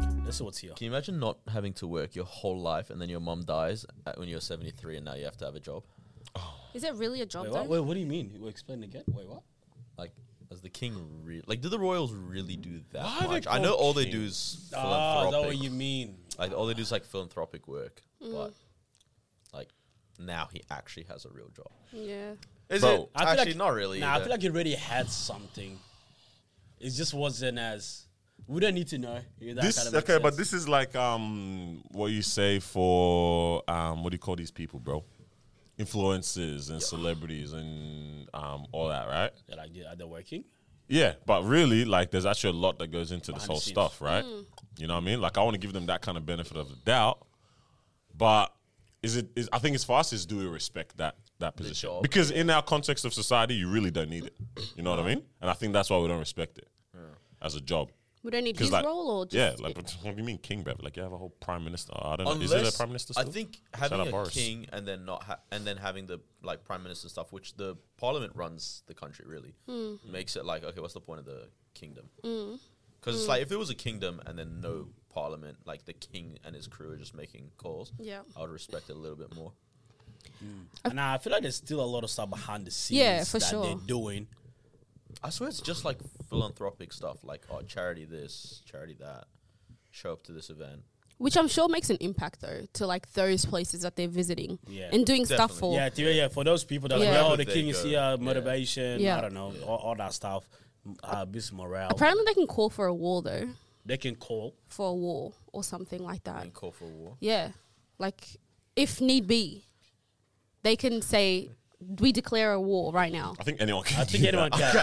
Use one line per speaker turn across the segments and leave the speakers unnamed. Can you imagine not having to work your whole life and then your mom dies at, when you're 73 and now you have to have a job?
Is it really a job
Wait,
though?
what? Wait, what do you mean? Well, Explain again. Wait, what?
Like, does the king really like? Do the royals really do that
Why are they
much? I know
called
all they
king?
do is
Ah, is that what
philanthropic.
you mean?
like, all they do is like philanthropic work, but like now he actually has a real job.
Yeah.
Is
Bro,
Oh,
it
I feel
actually
like-
not really?
Nah, I
either.
feel like he already had something. It just wasn't as. We don't need to know. if that
This
kinda makes
okay, but
sense.
this is like um what you say for um what do you call these people, bro? Influencers and celebrities and um all that, right?
They're like, yeah, they're working.
Yeah, but really, like, there's actually a lot that goes into this
Behind the
whole
scenes.
stuff, right? You know what I mean? Like, I want to give them that kind of benefit of the doubt, but is it? Is, I think it's for us is do we respect that that position
job,
because in our context of society, you really don't need it. You know what I mean? And I think that's why we don't respect it as a job.
We don't need
'Cause,
his
like,
role or just
yeah, like, but what do you mean, king, bruv? Like, you have a whole prime minister. I don't know.
Unless,
Is it a prime minister?
I
Still?
think
Shout
having
out
a
Boris.
king and then not ha- and then having the like prime minister stuff, which the parliament runs the country really, makes it like okay, what's the point of the kingdom? Because it's like if it was a kingdom and then no parliament, like the king and his crew are just making calls.
Yeah.
I would respect it a little bit more.
And I feel like there's still a lot of stuff behind the scenes
Yeah, for
that they're
sure.
doing.
I swear it's just like philanthropic stuff, like oh charity this, charity that, show up to this event.
which I'm sure makes an impact though to like those places that they're visiting
Yeah.
and doing
Definitely.
stuff for.
Yeah, yeah, yeah. For those people that
Yeah.
are like, oh,
Wherever
the
they
king is
go.
here,
Yeah.
motivation,
Yeah.
I don't know, all, all that stuff, m- uh, boost morale.
Apparently, they can call for a war though,
they can call.
for a war or something like that.
And call for war.
Yeah, like if need be, they can say we declare a war right now.
I think anyone can.
I think
do
anyone
that.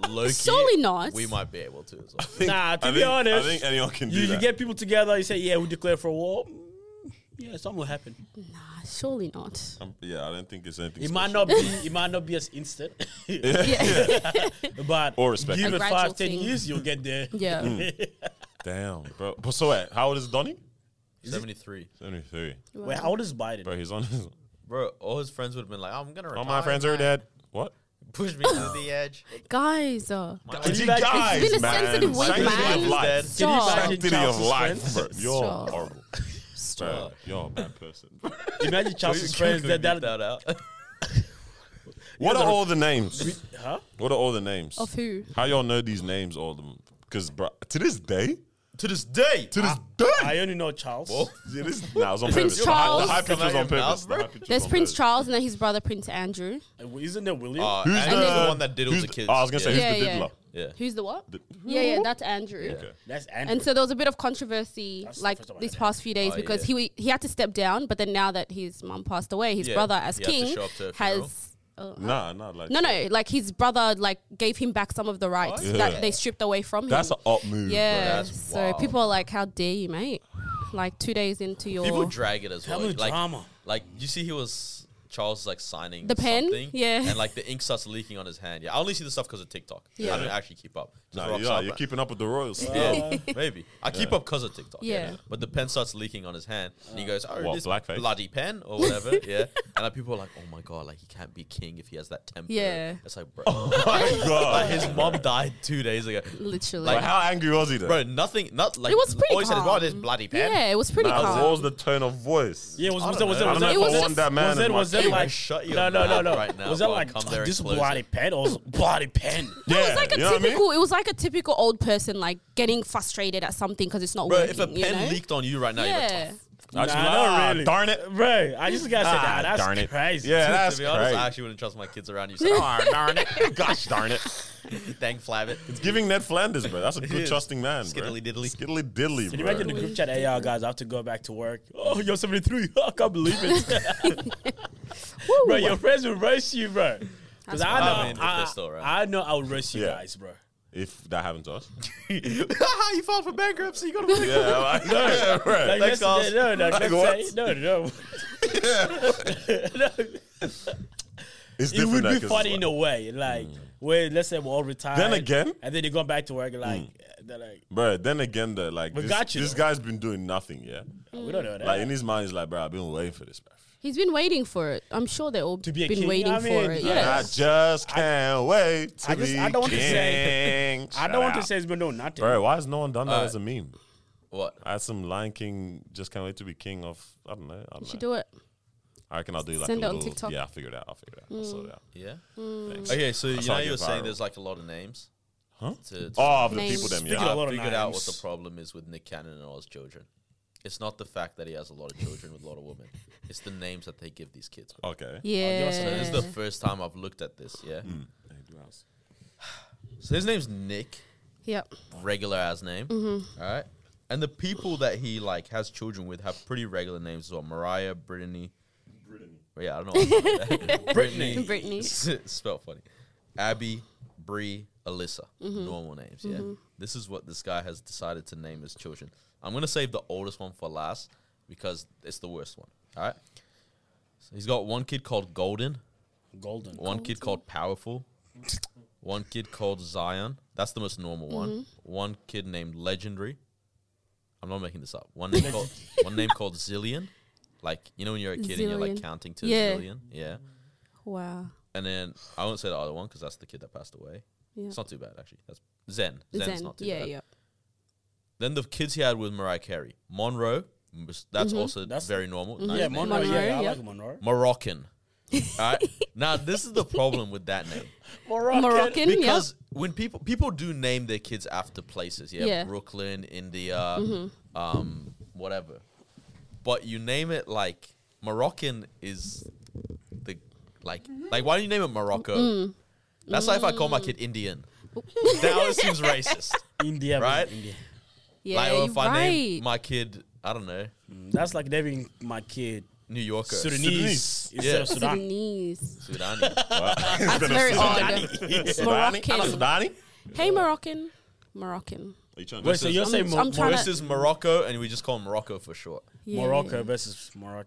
can.
Loki,
Surely not.
We might be able to as well.
Nah, to
I
be
think-
honest,
I think anyone can do
you, you
that.
get people together, you say, yeah, we declare for war. Mm, Yeah, something will happen.
Nah, Ah, surely not.
Um, yeah, I don't think it's anything.
It might not be, it might not be as instant,
Yeah,
but
Or respect.
give
A
it
gradual
five, ten
thing.
years, you'll get there.
yeah.
Damn, bro. But so wait, how old is Donnie?
Seventy three.
Seventy-three.
Wait, how old is Biden?
Bro, he's on. His,
Bro, all his friends would have been like, I'm gonna retire.
all my friends are dead. What?
Pushed me to the edge.
Guys, uh,
It's
you imagine-
it's been a sensitive week,
Sanctity
man.
of life.
Dead.
Can you
Stop.
imagine
Sanctity of
Charles's
life,
friends?
bro. You're
Stop.
horrible. Bro, you're a bad person.
Imagine Charles's friends
Could've
that, that,
beeped that out.
what are all the names?
huh?
What are all the names?
of who?
How y'all know these names? All of them? Because bro, to this day,
to this day.
to this day,
I only know Charles.
Yeah, this, nah, it was on
Prince
purpose. The hy-
Charles.
The high pitch
Come out
was on
your mouth,
purpose. The
bro.
high pitch was
There's
on
Prince
purpose.
Charles and then his brother Prince Andrew.
Isn't there William?
Uh,
Who's
Andrew's the,
the-
one that diddles
who's
the kids?
I was gonna say
yeah.
Yeah,
who's the
yeah.
diddler?
yeah.
Who's the what?
The-
yeah, yeah, that's Andrew.
Okay.
That's Andrew.
And so there was a bit of controversy
That's the
like
first time I
these
heard
past few days
Oh,
because
yeah.
he he had to step down, but then now that his mum passed away, his
Yeah,
brother as
he had to
king
show up to her funeral.
has uh,
Nah, nah, like
no no like his brother like gave him back some of the rights
yeah.
that they stripped away from
That's
him.
an up move. bro.
yeah,
That's
so
wild.
people are like, "How dare you, mate!" Like two days into your
People drag it as well.
Family
Like,
drama.
like you see, he was Charles is like signing
The pen?
something,
Yeah.
and like the ink starts leaking on his hand. Yeah, I only see the stuff because of TikTok. Yeah.
Yeah.
I don't actually keep up. Just
Nah,
rocks
yeah,
up
you're
and-
keeping up with the royals.
Yeah, Oh, maybe. I keep up because of TikTok.
Yeah.
But the pen starts leaking on his hand, and he goes, "Oh,
What,
this
blackface?
bloody pen or whatever." yeah. And like, people are like, "Oh my god, like he can't be king if he has that temper."
Yeah.
It's like, bro,
Oh, God.
like, his mom died two days ago.
literally.
Like, how angry was he though?
Bro, nothing. Not like
it was pretty
all he said is, "Oh,
calm.
this bloody pen."
Yeah, it was pretty
Nah,
calm.
what was the tone of voice?
Yeah, was
I
was that
don't
was
know.
that was
I
that
don't know
was
if I want
that man
was
in
that
my
was that
team.
like
Shut your
no no no
mouth
no
right now,
was that
or I'll
like
come there and
this
close
bloody
it."
pen or bloody pen?
it was like a
you know what I mean?
typical. It was like a typical old person, like getting frustrated at something because it's not
Bro,
working.
if a pen
you know?
leaked on you right now, you're like,
yeah,
"Oh,
Nah,
Nah,
nah,
not really.
"Ah, Darn it.
Bro, I just gotta say
Ah,
that. That's
darn it.
crazy.
Yeah, that's
to be honest,
crazy.
I actually wouldn't trust my kids around you. So, "Oh,
Ah, darn it. Gosh darn it.
dang flabbit.
It's giving Ned Flanders, bro. That's a good
is.
trusting man. bro.
Skiddly diddly.
Skiddly diddly,
Can you
bro.
imagine the group chat? Hey, y'all guys, I have to go back to work. Oh, you're 73. I can't believe it. bro, your friends will roast you, bro. Because I
wild.
know,
I mean, if they're
I,
still around.
I know I would roast you
Yeah.
guys, bro.
if that happened to us.
you filed for bankruptcy. You got to.
yeah, like, yeah,
Like,
bro.
yesterday-
Thanks, guys.
no, no,
Like,
next day- no, no, no.
It's
it
different
would
now
be
'cause
funny
it's
in a way, like where let's say we're all retired.
Mm. Then again- Mm.
and then they go back to work, like they're like,
Bro, then again, though, like,
We
this,
got you,
this
though.
guy's been doing nothing, yeah?
"Oh, we don't know that.
Like, in his mind, he's like, bro, I've been waiting for this, bro.
he's been waiting for it. I'm sure they all
be a
been
king,
waiting
I mean,
for it.
like,
Yeah,
I just can't wait to
I just-
be
I don't want to say-
king.
I
Shout
don't want
out.
to say it's been no nothing.
Bro, why has no one done that
Uh,
as a meme?
What?
I had some Lion King. Just can't wait to be king of. I don't know. I
You
don't know.
should do it.
I reckon I'll do like
Send it
a
on
little.
TikTok. Mm.
Yeah, I'll figure it out. I'll figure it out. I'll sort it out.
Yeah.
Thanks.
Okay, so
That's
you
how
know
I
you
get
were saying
viral.
there's like a lot of names.
Huh?
To, to
Oh, of the
Names.
people, them.
Speaking
Yeah.
of- a lot
I figured out what the
names.
problem is with Nick Cannon and all his children. It's not the fact that he has a lot of children with a lot of women. It's the names that they give these kids. bro.
Okay.
So
Yeah.
this is the first time I've looked at this. Yeah. So his name's Nick,
yep.
regular ass name. All right. And the people that he like has children with have pretty regular names as well. Mariah, Brittany. Brittany. Yeah, I don't know. why I said that. Brittany.
Brittany.
spelled funny. Abby, Bree, Alyssa. Normal names, yeah. This is what this guy has decided to name his children. I'm gonna save the oldest one for last because it's the worst one. All right. So he's got one kid called Golden,
Golden.
one kid called Powerful, one kid called Zion. That's the most normal
Mm-hmm.
one. One kid named Legendary. I'm not making this up. One name called one name called Zillion. Like you know when you're a kid and you're like
Zillion.
counting to
Yeah.
zillion. Yeah.
Wow.
And then I won't say the other one because that's the kid that passed away.
Yeah.
It's not too bad actually. That's Zen. Zen's
Zen.
not too
Yeah.
bad.
Yep.
Then the kids he had with Mariah Carey, Monroe. m- s- That's
Mm-hmm.
also
That's-
very normal. nice
Yeah,
name.
Monroe.
Monroe,
yeah, I
yeah.
like Monroe.
Moroccan. All right. Now this is the problem with that name
Moroccan.
Moroccan. Yep.
because when people people do name their kids after places, yeah,
Yeah. Mm-hmm.
Brooklyn, India, um, whatever. But you name it like Moroccan is the like like why do you name it Morocco?
Mm.
That's like if I call my kid Indian, that always seems racist.
India, man,
Right?
India.
Yeah.
like or
you're
if
right.
I name my kid, I don't know,
Mm, That's like naming my kid
New Yorker,
Sudanese
Sudanese.
instead of
Yeah.
Sudan.
Sudanese.
Sudani.
That's
very odd. Moroccan.
Sudani?
Hey, Moroccan. Moroccan.
Wait, so you're
I'm-
saying Mo-
I'm trying
Mor-
this is Morocco, and we just call him Morocco for short.
Yeah.
Morocco versus Morocco.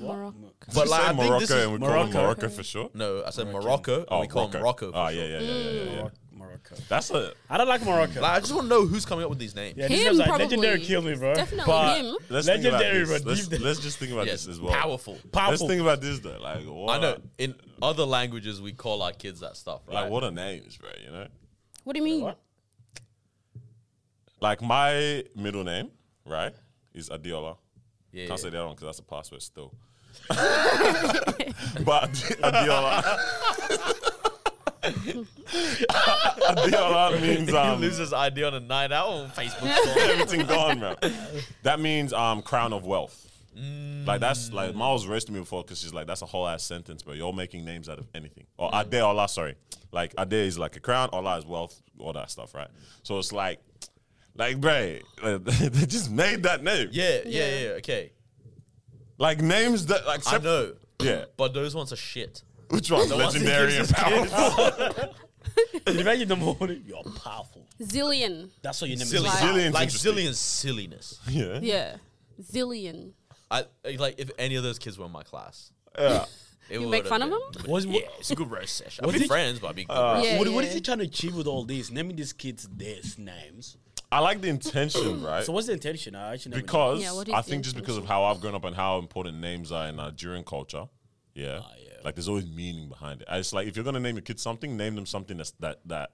Morocco.
But like, I think
Morocco
this is-
and we call it
Morocco.
Morocco for sure.
No, I said Morocco, and we call him Morocco. for
Oh,
short.
yeah, yeah, yeah, yeah, yeah,
Mm.
yeah.
Morocco.
That's a.
I don't like Morocco.
Like, I just want to know who's coming up with these names.
yeah,
Him,
this is like
probably.
legendary kill me, bro.
Definitely
But
him.
Let's
Legendary,
think about
bro.
this.
Deep
Let's, let's just think about
Yes,
this as well.
powerful.
Let's
powerful.
think about this though. Like, what
I know.
are-
In other languages, we call our kids that stuff, right?
Like, what are names, bro? You know,
What do you mean?
What?
like my middle name, right, is Adiola.
Yeah,
Can't say
yeah.
that one because that's a password still. but Adiola. Adiola means
he
um,
loses ID on a night out on Facebook.
everything gone, man. That means um, crown of wealth. Like that's like Miles roasted me before because she's like that's a whole ass sentence, but you're making names out of anything. Or Ade Allah, sorry, like Ade is like a crown, Allah is wealth, all that stuff, right? So it's like, like, bro, they just made that name.
yeah, yeah,
Yeah.
yeah. Okay,
like names that like
I
sep-
know,
Yeah,
but those ones are shit.
which one's
The ones he
legendary and
gives his kids.
powerful?
Imagine the morning. You're powerful.
Zillion.
That's what your name
Silly,
is.
Zillion.
Zillion's
like
interesting.
zillion's silliness.
Yeah,
Yeah. Zillion.
I like if any of those kids were in my class.
yeah.
It
You make
would've
fun of
been-
them?
What,
Yeah, it's a good roast session. I'd
Was
be
it-
friends, but I'd be good
Uh,
roast.
Yeah,
Uh, what, what
yeah.
is he trying to achieve with all this? Naming these kids their names.
I like the intention, right?
So what's the intention? I actually never knew.
Uh, because
Yeah, what is
I
the
think just because of how I've grown up and how important names are in Nigerian culture. Yeah.
Ah,
Like there's always meaning behind it. It's like if you're gonna name your kid something, name them something that's that that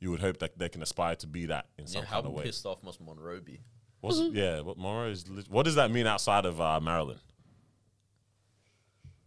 you would hope that they can aspire to be that in some
Yeah, how
kind of way.
pissed off must Monroe be?
What's, yeah, what Mara is lit- what does that mean outside of uh, Maryland?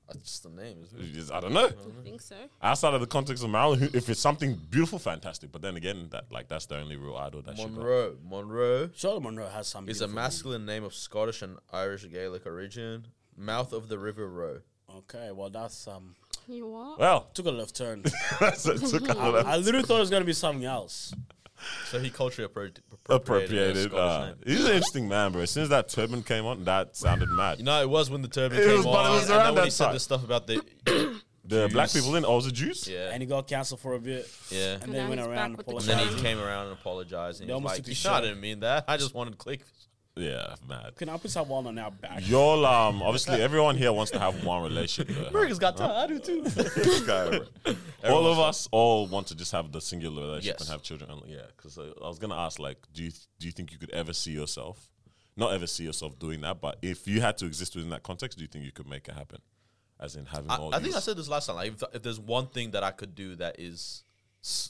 That's just the name. isn't it?
It's- I don't know.
Mm-hmm.
I think so.
Outside of the context of Maryland, who- if it's something beautiful, fantastic. But then again, that like that's the only real idol that should go.
Monroe. Monroe
Surely Monroe has some.
is a
beautiful
masculine name of Scottish and Irish Gaelic origin. Mouth of the River Roe.
name. Okay, well that's um
You what?
Well,
took a left turn.
that's it. Took out of
I literally thought it was gonna be something else.
So he culturally appro- appropriated.
appropriated.
a Scottish
uh,
name.
he's an interesting man, bro. As soon as that turban came on, that sounded mad.
You know, it was when the turban
It
came
was-
on,
but it was
and then
around
when
that
he said
time.
this stuff about the
The black
Jews.
people in oh, was it Jews?
yeah,
And he got cancelled for a bit.
yeah.
And
now
then went
he's
around
back
and
with the
And
apologized.
then he came around and apologized, and
They
he was
almost
like,
took
"You
his
sure I
shirt.
didn't mean that. I just wanted click."
Yeah, mad.
Can I put some one on our back?
Y'all, um, obviously everyone here wants to have one relationship. though.
Burgers got tired. I do too.
all of us all want to just have the singular relationship
Yes.
and have children. And, yeah, because I, I was gonna ask, like, do you do you think you could ever see yourself, not ever see yourself doing that, but if you had to exist within that context, do you think you could make it happen? As in having
I,
all
I think I
these-
said this last time. Like, if, if there's one thing that I could do that is s-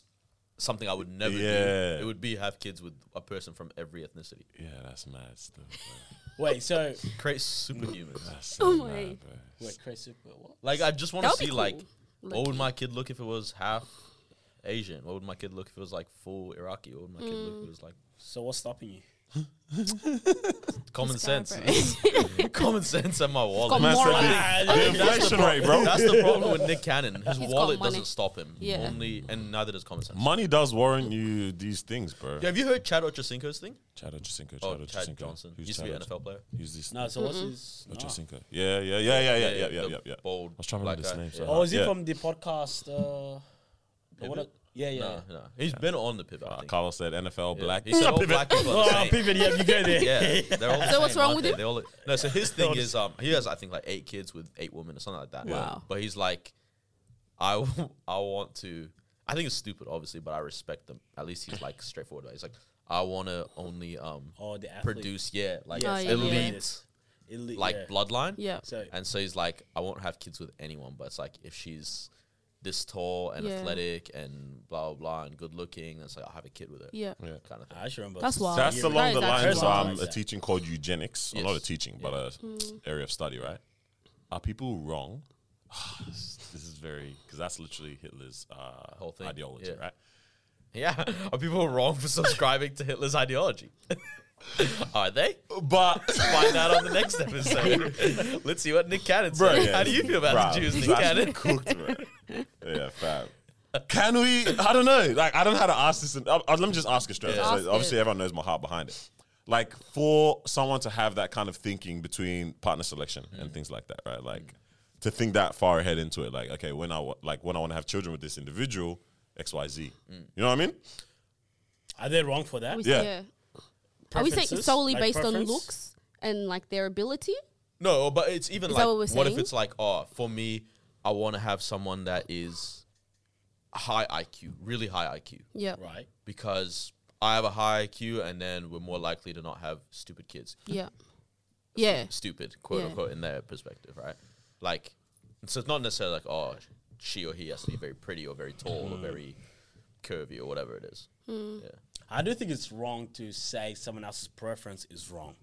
something I would never
Yeah.
do. It would be have kids with a person from every ethnicity.
Yeah, that's mad stuff. bro.
Wait, so
Create superhumans.
That's so
Oh my.
mad, bro.
wait, Chris, what? what?
Like I just want
That
to
would be
see like
cool,
what would
low-key.
my kid look if it was half Asian? What would my kid look if it was like full Iraqi? What would my kid look if
Mm.
it was like
So what's stopping you?
common
Subscribe,
sense?
bro.
common sense and my wallet.
got Man said morals.
the- the inflation rate, bro.
That's the problem with Nick Cannon. His
He's got
wallet
money.
doesn't stop him.
Yeah.
Only and neither does common sense.
Money does warrant you these things, bro.
Yeah, have you heard Chad Ochocinco's thing?
Chad Ochocinco, Chad
Oh,
Ochocinco.
Chad Johnson.
Who's
Used to
Chad
be an
Ochocinco?
NFL player.
Who's this?
No, so what's his? no.
Ochocinco. Yeah, yeah, yeah, yeah, yeah, yeah, yeah,
the
yeah, yeah.
Bald.
I was trying to remember
black
his name,
guy.
so-
Yeah.
Oh, is it
Yeah.
from the podcast? Uh, the what?
Pivot?
yeah, yeah.
Nah, nah. He's been on the pivot. I
Uh,
think.
Carlos said NFL
Yeah.
black.
He said all black people are the
Oh,
same.
pivot. Yeah, you go there.
Yeah, they're all the
So what's
same,
wrong
aren't
with
they?
him?
They all, no, so his thing is um he has I think like eight kids with eight women or something like that.
Wow.
But he's like, I w- I want to. I think it's stupid, obviously, but I respect them. At least he's like straightforward. He's like, I want to only um
Oh, the athlete.
produce yeah like
Yes, Oh, yeah,
elite
Elite,
like
yeah.
bloodline.
Yeah.
So-
And so he's like, I won't have kids with anyone, but it's like if she's this tall and
Yeah.
athletic and blah blah blah and good looking, that's like I'll have a kid with her.
Yeah.
Yeah.
Kind of thing.
I sure remember.
That's wild.
That's
Yeah.
That
along the
is
lines of
actually
um,
wild.
a teaching called eugenics. Or not a
Yes. Mm.
teaching, but a area of study, right? Are people wrong? this is very because that's literally Hitler's uh,
Whole thing,
ideology,
yeah.
right?
Yeah. Are people wrong for subscribing to Hitler's ideology? Are they? But find out on the next episode. Let's see what Nick Cannon
Bro,
said.
yeah.
How do you feel about
Bruh,
the Jews, Nick
that's
Cannon?
cooked, bro. Yeah, fam. Can we? I don't know. Like, I don't know how to ask this. In, uh, uh, let me just ask it straight.
Yeah.
So
Ask
obviously,
it.
everyone knows my heart behind it. Like, for someone to have that kind of thinking between partner selection
Mm.
and things like that, right? Like, to think that far ahead into it. Like, okay, when I wa- like when I want to have children with this individual, X, Y, Z.
Mm.
You know what I mean?
Are they wrong for that?
We-
Yeah.
Are we saying
Preferences?
solely
Like
based on
preference?
looks and like their ability?
No, but it's even
Is
like
that what we're
what, if
saying?
it's like, oh, for me, I want to have someone that is high IQ, really high IQ.
Yeah.
Right.
Because I have a high IQ and then we're more likely to not have stupid kids.
Yeah. Yeah.
stupid, quote
Yeah.
unquote, in their perspective, right? Like, so it's not necessarily like, oh, she or he has to be very pretty or very tall
Mm.
or very curvy or whatever it is.
Hmm.
Yeah.
I do think it's wrong to say someone else's preference is wrong.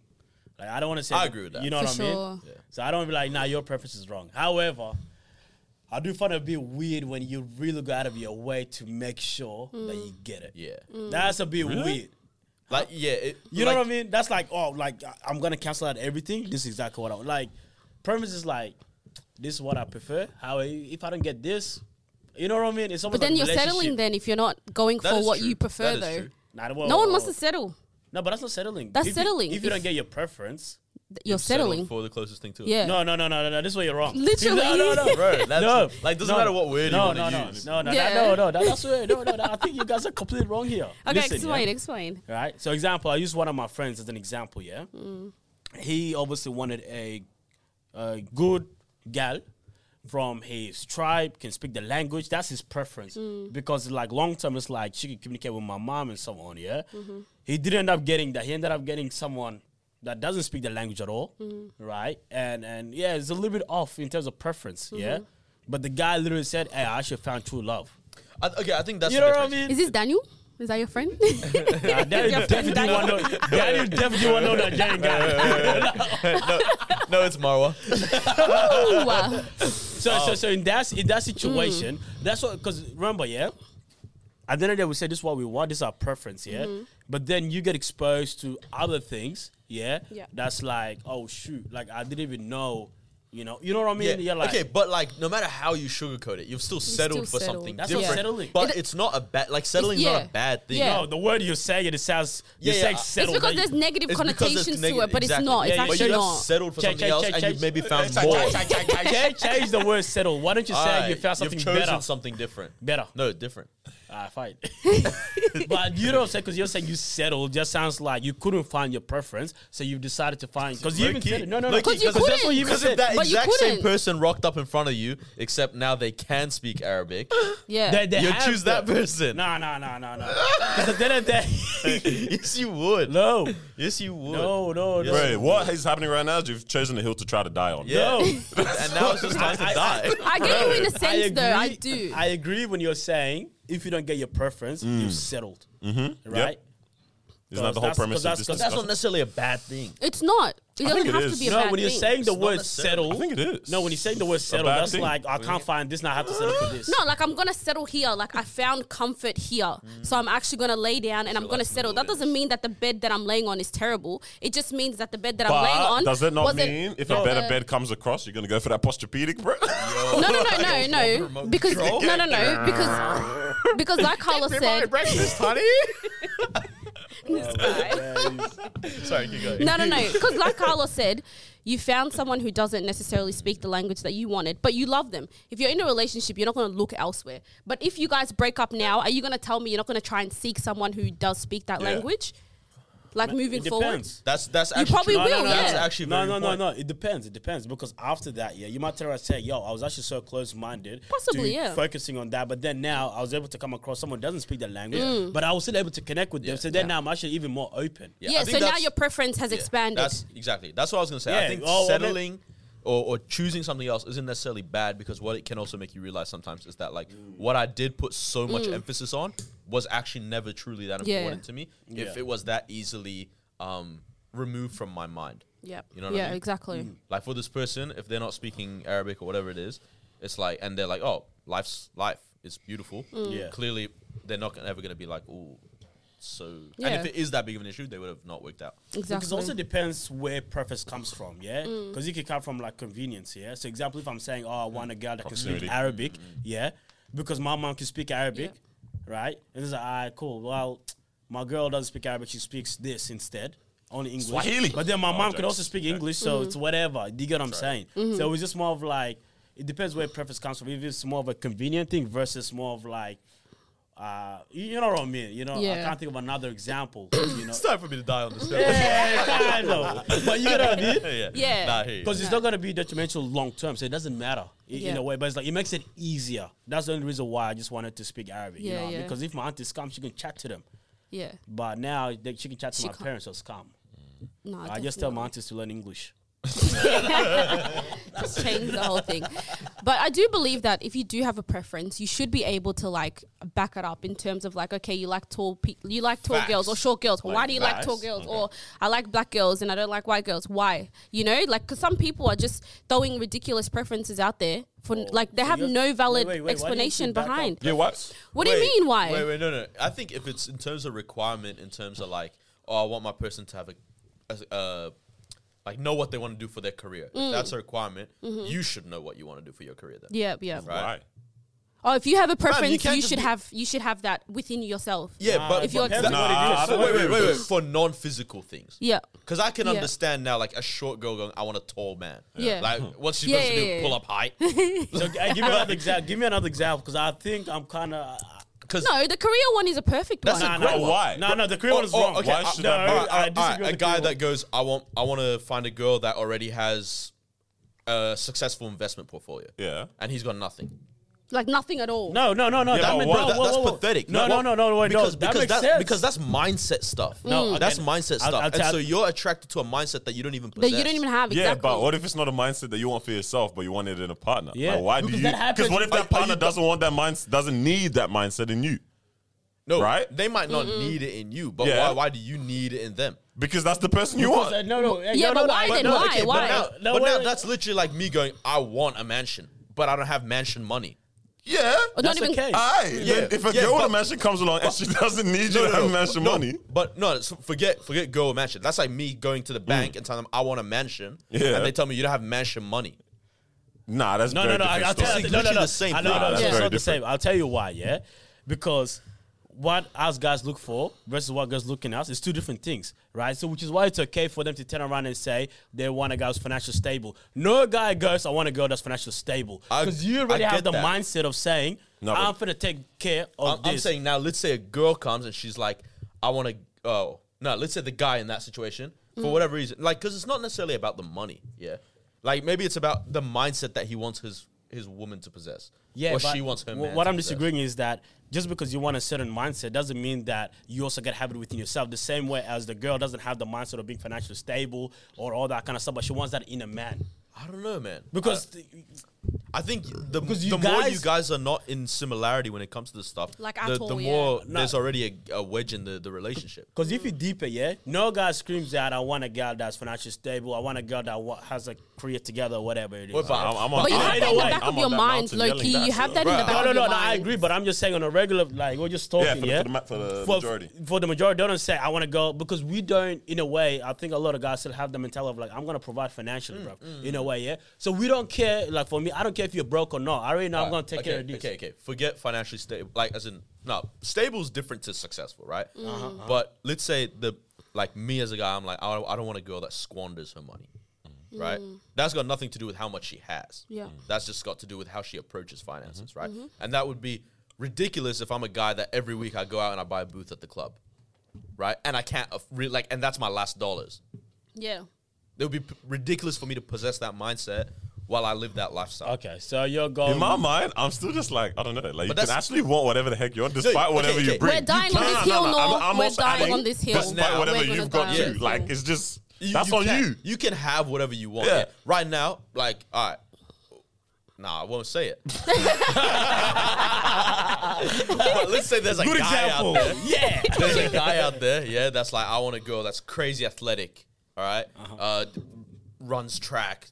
Like I don't want to say
I agree with that.
You know
For
what I mean?
sure.
Yeah.
So I don't be like, nah, your preference is wrong. However, I do find it a bit weird when you really go out of your way to make sure that
Mm.
you get it.
Yeah.
That's a bit weird.
Like, yeah. It,
You know what I mean? That's like, oh, like I- I'm gonna cancel out everything. This is exactly what I want. Like, preference is like, this is what I prefer. How I- if I don't get this, you know what I mean? It's
But
almost
then
like
you're settling
relationship.
then if you're not going
That
for
is
what
true.
you prefer
That is
though.
true.
Nah, whoa,
No one
whoa,
wants
whoa.
to settle.
No, but that's not settling.
That's
If you-
settling.
if you don't get your preference,
Th- You're
Settle
settling.
for the closest thing to it.
Yeah.
No, no, no, no, no, no. This way you're wrong.
Literally.
No, no, no,
Bro, that's,
No,
like, doesn't
no.
matter what word
No,
you
no,
want to
no,
use.
no, no,
Yeah.
no, no, no. That's weird. No, no, no. I think you guys are completely wrong here.
Okay,
Listen,
explain,
yeah?
explain.
Right. So, example. I use one of my friends as an example. Yeah. He obviously wanted a, a good gal from his tribe, can speak the language. That's his preference because, like, long term, it's like she can communicate with my mom and so on. Yeah. He didn't end up getting that. He ended up getting someone that doesn't speak the language at all, right? And and yeah, it's a little bit off in terms of preference. Yeah. But the guy literally said, "Hey, I actually found true love."
I, okay, I think that's
You
the
know what I
difference.
mean?
Is this Daniel? Is that your friend?
Nah, Daddy definitely want to know. Daddy definitely want to know that Jane guy.
No, it's Marwa.
Ooh, wow.
So, so, so in that in that situation,
Mm.
that's what. Because remember, yeah. At the end of the day, we say this is what we want. This is our preference, yeah.
Mm-hmm.
But then you get exposed to other things, yeah.
Yeah.
That's like, oh shoot, like I didn't even know, you know, you know what I mean?
Yeah.
You're like,
okay, but like, no matter how you sugarcoat it, you've still settled for
still settled.
something
That's what
different.
settling-
But
It-
it's not a bad. Like, settling's not
yeah.
a bad thing.
Yeah.
no, the word you're saying it, it sounds,
Yeah,
you're
yeah,
saying
I- It's
It's
settled.
because
like-
there's negative
It's because there's
connotations to
negative-
it, but it's
exactly.
not.
Yeah,
it's
But you
actually
have
not.
settled for
Check,
something
check,
else,
check,
and
check.
you've maybe found
Check, check,
more.
check, check.
Change- change the word settled. Why don't you say you
Alright,
found something
you've chosen
better?
something different.
Better.
No, different.
Ah, fine. but you know what I'm saying? Because you're saying you settled just sounds like you couldn't find your preference, so you've decided to find. Because you even
Low-key.
said it. No, no, no.
Low-key,
'Cause you
that's what you even
Because if
said.
that
But you
exact same
couldn't.
person rocked up in front of you, except now they can speak Arabic,
Yeah.
They- they
you'd
have
choose that
to.
person.
No, no, no, no, no. Because at the end of the day,
yes, you would.
no.
Yes, you would.
No, no, no.
Yes.
Bro, what is happening right now is you've chosen a hill to try to die on.
Yeah.
No.
and now it's just time to die.
I get you in a sense,
I agree,
though. I do.
I agree when you're saying if you don't get your preference, you've settled, mm-hmm. right?
Isn't that the whole
That's- 'cause
premise of
that's-
this
'cause
That's not
discussion?
necessarily a bad thing.
it's not. It doesn't
think it
have to
is.
be a
No,
bad
when you're
thing.
saying the
It's not
word
necessarily-
"settle,"
I think it is.
no, when you're saying the word "settle,"
bad
that's
thing.
like I can't find this, and I have to settle for this.
no, like I'm gonna settle here. Like I found comfort here, so I'm actually gonna lay down and I'm gonna
that's the
settle. That
wilderness.
doesn't mean that the bed that I'm laying on is terrible. It just means that the bed that I'm laying
But
on
does it not
wasn't-
mean if
No.
a better
Uh,
bed comes across, you're gonna go for that posturpedic, bro?
No, no, no, no, no.
Remote
Because
control?
no, no, no. Because because like Carlos said,
breakfast, honey.
this guy.
Sorry, keep going.
No, no, no. Because like Carlos said, you found someone who doesn't necessarily speak the language that you wanted, but you love them. If you're in a relationship, you're not going to look elsewhere. But if you guys break up now, are you going to tell me you're not going to try and seek someone who does speak that
Yeah.
language? Like moving
it
forward.
depends.
That's that's actually
probably
true.
will, No, no, no,
That's
yeah.
actually
no,
very
no,
good
no,
point.
no. It depends. It depends because after that, yeah, you might tell her, say, "Yo, I was actually so close-minded, to
Possibly, yeah.
focusing on that." But then now, I was able to come across someone who doesn't speak that language, but I was still able to connect with them. So then now, I'm actually even more open.
Yeah.
I think
so now
that's-
your preference has
yeah,
expanded.
That's exactly. That's what I was gonna say.
Yeah,
I think
oh, well, then-
settling or, or choosing something else isn't necessarily bad because what it can also make you realize sometimes is that like what I did put so much emphasis on was actually never truly that
Mm. Yeah.
important to me. If
Yeah.
it was that easily um, removed from my mind.
Yep.
You know what I
yeah,
mean? Mm.
exactly.
Like for this person, if they're not speaking Arabic or whatever it is, it's like, and they're like, oh, life's life. It's beautiful.
Mm.
Yeah.
Clearly, they're not gonna, ever going to be like, oh, so.
Yeah.
And if it is that big of an issue, they would have not worked out.
Exactly. Mm.
Because it also depends where preference comes from, yeah. Because it could come from like convenience, yeah. So, example, if I'm saying, "Oh, I want a girl that can
Proximity.
speak Arabic," yeah, because my mom can speak Arabic, right? And it's like, "All right, cool. Well, my girl doesn't speak Arabic; she speaks this instead, only English."
Swahili.
But then my
Oh,
mom can
jokes.
also speak English,
Mm-hmm.
so it's whatever. Do you get what I'm saying? So it's just more of like it depends where preference comes from. If it's more of a convenient thing versus more of like. Uh, you you know what I mean? You know, I
Yeah.
can't think of another example. You know,
It's time for me to die on this hill.
yeah, kind of. But you know what I mean?
yeah.
Yeah.
Nah, I hear you.
Because it's not going to be detrimental long term, so it doesn't matter i- in
Yeah.
a way. But it's like it makes it easier. That's the only reason why I just wanted to speak Arabic. you
Yeah,
know,
yeah.
because if my aunties come, she can chat to them.
yeah.
But now they, she can chat to
She
my
can't.
parents or scam.
No,
I just tell my aunties to learn English.
change the whole thing. But I do believe that if you do have a preference, you should be able to like back it up in terms of like, okay, you like tall, pe- you like tall
Facts.
girls or short girls. Why
Like
do you like
facts?
tall girls? Or I like black girls and I don't like white girls. Why? You know, like because some people are just throwing ridiculous preferences out there for like they
Oh, so
have
you're-
no
wait,
valid
wait, wait, why do you
explanation
think back up?
behind.
yeah, what?
What do you mean? Why?
Wait, wait, no, no. I think if it's in terms of requirement, in terms of like, oh, I want my person to have a, a uh, like know what they want to do for their career. If that's a requirement, you should know what you want to do for your career. Then,
Mm. Mm-hmm. Yeah, yeah.
Right.
Why?
Oh, if you have a preference, you,
can't just
should
be-
have you should have that within yourself.
yeah, but
if you're
but
accepting-
that-
Nah,
but
I
wait,
don't
wait,
agree
wait,
with
wait, for non-physical things.
Yeah.
Because I can
Yeah.
understand now, like a short girl going, "I want a tall man."
Yeah.
Like, what's she
Yeah,
supposed to
yeah,
do?
yeah,
Pull
yeah.
up height?
So g- uh, give me another example. Give me another example because I think I'm kind of.
Because
No, the career one is a perfect
That's
one.
a
Nah,
great
nah,
one. Why?
No, no, the Korean one is wrong.
Oh, okay.
Why
I-
should
no,
I-
all right,
I
all right,
disagree with
a
the
guy
Korean
that
one.
goes, I want, I want to find a girl that already has a successful investment portfolio.
Yeah.
and he's got nothing.
like nothing at all.
No, no, no, no. that
but
meant,
why-
no,
That-
whoa,
that's
whoa, whoa.
pathetic.
No, no, no, no, no, wait,
because,
no. That
because
makes
that-
sense.
because that's mindset stuff.
No, Mm.
that's
okay.
mindset
I'll-
stuff.
I'll
and
tell-
so you're attracted to a mindset that you don't even
that
possess.
you don't even have.
Yeah,
exactly.
but what if it's not a mindset that you want for yourself, but you want it in a partner?
Yeah.
Like, why do
Because
you?
that happens.
Because what if
Are-
are
that partner
you-
doesn't want that mindset, doesn't need that mindset in you?
no,
Right?
They might not need it in you, but
Yeah.
why? Why do you need it in them?
Because that's the person you
Because,
want.
uh, no, no.
Yeah,
no,
but
no,
why
I-
then?
no,
Why?
okay, but
Why?
Now,
no,
but
wait,
now
wait.
that's literally like me going, I want a mansion, but I don't have mansion money.
yeah.
Or not
That's
even.
okay.
Aye.
Yeah.
Then If a
Yeah,
girl with a
but-
mansion comes along and she doesn't need you to have mansion money,
But no, it's- forget forget girl with mansion. That's like me going
Mm.
to the bank and telling them I want a mansion,
Yeah.
and they tell me you don't have mansion money.
nah, that's
No,
very
no, no. I,
different
I'll tell
story.
you, no, no,
literally
no.
the same
I know,
thing.
no,
Nah,
it's
that's
not
very
the same.
different.
I'll tell you why. Yeah, because what us guys look for versus what girls look in us is two different things, right? So, which is why it's okay for them to turn around and say they want a guy who's financially stable. No guy goes, "I want a girl that's financially stable,"
I-
because you already
I
have
get
the
that.
mindset of saying,
No, but-
"I'm gonna take care
I'm,
of
I'm
this."
saying now, let's say a girl comes and she's like, I want to, oh, no, let's say the guy in that situation,
Mm.
for whatever reason, like, because it's not necessarily about the money, yeah? Like, maybe it's about the mindset that he wants his his woman to possess.
Yeah,
or
but
she wants her
wh-
man.
What
to
I'm
possess.
disagreeing is that just because you want a certain mindset doesn't mean that you also get habit within yourself. The same way as the girl doesn't have the mindset of being financially stable or all that kind of stuff, but she wants that in a man.
I don't know, man.
Because th-
I, I think the,
Because you
the more you
guys-
guys are not in similarity when it comes to this stuff,
Like
the,
at
the
all, yeah.
more
No.
there's already a, a wedge in the, the relationship.
Because if you deeper, yeah, no guy screams out, I want a girl that's financially stable. I want a girl that wa- has a career together, or whatever it is.
What about-
I'm, I'm on,
But you
I'm
have
on
that in the
way.
back
I'm
of
on
your
that
mind,
mountain
low
yelling
key. You have that in the
Bruh.
back
no,
of
no,
your
no,
mind.
no, I agree, but I'm just saying on a regular, like, we're just
Yeah,
talking,
for,
yeah?
The, for, the, ma- for the
for,
majority.
for the majority, they don't say I want to go because we don't. In a way, I think a lot of guys still have the mentality of like I'm gonna provide
Mm,
financially, bro. In a way, yeah. So we don't care. Like for me, I don't care if you're broke or not. I already know I'm gonna
Alright,
take
okay,
care of this.
Okay, okay. Forget financially stable. Like, as in, no, stable is different to successful, right? But let's say the like me as a guy, I'm like, I don't, I don't want a girl that squanders her money, right? That's got nothing to do with how much she has.
Yeah. Mm.
that's just got to do with how she approaches finances, right? And that would be ridiculous if I'm a guy that every week I go out and I buy a booth at the club, right? And I can't aff- re- like, and that's my last dollars.
Yeah.
It would be p- ridiculous for me to possess that mindset while I live that lifestyle.
Okay, so you're going.
In my mind, I'm still just like I don't know. Like you can
Oh. that's-
actually want whatever the heck you want, despite
okay,
whatever
okay.
you bring.
We're dying
You
on
can-
this
no, no,
hill,
no, I'm-
Noah.
I'm
We're
also
dying
adding
on this hill.
Despite
We're
whatever
gonna
you've
die
got
on
too,
this
like
hill.
it's just
You-
that's
you
on
can,
you.
You can have whatever you want.
Yeah.
yeah. Right now, like, all right. Nah, I won't say it. but let's say there's a
Good
guy
example.
out there.
yeah.
There's a guy out there, yeah, that's like, I want a girl that's crazy athletic, all right?
Uh-huh.
Uh, d- runs track,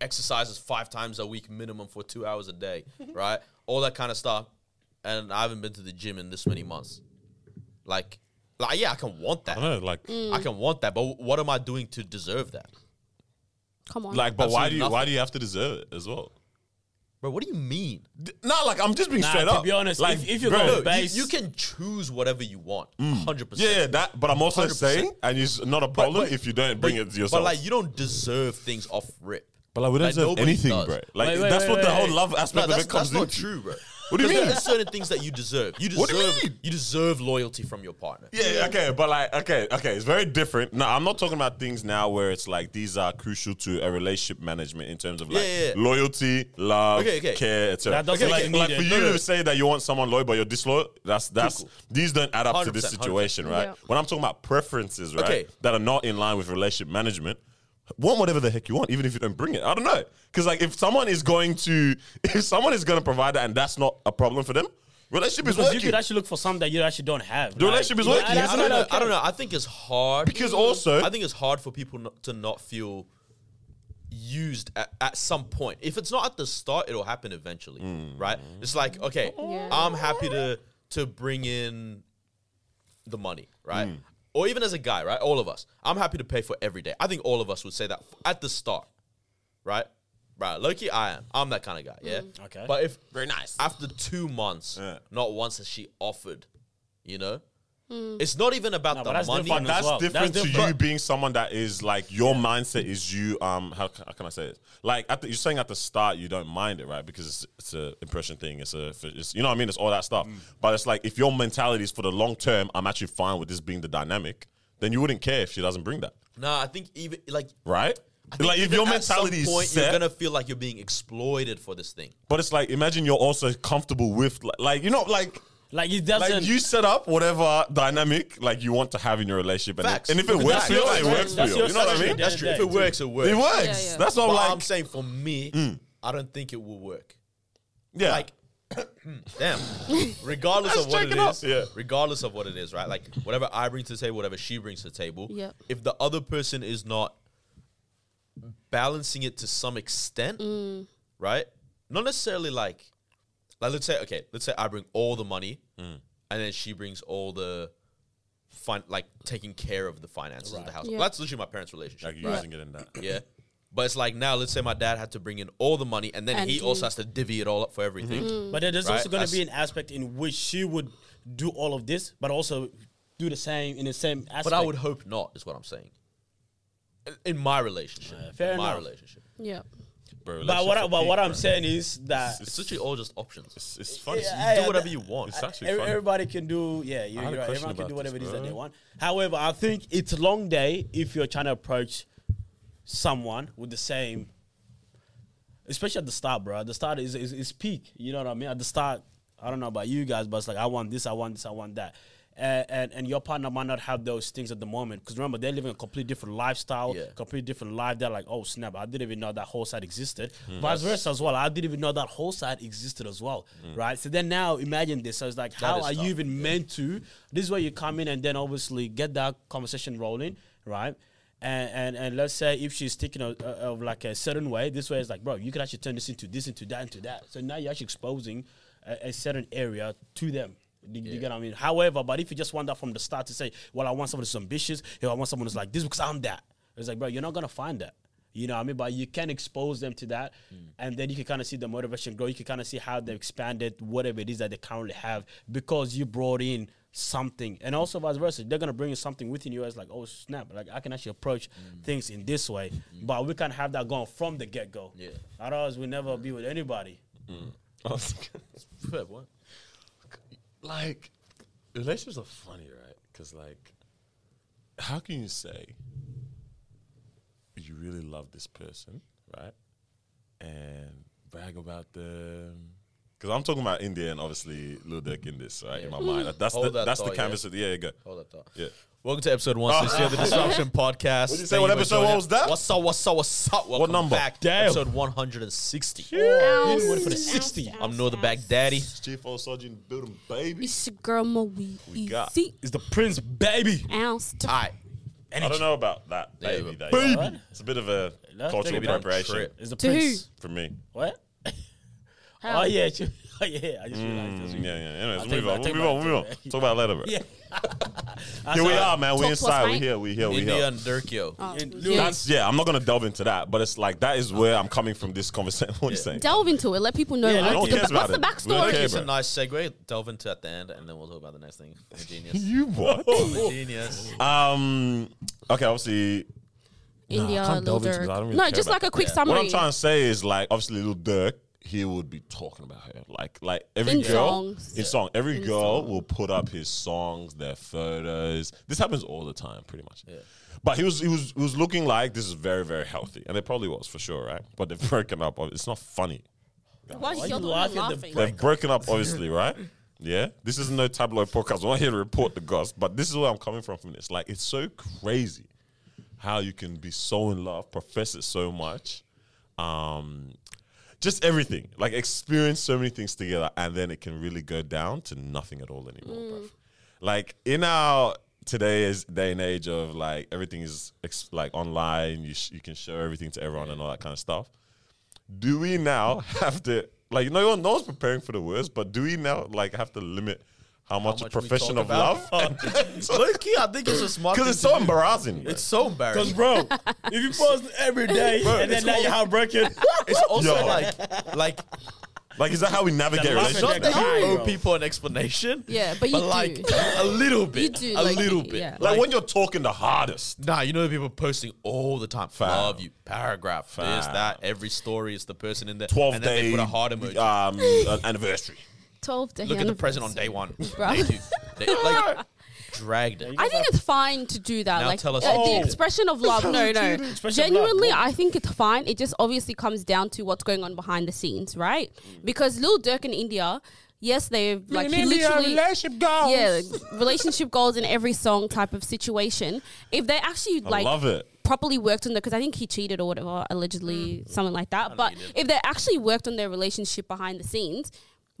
exercises five times a week minimum for two hours a day, right? All that kind of stuff. And I haven't been to the gym in this many months. Like, like yeah, I can want that.
I don't know, like
Mm.
I can want that, but wh- what am I doing to deserve that?
Come on.
like, but why
Absolutely
do you why
nothing.
do you have to deserve it as well?
Bro, what do you mean?
D- Not like I'm just being
Nah,
straight
to
up.
be honest,
like
if- if you're
bro, Mm.
gonna
No, you,
Base-
you can choose whatever you want, hundred
yeah, yeah,
percent.
that. But I'm also
100%.
saying, and it's not a problem
but-
if you don't bring it to yourself.
But like, you don't deserve things off rip.
But like, we don't deserve
nobody
anything,
does.
bro. Like,
Wait, wait,
that's
wait,
what the
wait,
whole
wait.
love aspect
No,
of
that's,
it comes
that's not
into.
true, bro.
What do you
'Cause there-
mean?
There's certain things that you deserve. You
What do you
deserve.
mean?
you deserve loyalty from your partner.
Yeah, okay, but like, okay, okay, it's very different. No, I'm not talking about things now where it's like these are crucial to a relationship management in terms of like
Yeah, yeah, yeah.
loyalty, love,
Okay, okay.
care, etc.
That doesn't
like,
mean
like
you
for
need
you
it. No, no.
to say that you want someone loyal but you're disloyal, that's that's
Cuckoo.
these don't add up to this
100%,
situation, right?
Yeah.
When I'm talking about preferences, right,
Okay.
that are not in line with relationship management. Want whatever the heck you want, even if you don't bring it. I don't know, because like if someone is going to, if someone is going to provide that, and that's not a problem for them, relationship is
Because you
working.
could actually look for something that you actually don't have.
The relationship is
Yeah,
working.
that's
I
not
don't know.
okay.
I don't know. I think it's hard
Because also-
I think it's hard for people not, to not feel used at, at some point. If it's not at the start, it'll happen eventually, right? It's like okay,
Yeah.
I'm happy to to bring in the money, right? Or even as a guy, right? All of us, I'm happy to pay for every day. I think all of us would say that f- at the start, right? Right, Loki, I am. I'm that kind of guy, yeah.
Okay.
But if
Very nice.
after two months,
Yeah.
not once has she offered. You know,
Hmm.
it's not even about
No,
the
but that's
money.
different.
But that's
as well.
different
That's
to
different.
you being someone that is like your mindset is you. Um, how, ca- how can I say it? Like at the, you're saying at the start you don't mind it, right? Because it's it's an impression thing. It's a it's, you know what I mean. It's all that stuff.
Mm.
But it's like if your mentality is for the long term, I'm actually fine with this being the dynamic. Then you wouldn't care if she doesn't bring that,
Nah, I think even like
right?
I think
Like if
even
your
at some
mentality is
point,
set,
you're gonna feel like you're being exploited for this thing.
but it's like imagine you're also comfortable with like, like you know like.
Like it doesn't.
Like you set up whatever dynamic like you want to have in your relationship, and,
Facts.
and if it
Because
works
that's
for you,
your-
it works for
that's
you.
your
You know what I
strategy.
mean?
That's true.
If it works, it works.
It works.
Yeah, yeah.
That's what
But
I'm like. Hmm.
I'm saying for me, I don't think it will work.
yeah.
Like, damn. Regardless
Let's
of what
check
it
it out.
is,
Yeah.
regardless of what it is, right? Like whatever I bring to the table, whatever she brings to the table.
Yep.
If the other person is not balancing it to some extent,
Mm.
right? Not necessarily like, like let's say okay, let's say I bring all the money,
Mm.
and then she brings all the. Fin- like taking care of the finances of the house.
Yeah.
That's literally my parents' relationship.
Like
right?
using it in that.
Yeah. But it's like now, let's say my dad had to bring in all the money, and then
And
he
he- Mm.
also has to divvy it all up for everything.
But then there's
Right,
also going
that's-
to be an aspect in which she would do all of this, but also do the same in the same aspect.
But I would hope not, is what I'm saying. In- In my relationship,
Uh, fair
in my
enough.
relationship,
Yeah.
Bro,
But what, I, but what I'm saying is that
it's literally all just options.
it's, it's funny.
Yeah,
You
I-
do
I-
whatever you want.
It's actually
every-
funny.
everybody can do, yeah, you,
I had a
you're right.
question
Everyone can
about
do whatever it
this,
is that they
bro.
want. However, I think it's a long day if you're trying to approach someone with the same especially at the start, bro. At the start is, is is peak. You know what I mean? At the start, I don't know about you guys, but it's like I want this, I want this, I want that. And, and, and your partner might not have those things at the moment because remember they're living a completely different lifestyle,
Yeah.
completely different life. They're like, oh snap, I didn't even know that whole side existed. Vice versa as well, I didn't even know that whole side existed as well, right? So then now imagine this. So it's like, how
is
are
tough.
you even meant to? This is where you come in and then obviously get that conversation rolling, right? And and, and let's say if she's thinking of, uh, of like a certain way, this way is like, bro, you can actually turn this into this, into that, into that. So now you're actually exposing a, a certain area to them. Do You, you get what I mean? However, but if you just want that from the start to say, well, I want someone who's ambitious, you know, I want someone who's like this because I'm that. It's like, bro, you're not gonna find that. You know what I mean? But you can expose them to that. And then you can kind of see the motivation grow. You can kind of see how they've expanded whatever it is that they currently have because you brought in something. And also vice versa. They're going to bring in something within you as like, oh, snap. Like, I can actually approach things in this way. But we can have that going from the get go.
Yeah.
Otherwise, we never be with anybody.
Fair point.
like relationships are funny, right? Because like, how can you say you really love this person, right? And brag about them. Because I'm talking about India and obviously Lil Durk in this, right? In my mind, that's the,
Hold that
that's the
thought, yeah.
canvas. Of the, yeah, yeah, go.
Hold that thought.
Yeah.
Welcome to episode 160 of the Disruption Podcast.
Ah. What'd you say?
Thank you
What
for
episode
joining
was
us.
that?
What's up? What's up? What's up? Welcome
number?
Back.
Damn.
Episode 160.
Ounce,
Wait for the
ounce,
60.
ounce,
I'm Noah the
ounce.
Back Daddy.
Chief Osojin building baby.
It's your girl, my wee
got- Ah,
easy
It's the prince, baby.
ounce. To
All right.
I don't know about that
There you
baby.
go.
That, baby. It's a bit of a
Let's
cultural
take it back.
appropriation
Trip.
It's the
To who?
prince.
for me.
What?
How?
Oh, yeah. Oh, yeah. I just realized. that's
Mm,
what you-
yeah, yeah. Anyways,
take it
move on.
back,
Move
take
on.
it
Move on.
back,
Talk about it later, bro.
Yeah.
Here we are, man. We
Talk to us,
inside. We
mate.
here. We here. We
India
here.
and Durkio.
Oh,
And
yeah.
Lil-
That's yeah. I'm not gonna delve into that, but it's like that is where I'm coming from. This conversation. What are you saying?
Delve into it. Let people know.
Yeah,
like,
no one
the- what's
cares about
the
it. We
backstory?
don't care.
It's a
bro.
nice segue. Delve into at the end, and then we'll talk about the next thing. I'm a genius.
You what?
I'm a genius.
um. Okay. Obviously,
India,
I can't
Lil
delve into that. I
Durk.
don't really
No,
care
just
about
like a quick
that.
summary.
what I'm trying to say is like obviously, little Dirk. He would be talking about her, like like
In
every girl
songs.
in song. Every
In
girl
song.
will put up his songs, their photos. This happens all the time, pretty much. But he was he was he was looking like this is very very healthy, and it probably was for sure, right? But they've broken up. It's not funny.
Why is
Why
your
you
the one
laughing at the
laughing?
They've broken up, obviously, right? Yeah. This is no tabloid podcast. We're not here to report the gossip, but this is where I'm coming from from this. Like, it's so crazy how you can be so in love, profess it so much, um, just everything. Like, experience so many things together, and then it can really go down to nothing at all anymore, bruv. Like, in our today's day and age of like everything is ex- like online, you, sh- you can show everything to everyone and all that kind of stuff do we now have to like no one no one's preparing for the worst, but do we now like have to limit how much,
much we
profession
talk
of love? Because
Low-key, I think it's a smart thing
it's
to
so
do.
embarrassing. bro.
It's so
Because,
embarrassing.
bro, if you post every day
Bro,
and then
it's
now you
all-
heartbroken,
It's also
Yo.
like, like
like, is that how we navigate
The love
relationships?
not
Like
that
that.
you owe
Bro.
people an explanation.
Yeah, but you do.
like a little bit. a
do, like,
little
you-
bit.
yeah.
Like, when you're talking the hardest.
Nah, you know the people posting all the time.
Fam.
Love you. Paragraph. This,
Fam.
that. Every story is the person in there.
Twelve
and then
day
they put a heart emoji.
um, an anniversary.
12 to
Look at the present on
anniversary.
day one.
Bro.
Day two. Day- like, dragged it.
I think it's fine to do that.
Now
like
tell us
uh,
what you
the
did.
expression of love. No, no.
Expression of love,
Genuinely,
what?
I think it's fine. It just obviously comes down to what's going on behind the scenes, right? Because Lil Durk in India, yes, they like he literally
goals.
yeah relationship goals in every song type of situation. If they actually
I
like
love it.
properly worked on that because I think he cheated or whatever, allegedly something like that. But if they actually worked on their relationship behind the scenes,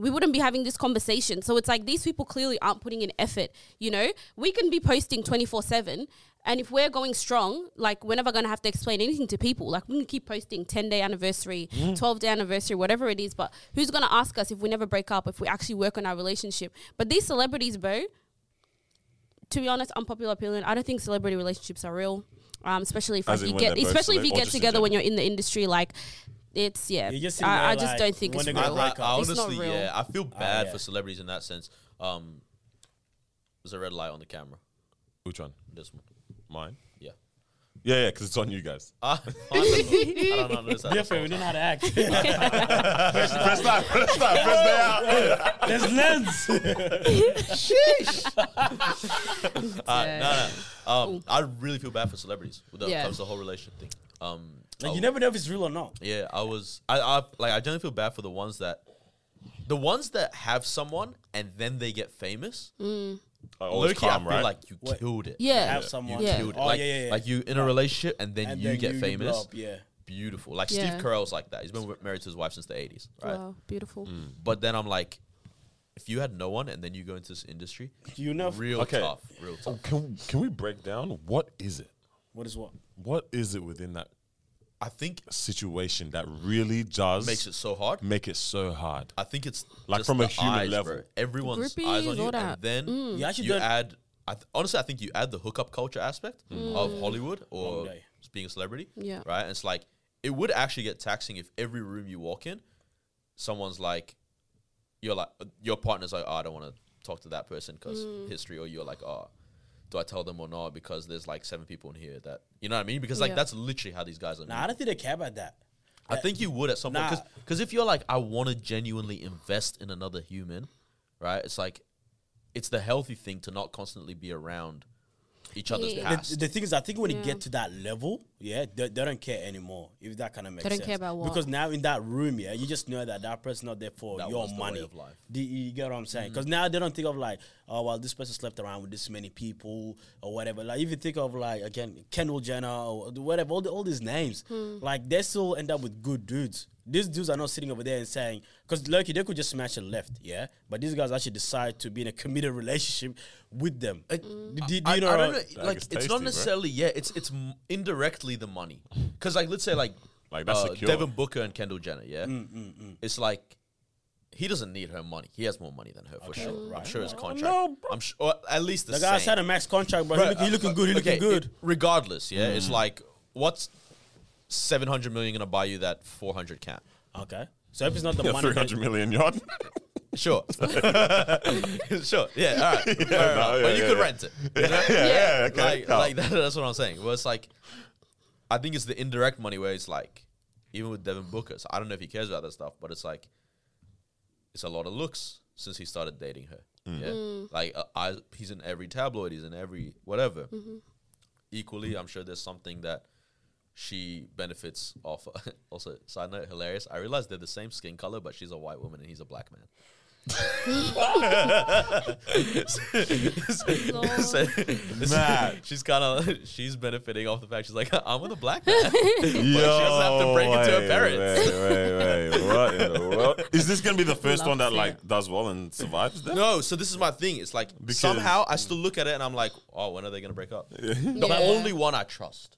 we wouldn't be having this conversation. So it's like these people clearly aren't putting in effort. You know, we can be posting twenty four seven. And if we're going strong, like we're never gonna have to explain anything to people. Like we can keep posting ten day anniversary, twelve day anniversary, whatever it is. But who's gonna ask us if we never break up, if we actually work on our relationship? But these celebrities, bro, to be honest, unpopular opinion. I don't think celebrity relationships are real, um, especially if
As
like,
in
you
when
get,
they're both
especially if
celeb-
you
or
get
just in
together when you're in the industry. Like, it's yeah.
You just
I, I
seem
just
like
don't think
when
it's
they go
I,
real.
I,
break
I
up.
It's not
honestly,
real.
yeah, I feel bad
yeah.
for celebrities in that sense. Um, there's a red light on the camera.
Which one?
This one.
Mine?
Yeah.
Yeah, yeah, because it's on you guys.
Ah, I don't know. I don't know.
Yeah, fam, we don't know how to act.
Press that, press that, press that out.
There's lens.
Uh, no, no. Um, I really feel bad for celebrities when it
Yeah.
comes to the whole relationship thing. Um, oh,
Like you never know if it's real or not.
Yeah, I was. I, I like. I generally feel bad for the ones that, the ones that have someone and then they get famous.
Like,
Low
always
key, I
calm,
feel
right?
like you
Wait.
killed it.
Mm. Yeah.
Have someone.
You
Yeah.
killed it.
Oh
like,
yeah, yeah, yeah.
like you in a relationship and then
And
you
then
get
you
famous.
blow up, yeah.
Beautiful. Like
Yeah.
Steve Carell's like that. He's been wi- married to his wife since the 80s, right?
Wow, Oh, beautiful.
Hmm.
But then I'm like, if you had no one and then you go into this industry,
You know
real
Okay.
tough, real tough.
Oh, Can, can we break down what is it?
what is what?
What is it within that
I think it
situation that really does
makes it so hard.
make it so hard?
I think it's
Like
just
from a
the
human
eyes,
level.
bro. Everyone's eyes
Groupies,
on you,
all that. Mm.
and then
You actually
you
don't-
add. I th- honestly, I think you add the hookup culture aspect of Hollywood or
Okay.
being a celebrity.
Mm. Yeah.
right. And it's like it would actually get taxing if every room you walk in, someone's like, you're like your partner's like, oh, I don't want to talk to that person because
Mm.
history, or you're like, oh. Do I tell them or not? Because there's like seven people in here that you know what I mean. Because like
Yeah.
that's literally how these guys are.
Nah, I don't think they care about that.
I think you would at some point
Nah.
because if you're like I want to genuinely invest in another human, right? It's like it's the healthy thing to not constantly be around each other's
Yeah.
past.
The, the thing is, I think when
Yeah.
you get to that level, yeah, they, they don't care anymore. If that kind of makes
They don't
sense.
care about what?
Because now in that room, yeah, you just know that that person's not there for
That
your
was the way
money.
of life. Mm.
Do you you get what I'm saying? Because now they don't think of like, oh well, this person slept around with this many people or whatever. Like if you think of like again Kendall Jenner or whatever, all, the, all these names,
Hmm.
like they still end up with good dudes. These dudes are not sitting over there and saying, because lucky they could just smash and left, yeah. But these guys actually decide to be in a committed relationship with them.
Hmm.
Do- do you
I,
know
I
what
don't
I'm-
know,
like,
like
it's
it's,
tasty,
not
bro.
necessarily yeah. It's it's m- indirectly the money because like let's say like
Like, that's
uh,
secure.
Devin Booker and Kendall Jenner, yeah. It's like he doesn't need her money. He has more money than her for sure. I'm sure his contract. I'm sure or at least the,
The guy
same.
signed a max contract, bro.
Bro,
he look, he looking
uh,
good. He looking
okay,
good. Mm.
it- regardless, yeah, it's like what's seven hundred million gonna buy you that four hundred cap?
okay. So if it's not the
Yeah,
money,
three hundred million yard.
Sure, sure, yeah, all right, fair enough.
no, yeah,
but you
yeah,
could
yeah.
rent it. you know?
yeah, okay.
like,
no.
like that, that's what I'm saying. Well, it's like I think it's the indirect money where it's like even with Devin Booker, so I don't know if he cares about that stuff, but it's like it's a lot of looks since he started dating her.
Mm.
Yeah, like uh, I, he's in every tabloid, he's in every whatever. Equally, I'm sure there's something that she benefits off. also, side note, hilarious. I realized they're the same skin color, but she's a white woman and he's a black man. So-
Mad.
she's kind of she's benefiting off the fact she's like I'm with a black man.
Yo,
have to break it to her
wait,
parents.
Wait, wait, wait. What in the world? Is this gonna be the first
Love
one that
to see
like
it.
does well and survives? Then?
no, so this is my thing. It's like
Because-
somehow I still look at it and I'm like, oh, when are they gonna break up? The
Yeah.
only one I trust,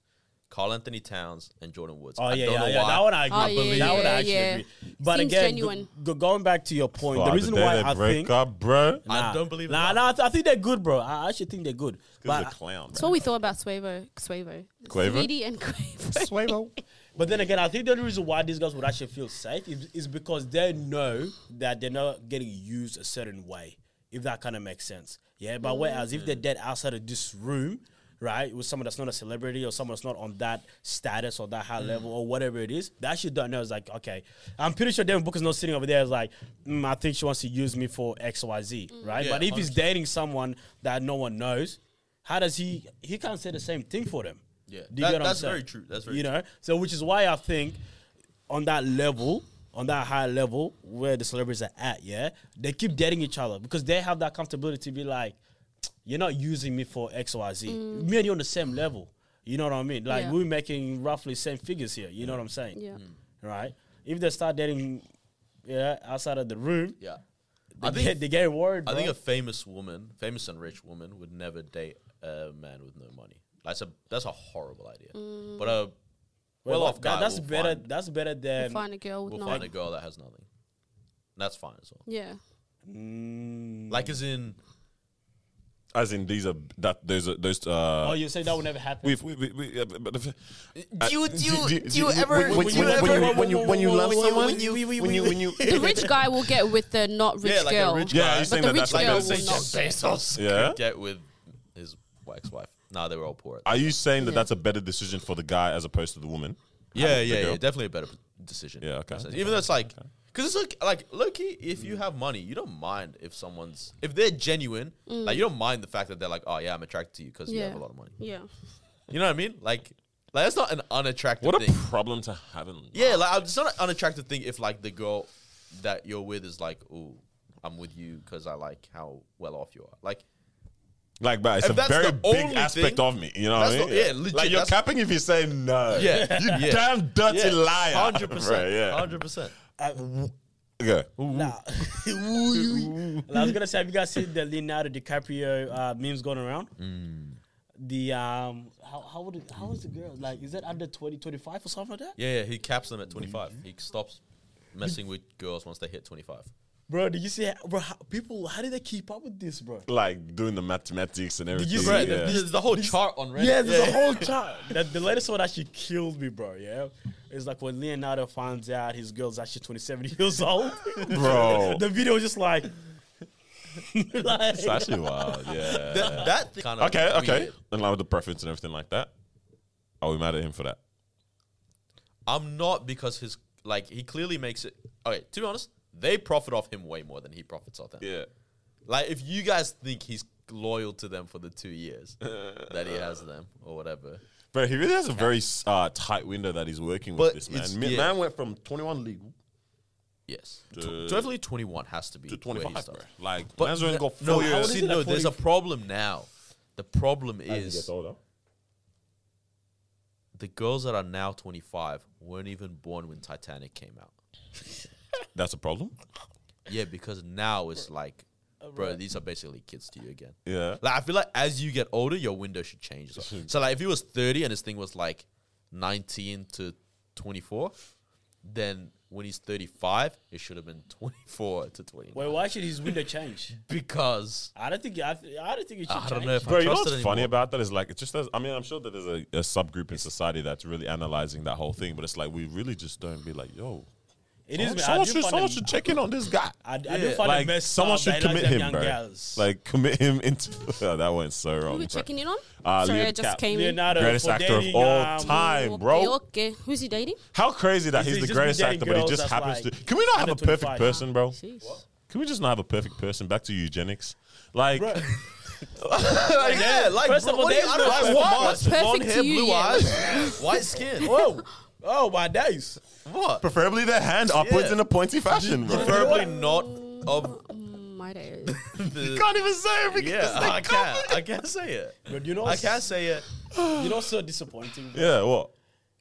Carl Anthony Towns and Jordan Woods.
Oh
I
yeah,
don't
yeah,
know
yeah.
why.
That one I agree.
Oh, yeah,
that one I
yeah,
actually
yeah.
agree. But
Seems
again,
genuine.
go- go- going back to your point,
But
the reason
day
why
they
I
break
think
up, bro.
I don't believe in
Nah,
love.
nah. I, th- I think they're good, bro. I actually think they're good.
He's a
But
clown.
That's what we thought about Suevo. Suevo.
Quavo?
Sweetie and Quavo.
Swabo.
but then again, I think the only reason why these guys would actually feel safe is, is because they know that they're not getting used a certain way. If that kind of makes sense, yeah. But whereas if they're dead outside of this room. Right, with someone that's not a celebrity or someone that's not on that status or that high level or whatever it is, that shit don't know. It's like, okay, I'm pretty sure Devin Booker's not sitting over there. It's like, mm, I think she wants to use me for X, Y, Z, right?
Yeah,
but if he's dating someone that no one knows, how does he? He can't say the same thing for them.
Yeah.
Do you get
That-
what I'm
that's very
saying?
true. That's very
you know. So which is why I think on that level, on that high level where the celebrities are at, yeah, they keep dating each other because they have that comfortability to be like, you're not using me for X, Y, Z. Me and you on the same level. You know what I mean? Like
Mm. Yeah.
we're making roughly same figures here. You know what I'm saying?
Yeah.
Right. If they start dating, yeah, outside of the room,
Yeah,
they,
I think
get, they get worried.
I
bro.
think a famous woman, famous and rich woman, would never date a man with no money. That's a that's a horrible idea. But a well off
that-
guy,
That's
will
better.
Find,
That's better than.
Find a girl with
will
no.
find a girl that has nothing. That's fine as well.
Yeah.
Mm.
Like as in
As in, these are that those are those. Uh,
oh, you say that would never happen.
We've, we, we, we, uh, but if, uh,
you- do you- do you
when-
ever-
when,
do
when,
you
when,
ever-
you, when you when you love
when you-
someone
when you-
when you when you
The rich guy will get with the not rich
yeah, like
girl.
a rich
yeah
guy.
you're saying
the
that
rich
that's
like
like
girl
they
will
say
the,
not
Jeff Bezos
Yeah?
could get with his ex-wife. Nah, they were all poor. at that
are you saying that
Yeah.
that's a better decision for the guy as opposed to the woman
Yeah,
the
yeah,
girl.
yeah. Definitely a better p- decision.
Yeah, okay.
in a sense. Even though it's like, because it's like, like low key, if you have money, you don't mind if someone's, if they're genuine, like you don't mind the fact that they're like, oh Mm. yeah, I'm attracted to you because you
Yeah.
have a lot of money.
Yeah.
You know what I mean? Like, Like that's not an unattractive
What a
thing.
problem to have in
yeah, like I'm- it's not an unattractive thing if like the girl that you're with is like, oh, I'm with you because I like how well off you are. Like
Like, but it's
If
a
that's
very
the
big
only
aspect
thing-
of me. You know what I
That's
mean?
the- yeah, legit,
Like, you're
that's-
capping if you say no.
Yeah,
You
yeah.
damn dirty liar.
hundred
Right,
percent,
yeah.
hundred percent.
Okay.
Nah. Well, I was gonna say, have you guys seen the Leonardo DiCaprio uh, memes going around?
Mm.
The um, how how would it, how is the girl like? Is that under 20, 25 or something like that?
Yeah, yeah, he caps them at 25.
Mm-hmm.
He stops messing with girls once they hit 25.
Bro, did you see? Bro, how, people, how did they keep up with this, bro?
Like, doing the mathematics and everything.
you see
Bro,
yeah.
th- there's the whole chart on Reddit.
Yeah, there's a whole chart. The, the latest one actually killed me, bro. Yeah, it's like when Leonardo finds out his girl's actually 27 years old.
Bro.
the video was just like, like
It's actually wild, yeah.
Th- that thing kind of
okay, okay. In line with the preference and everything like that. Are we mad at him for that?
I'm not because his like he clearly makes it. Okay, to be honest, they profit off him way more than he profits off them.
Yeah.
Like if you guys think he's loyal to them for the two years that he has them or whatever.
But he really has a very uh, tight window that he's working with
But
this man.
it's-
Mi-
yeah.
Man went from 21 legal
Yes, Tw-
Duh.
definitely 21 has to be
to
where he
25, bro.
starts.
Like,
But
man's only
th-
got four
no,
years.
see,
is it
no,
at
there's a
40?
problem now. The problem
As he
is
gets older.
the girls that are now 25 weren't even born when Titanic came out.
That's a problem?
Yeah, because now it's like, bro, these are basically kids to you again.
Yeah.
Like I feel like as you get older, your window should change. as well. so like if he was 30 and his thing was like 19 to 24, then when he's 35, it should have been 24 to 20.
Wait, why should his window change?
Because
I don't think I, th- I don't think it should
I
change.
don't know if
Bro,
I
you know
trust
what's
it anymore.
funny about that is like it just does. I mean, I'm sure that there's a, a subgroup in society that's really analyzing that whole thing, but it's like we really just don't be like, yo,
It is.
someone,
man.
someone
I do
should
find
someone
it-
should check in on this guy.
I, I do
Yeah.
find it
like
messed
someone
up
should
that he likes
commit
them
him,
young
bro.
Girls.
Like commit him into Oh, that went so wrong.
Who we
bro.
checking in on?
Uh,
Sorry,
Leo
I just
Cap-
came in.
Leonardo
Greatest
for
actor
dating,
of all
um,
time, bro.
Okay, okay. Who's he dating?
How crazy that
He's-
he's,
he's
the
just
greatest
been dating
actor, but he
girls
just
that's
happens
like
to. Can we not have a
under
perfect
25?
person, bro?
Jeez.
Can we just not have a perfect person? Back to eugenics, like
Bro.
Like, yeah, like
First
bro,
of all,
what do you-
there's
I
no
don't like
perfect
what?
one.
What's
Perfect
blonde
to
hair,
you,
blue
yeah.
eyes, white skin.
Oh, oh my days.
What?
preferably their hand upwards
Yeah.
in a pointy fashion, bro. you
Preferably not of
Mm, My day.
the.
can't even say it because
Yeah,
they
I
can't.
can't. I can't say it.
But you know,
I can't say it.
you know, so disappointing bro,
Yeah, what?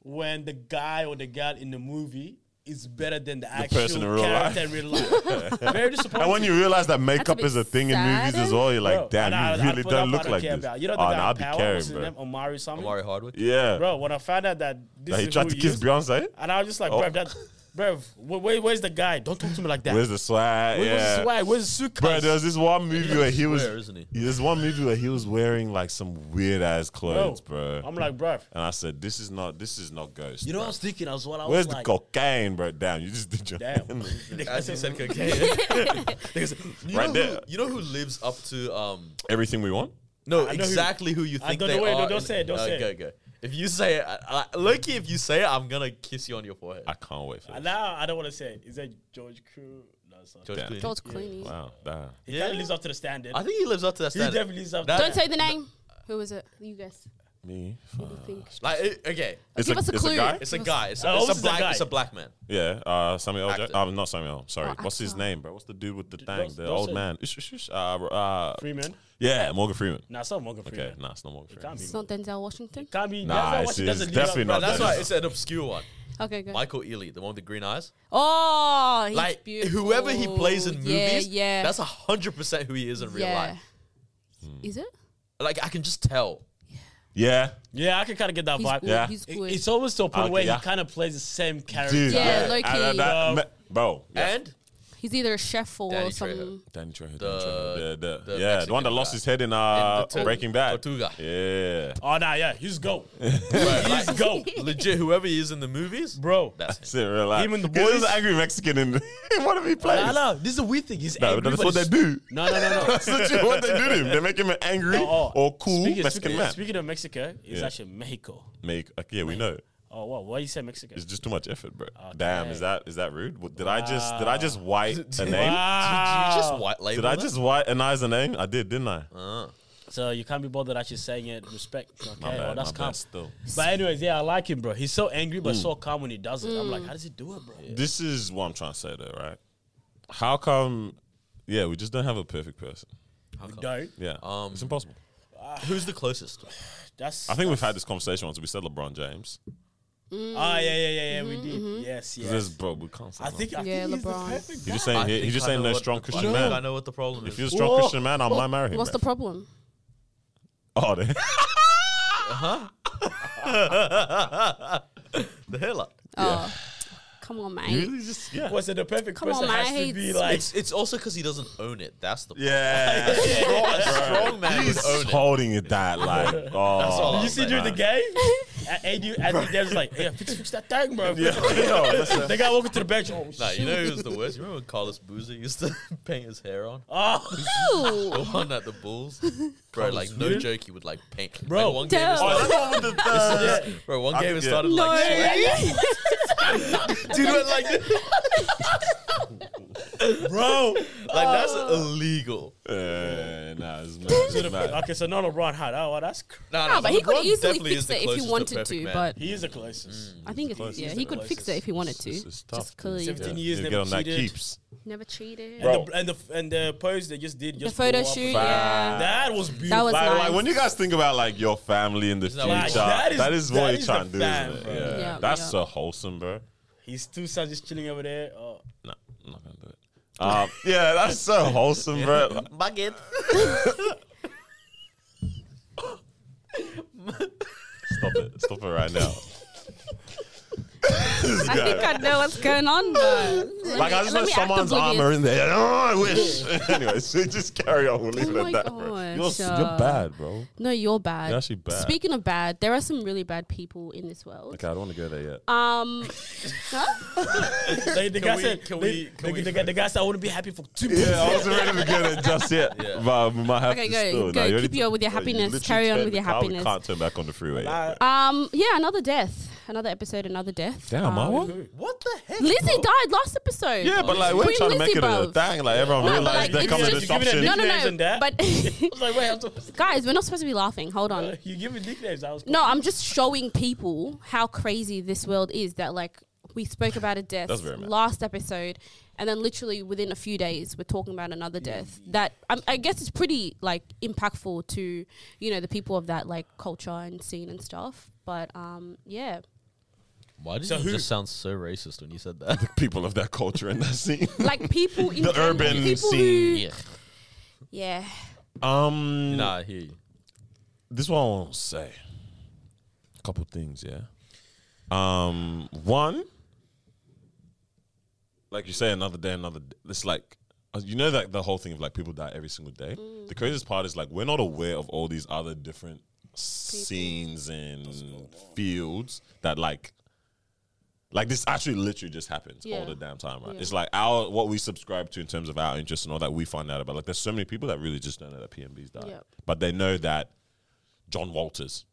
when the guy or the girl in the movie is better than the actual
person in real
character in
life.
real life. Very disappointing.
And when you realize that
That's a
makeup
bit
is a thing in
sad. eh?
movies as well, you're
Bro,
like, damn,
and I-
you
I
really
put
don't
up, I
look like
care
this.
About. You know the
oh,
guy
no, I'll
in
be
Power?
caring,
What's his
bro.
name? Omari something.
Omari Hardwick.
Yeah,
Bro, when I found out that this
Like,
is
he tried
who
to
he
kiss
is,
Beyonce.
and I was just like,
Oh.
bro, that, bro, wh- where, where's the guy? Don't talk to me like that.
Where's the swag?
Where's
yeah.
the swag? Where's the suitcase?
Bro, there was this one movie where he was.
Where isn't he?
There's one movie where he was wearing like some weird ass
Bro,
clothes, bro.
I'm like, bro.
and I said, "This is not. This is not Ghost."
You know
bro.
what I was thinking as well. I
Where's
was
the
like,
cocaine, bro? Damn, you just did your
Damn.
As he said, cocaine. You
Right
know
there.
Who, you know who lives up to um?
everything we want.
No,
I know who-
exactly who you
I
think
don't
they
know, wait,
are.
no, don't
in-
say it, don't
uh,
say it.
Go go. If you say it, I, I, Loki, if you say it, I'm gonna kiss you on your forehead.
I can't wait for
And
that.
now I don't want to say it. Is that George Crew? No, it's not.
George
Damn.
Clooney.
George Clooney.
Wow, damn.
He kind
Yeah.
of lives up to the standard.
I think he lives up to that
he
standard.
definitely lives up to
That-
the
Don't say the name. Who was it? You guys.
Me.
Who do you think?
like it- okay,
It's
Give
a,
us a
it's
clue.
guy.
it's a guy. It's, a-
Uh,
it's
obviously
a
a
black.
guy.
It's a black man.
Yeah, uh, Samuel. L. Jack-
Actor.
Um, not Samuel. Sorry,
Oh,
what's his
actor.
name, bro? What's the dude with the thing?
those-
The
those
old
are-
man. Ish, ish, ish, Uh, uh,
Freeman.
yeah, Morgan Freeman.
Nah, it's not Morgan Freeman.
Okay, nah, it's not Morgan Freeman.
Can't be.
It's not Denzel Washington.
Can't be.
Nah,
that's not
it's-
what she
it's
doesn't live up-
definitely
bro,
not
That's
that.
why it's an obscure one.
Okay, good.
Michael Ealy, the one with the green eyes.
Oh, he's
Like
beautiful.
whoever he plays in movies,
yeah, yeah,
that's hundred percent who he is in real
yeah.
life.
Is it?
Like I can just tell.
Yeah,
Yeah, I can kind of get that
He's
vibe.
good.
Yeah.
He's
It-
good.
It's always to a point
Okay,
where
yeah.
he kind of plays the same character.
dude.
Yeah, low-key.
And, uh,
Bro.
that- me- bro. Yeah.
And
he's either a chef or
Danny
some.
Trejo.
Danny Trejo.
The-
Danny Trejo. The, the,
the
yeah, the one that
Mexican
lost
guy.
his head in uh,
In Tortuga.
Breaking Bad.
Tortuga.
Yeah.
Oh nah, yeah, he's go.
Right,
He's
like,
go,
legit, whoever he is in the movies,
bro.
that's him.
That's it, real life.
Him and the
'Cause He's
boys.
an angry Mexican in, in one of his plays.
Nah, nah, this is a weird thing. He's
No,
angry,
that's
but
what they
he's-
do.
No, no, no, no.
That's literally what they do to him. They make him an angry
Oh, oh.
or cool
Speaking,
Mexican
speaking,
man.
speaking of Mexico, it's
Yeah.
actually Mexico.
Make okay, yeah, we know.
Oh wow, why you say Mexico?
It's just too much effort, bro. Damn, is that is that rude? What- Did I just did I just white a name?
Wow. Ah.
Ah.
Did you just white label
Did I
that?
just white an eyes a name? I did, didn't I?
So you can't be bothered actually saying it. Respect. Okay,
My bad,
oh, that's
my
calm.
bad Mm. still.
But anyways, yeah, I like him, bro. He's so angry but so calm when he does it. I'm like, how does he do it, bro?
This is what I'm trying to say though, right? How come? Yeah, we just don't have a perfect person.
We don't.
Yeah,
Um,
it's impossible.
Who's the closest?
That's.
I think we've had this conversation once. We said LeBron James.
Ah, yeah, yeah, yeah, yeah. We did. Yes, yes.
This, bro, we can't. Say
I
no.
think. I
Mm-hmm, Yeah,
think he's the
LeBron.
perfect
He's just
guy.
saying.
I
He,
think
he's just
I
saying
know
no
what-
strong
I
Christian
think I
man.
know what the problem
If you're a
is.
strong
Whoa.
Christian man, I might marry him.
What's the
man.
problem?
oh, they-
The hairline.
Oh, come on, mate.
really just yeah.
Was it the perfect
Come
person
on, man,
has
I
to
hate-
be like?
It's it's also because he doesn't own it. That's the
Yeah,
problem. a strong man would
he's
own it.
holding it that like. Oh,
all
You see during the game, at AD, at there's like, yeah, fix, fix that thing, bro.
Yo, listen.
the guy walking to the bench. Oh,
Nah,
shit.
you know who was the worst? You remember when Carlos Boozer used to paint his hair on?
Oh,
Ew.
The one at the Bulls? Bro, like, no joke, he would, like, paint.
Bro.
Like, one game it
Damn.
Oh,
started,
that's the one with the. the
bro, one
I
game it
think, yeah.
started, like, sweating. Dude went like this.
bro.
Like, that's
Oh.
illegal.
Uh, nah, it's mad. It's mad.
okay, so not LeBron had. Oh, well, that's cr-
Nah,
No, but he
LeBron
could easily
definitely
fix
is the
it if
closest
he
to
wanted
perfect
to.
man.
But
he is the closest.
Mm.
I think it's yeah,
He's
he
the
could fix it
closest.
if he wanted to.
It's- it's tough,
Just clearly,
man. 17
Yeah.
years,
You
never
get on that
cheated.
keeps.
never cheated.
Bro.
And the, and the and the pose they just did,
The
just
photo
go up.
shoot,
Fire.
yeah.
That was beautiful.
That was
Like,
nice.
like when you guys think about like your family in the
Isn't that
future,
what-
Like, that is-
that is what
that
you're
is
trying to
the
do, isn't
fam,
it?
bro.
Yeah.
Yeah,
that's
yeah.
so wholesome, bro.
His two sons just chilling over there. Oh.
No, I'm not gonna do it. Um, yeah, that's so wholesome, bro.
Bucket.
Stop it, stop it right now. This
I
guy.
think I know what's going on. But
like I just know someone's armor in there. Oh, I wish. Anyways, so just carry on. We'll leave
Oh
it
my
at that, bro. You're,
gosh,
s-
uh,
you're bad, bro.
No, you're bad.
You're actually bad.
Speaking of bad, there are some really bad people in this world.
Okay, I don't want to go there yet.
Um, huh?
They, the guy
we-
said,
can
they-
we-
the-
can we-
the guy- the guy said, I wouldn't be happy for two minutes.
Yeah, I wasn't ready to get it just yet.
Yeah.
But we might have
Okay,
to
go-
still.
go,
you
keep
already-
your- with your
bro, you
happiness.
literally
Carry on
turned
with
the
your
car.
happiness.
We can't turn back on the freeway. yet, bro.
um, yeah, another death, another episode, another death.
Damn,
um,
my one.
What the heck?
Lizzie died last episode.
Yeah, but like we're
Queen
trying to make
Lizzie,
it a
bruv.
thing. Like everyone
No, but, like,
realized they're
it's
coming
just-
to stop
you give it a
shit.
No, no,
Nicknames
no.
and that?
But
I was like, wait, I'm supposed
guys, we're not supposed to be laughing. Hold on.
You give me nicknames. I was
No, I'm just showing people how crazy this world is. That like we spoke about a death
That's very mad.
last episode, and then literally within a few days we're talking about another death. That um, I guess it's pretty like impactful to you know the people of that like culture and scene and stuff. But um, yeah,
Why did
So you who- just
sound so racist when you said that?
People of that culture and that scene.
like people in
The
general,
urban
people
scene.
Who, yeah,
Um,
Nah, I hear you.
this one I won't say. A couple things, yeah. Um, one, like you say, another day, another. Day. It's like uh, you know that the whole thing of like people die every single day.
Mm.
The craziest part is like we're not aware of all these other different scenes and fields that like. Like this actually literally just happens
Yeah.
all the damn time, right?
Yeah.
It's like our what we subscribe to in terms of our interests and all that we find out about. Like there's so many people that really just don't know that PMB's died.
Yep.
But they know that John Walters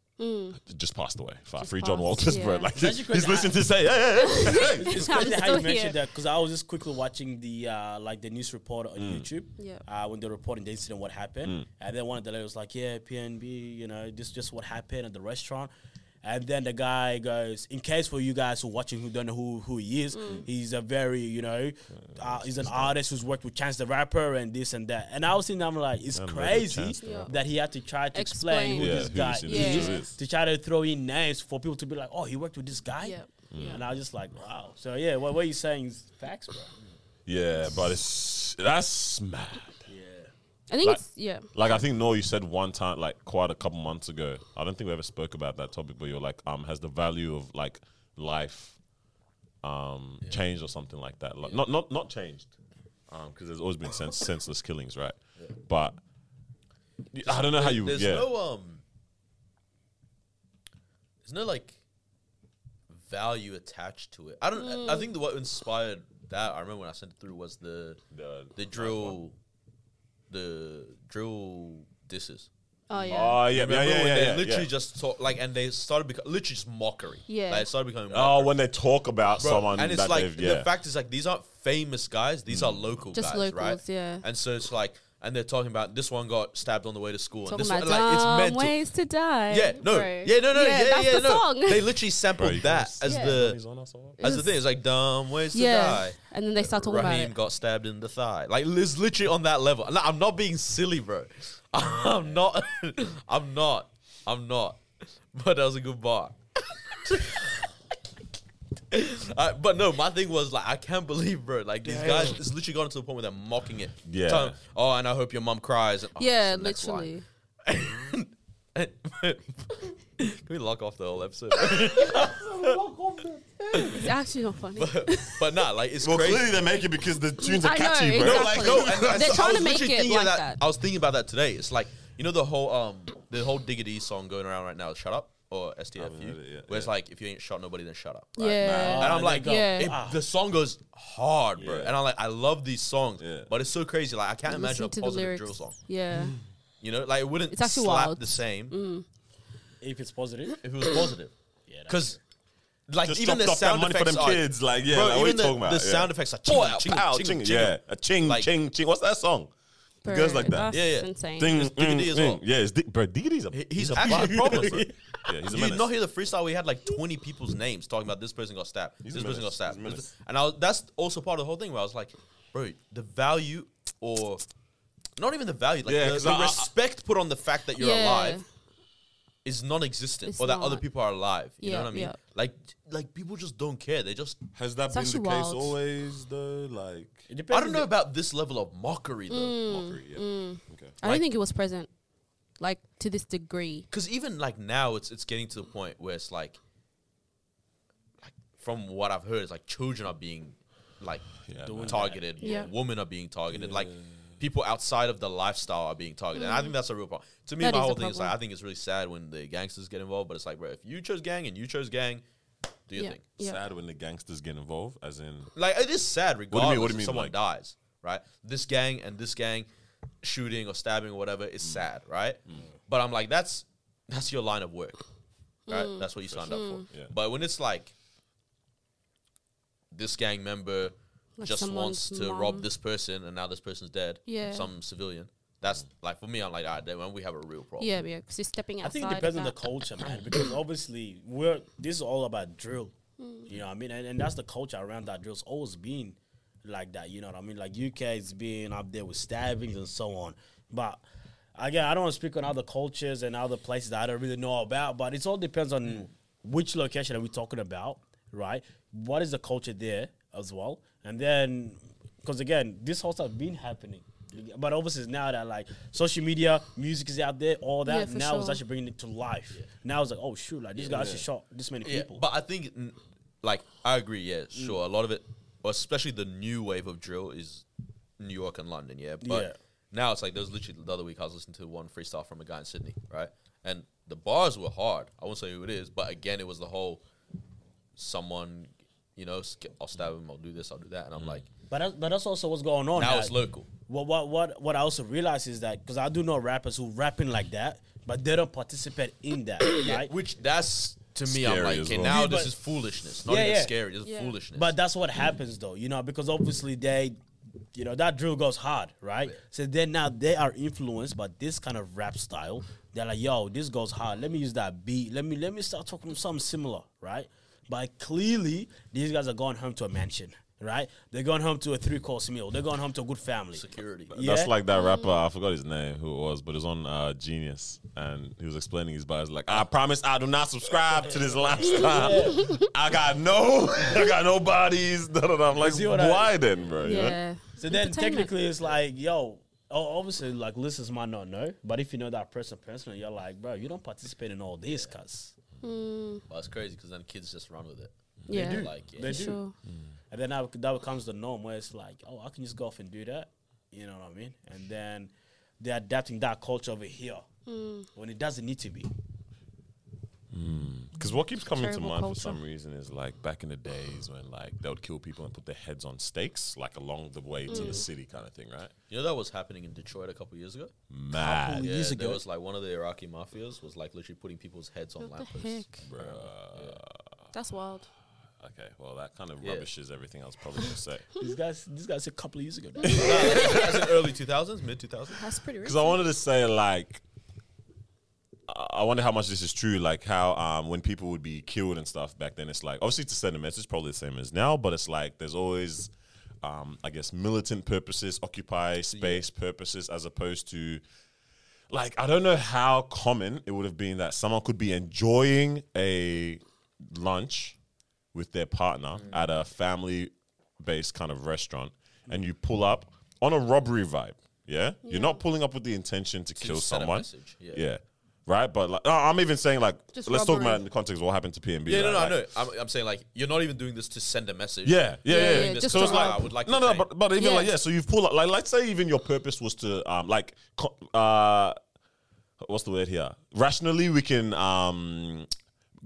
just passed away. Fuck, free
Mm.
John
passed,
Walters, bro.
yeah.
Like
That's
he's
because I-
listening to say, hey, hey, hey, hey.
It's
I'm
crazy how
still
you mentioned
here.
that because I was just quickly watching the uh, like the news report on YouTube
Yeah.
uh, when they're reporting the incident, what happened, and then one of the ladies was like, "Yeah, PNB, you know, this just what happened at the restaurant." And then the guy goes, "In case for you guys who watching who don't know who, who he is,
Mm.
he's a very you know, uh, he's an artist who's worked with Chance the Rapper and this and that." And I was thinking, I'm like, it's
maybe
crazy
Chance
the Yeah. Rapper.
that he had to try to explain,
Explain.
who
Yeah,
this
who
guy
this
individual
is
is.
to try to throw in names for people to be like, "Oh, he worked with this guy."
Yeah.
Mm.
Yeah.
And I was just like, wow. So yeah, what, what you saying is facts, bro.
Yeah, but it's that's mad.
Yeah.
I think
Like-
it's yeah.
Like I think Noah, you said one time, like quite a couple months ago. I don't think we ever spoke about that topic, but you're like, um, has the value of like life um changed or something like that? Like not not not changed, um, because there's always been sens- senseless killings, right? But I don't know how you.
There's
yeah,
no um. There's no like value attached to it. I don't. I
Mm.
I think the what inspired that I remember when I sent it through was the
The- oh,
the drill, the drill disses.
Oh yeah.
Oh yeah, yeah, yeah,
Remember
yeah,
when
yeah,
they
yeah.
literally just talk like, and they started becoming literally just mockery.
Yeah.
like, it started becoming.
Oh, when they talk about
Bro,
someone
and it's
that
like
they've yeah. Mm.
the fact is like these aren't famous guys; these are local
Just
guys,
locals,
right?
yeah.
And so it's like and they're talking about this one got stabbed on the way to school, and
Talking
this one,
about
like it's
dumb
meant to.
ways to die.
Yeah, no,
bro.
yeah, no, no, yeah, yeah,
that's the
no.
song.
They literally sampled
Bro, you
that
guys-
as
Yeah.
the
on us all.
as the thing. It's like dumb ways
yeah,
to die.
and then they start talking
Raheem
about
got stabbed in the thigh. Like it's literally on that level. No, I'm not being silly, bro. I'm not. I'm not. I'm not. But that was a good bar. Uh, but no, my thing was like I can't believe, bro. Like these guys, it's literally gotten to the point where they're mocking it.
Yeah.
Telling, oh, and I hope your mom cries. And, oh,
it. Yeah,
it's the next line.
literally.
Can we lock off the whole episode?
It's actually not funny.
but nah, like it's
Well,
crazy.
clearly they make it because the tunes
I
are
know,
catchy, bro.
exactly.
Like,
No, and that's-
They're
I
trying
was
to make
literally
it
thinking
like
that-
that.
I was thinking about that today. It's like you know the whole um the whole Diggity song going around right now, "Shut Up" or STFU,
heard it yet, Oh,
where it's like if you ain't shot nobody, then shut up. right?
yeah,
And I'm
there
like,
you go.
Yeah.
it- the song goes hard, bro.
ah. Yeah.
And I'm like, I love these songs,
Yeah.
but it's so crazy. Like I can't imagine
Listen
a
to the
positive drill
lyrics. Mm.
song.
Yeah,
You know, like it wouldn't
It's actually
slap
wild. Mm.
the same
If it's positive,
if it was positive,
yeah, that's
because like
Just
even
even
the
off that
sound
money for
effects
them
are-
kids. Like, yeah,
bro,
like,
even
what are you
the,
talking about?
the
yeah.
sound effects are
Pow,
ching, ching,
pow,
ching,
ching,
ching.
yeah, a ching,
Like-
ching, ching. What's that song? The girls like that.
That's
Yeah, yeah.
insane.
Ding,
It's Diggity
mm,
as well.
mm. Yeah, it's Dig- bro. Diggity's a
He- He's
a
actually a problem. son.
Yeah, he's a
Did you
menace.
not hear the freestyle? We had like 20 people's names talking about this person got stabbed.
He's
this
a
person got
menace.
stabbed.
He's a menace.
and I was, that's also part of the whole thing where I was like, bro, the value or not even the value, like
Yeah,
the,
'cause
the
I- I-
respect put on the fact that you're
Yeah.
alive is non-existent
It's
or that other
not.
people are alive. You know
Yeah,
what I mean?
yeah.
Like, like people just don't care. They just
Has that been the
actually
case
wild.
always though? Like
it depends
I don't
on
know
the-
about this level of mockery though.
mockery. Yeah.
mm,
Okay.
I don't think it was present, like to this degree.
because even like now it's it's getting to the point where it's like like from what i've heard it's like children are being like
Yeah, Doing man.
targeted
Yeah.
women are being targeted like people outside of the lifestyle are being targeted and i think that's a real problem to me
Mm. That
my
is a
whole thing is like
problem.
i think it's really sad when the gangsters get involved but it's like bro if you chose gang and you chose gang do your
Yeah,
thing
yeah.
Sad when the gangsters get involved, as in
like it is sad
do you
regardless
mean- what do you
if
mean,
someone
like-
dies, right? This gang and this gang shooting or stabbing or whatever
Mm.
is sad, right? But I'm like, that's that's your line of work. Right?
Mm.
That's what you signed up for.
Yeah.
But when it's like this gang member
Like
just wants
someone's
to
mom.
rob this person and now this person's dead.
Yeah.
Some civilian. That's
Mm.
like for me, I'm like, all right, then when we have a real problem.
Yeah, yeah, because you're stepping
I
outside.
think it depends
of
on the
that.
culture, man. Because obviously, we're this is all about drill.
Hmm.
You know what I mean? And, and that's the culture around that drill's always been like that. You know what I mean? Like UK is being up there with stabbings and so on. But again, I don't want to speak on other cultures and other places that I don't really know about. But it all depends on which location are we talking about, right? What is the culture there as well? And then, because again, this whole stuff been happening. But obviously now that like social media, music is out there, all
Yeah,
that
for
now it's
sure.
actually bringing it to life. Now it's like, oh shoot, like this guy actually shot this many
Yeah,
people.
but I think, n- like, I agree. Yeah, sure. A lot of it, or especially the new wave of drill, is New York and London. Yeah, but
Yeah.
now it's like there was literally the other week I was listening to one freestyle from a guy in Sydney, right? And the bars were hard. I won't say who it is, but again, it was the whole someone, you know, sk- I'll stab him, I'll do this, I'll do that, and
Mm.
I'm like,
but that, but that's also what's going on.
now
like,
it's local.
What what what what I also realize is that because I do know rappers who rapping like that, but they don't participate in that, right?
Which that's to me, I'm
Scary
like,
as
okay,
well.
now
Yeah,
this
but-
is foolishness. Not
Yeah,
even
yeah.
scary. This is
Yeah.
foolishness.
But that's what happens though, you know, because obviously they, you know, that drill goes hard, right? So then now they are influenced by this kind of rap style. They're like, yo, this goes hard. Let me use that beat. Let me let me start talking something similar, right? But clearly these guys are going home to a mansion, right? They're going home to a three course meal. They're going home to a good family.
security.
Yeah.
That's like that rapper. I forgot his name, who it was, but it was on uh, Genius, and he was explaining his bias. Like, I promise, I do not subscribe to this lifestyle. I got no, I got no bodies. Da, da, da. I'm like,
see what I-
why then, bro? You know?
Yeah.
So then
Entertainment.
technically it's like, yo, oh, obviously like listeners might not know, but if you know that person personally, you're like, bro, you don't participate in all this, cuz.
But it's crazy because then kids just run with it.
Yeah.
They're Like, yeah.
They do.
Sure.
And then that, that becomes the norm where it's like, oh, I can just go off and do that. You know what I mean? And then they're adapting that culture over here
Mm.
when it doesn't need to be.
Because what keeps coming to
Terrible
mind
culture.
for some reason is like back in the days when like they would kill people and put their heads on stakes, like along the way to the city, kind of thing, right?
You know that was happening in Detroit a couple years ago.
Mad,
Couple Years
there
ago.
was like one of the Iraqi mafias was like literally putting people's heads on
What the
lampposts.
heck?
bruh.
That's wild.
Okay, well, that kind of
Yeah.
rubbishes everything I was probably going to say.
This guy's this guy's a couple of years ago.
Mm.
That's in early 2000s, mid 2000s.
That's pretty rich.
Because I wanted to say, like, I I wonder how much this is true. Like, how um, when people would be killed and stuff back then, it's like, obviously, to send a message, probably the same as now, but it's like there's always, um, I guess, militant purposes, occupy space purposes, as opposed to. Like I don't know how common it would have been that someone could be enjoying a lunch with their partner
Mm.
at a family-based kind of restaurant, and you pull up on a robbery vibe. Yeah, you're not pulling up with the intention to, kill
send a
someone.
message, yeah.
Yeah. right. But like, no, I'm even saying like,
Just
let's talk
robbery.
about it in the context of what happened to P and B.
Yeah, no, no, I know. I'm, I'm saying like you're not even doing this to send a message.
Yeah, yeah,
You're
yeah,
doing
yeah,
this
just
to,
to
like, I
rob.
would like.
No,
to
no,
pay.
but but even
Yeah.
like yeah, so you've pulled up like let's say even your purpose was to um like co- uh what's the word here? Rationally, we can um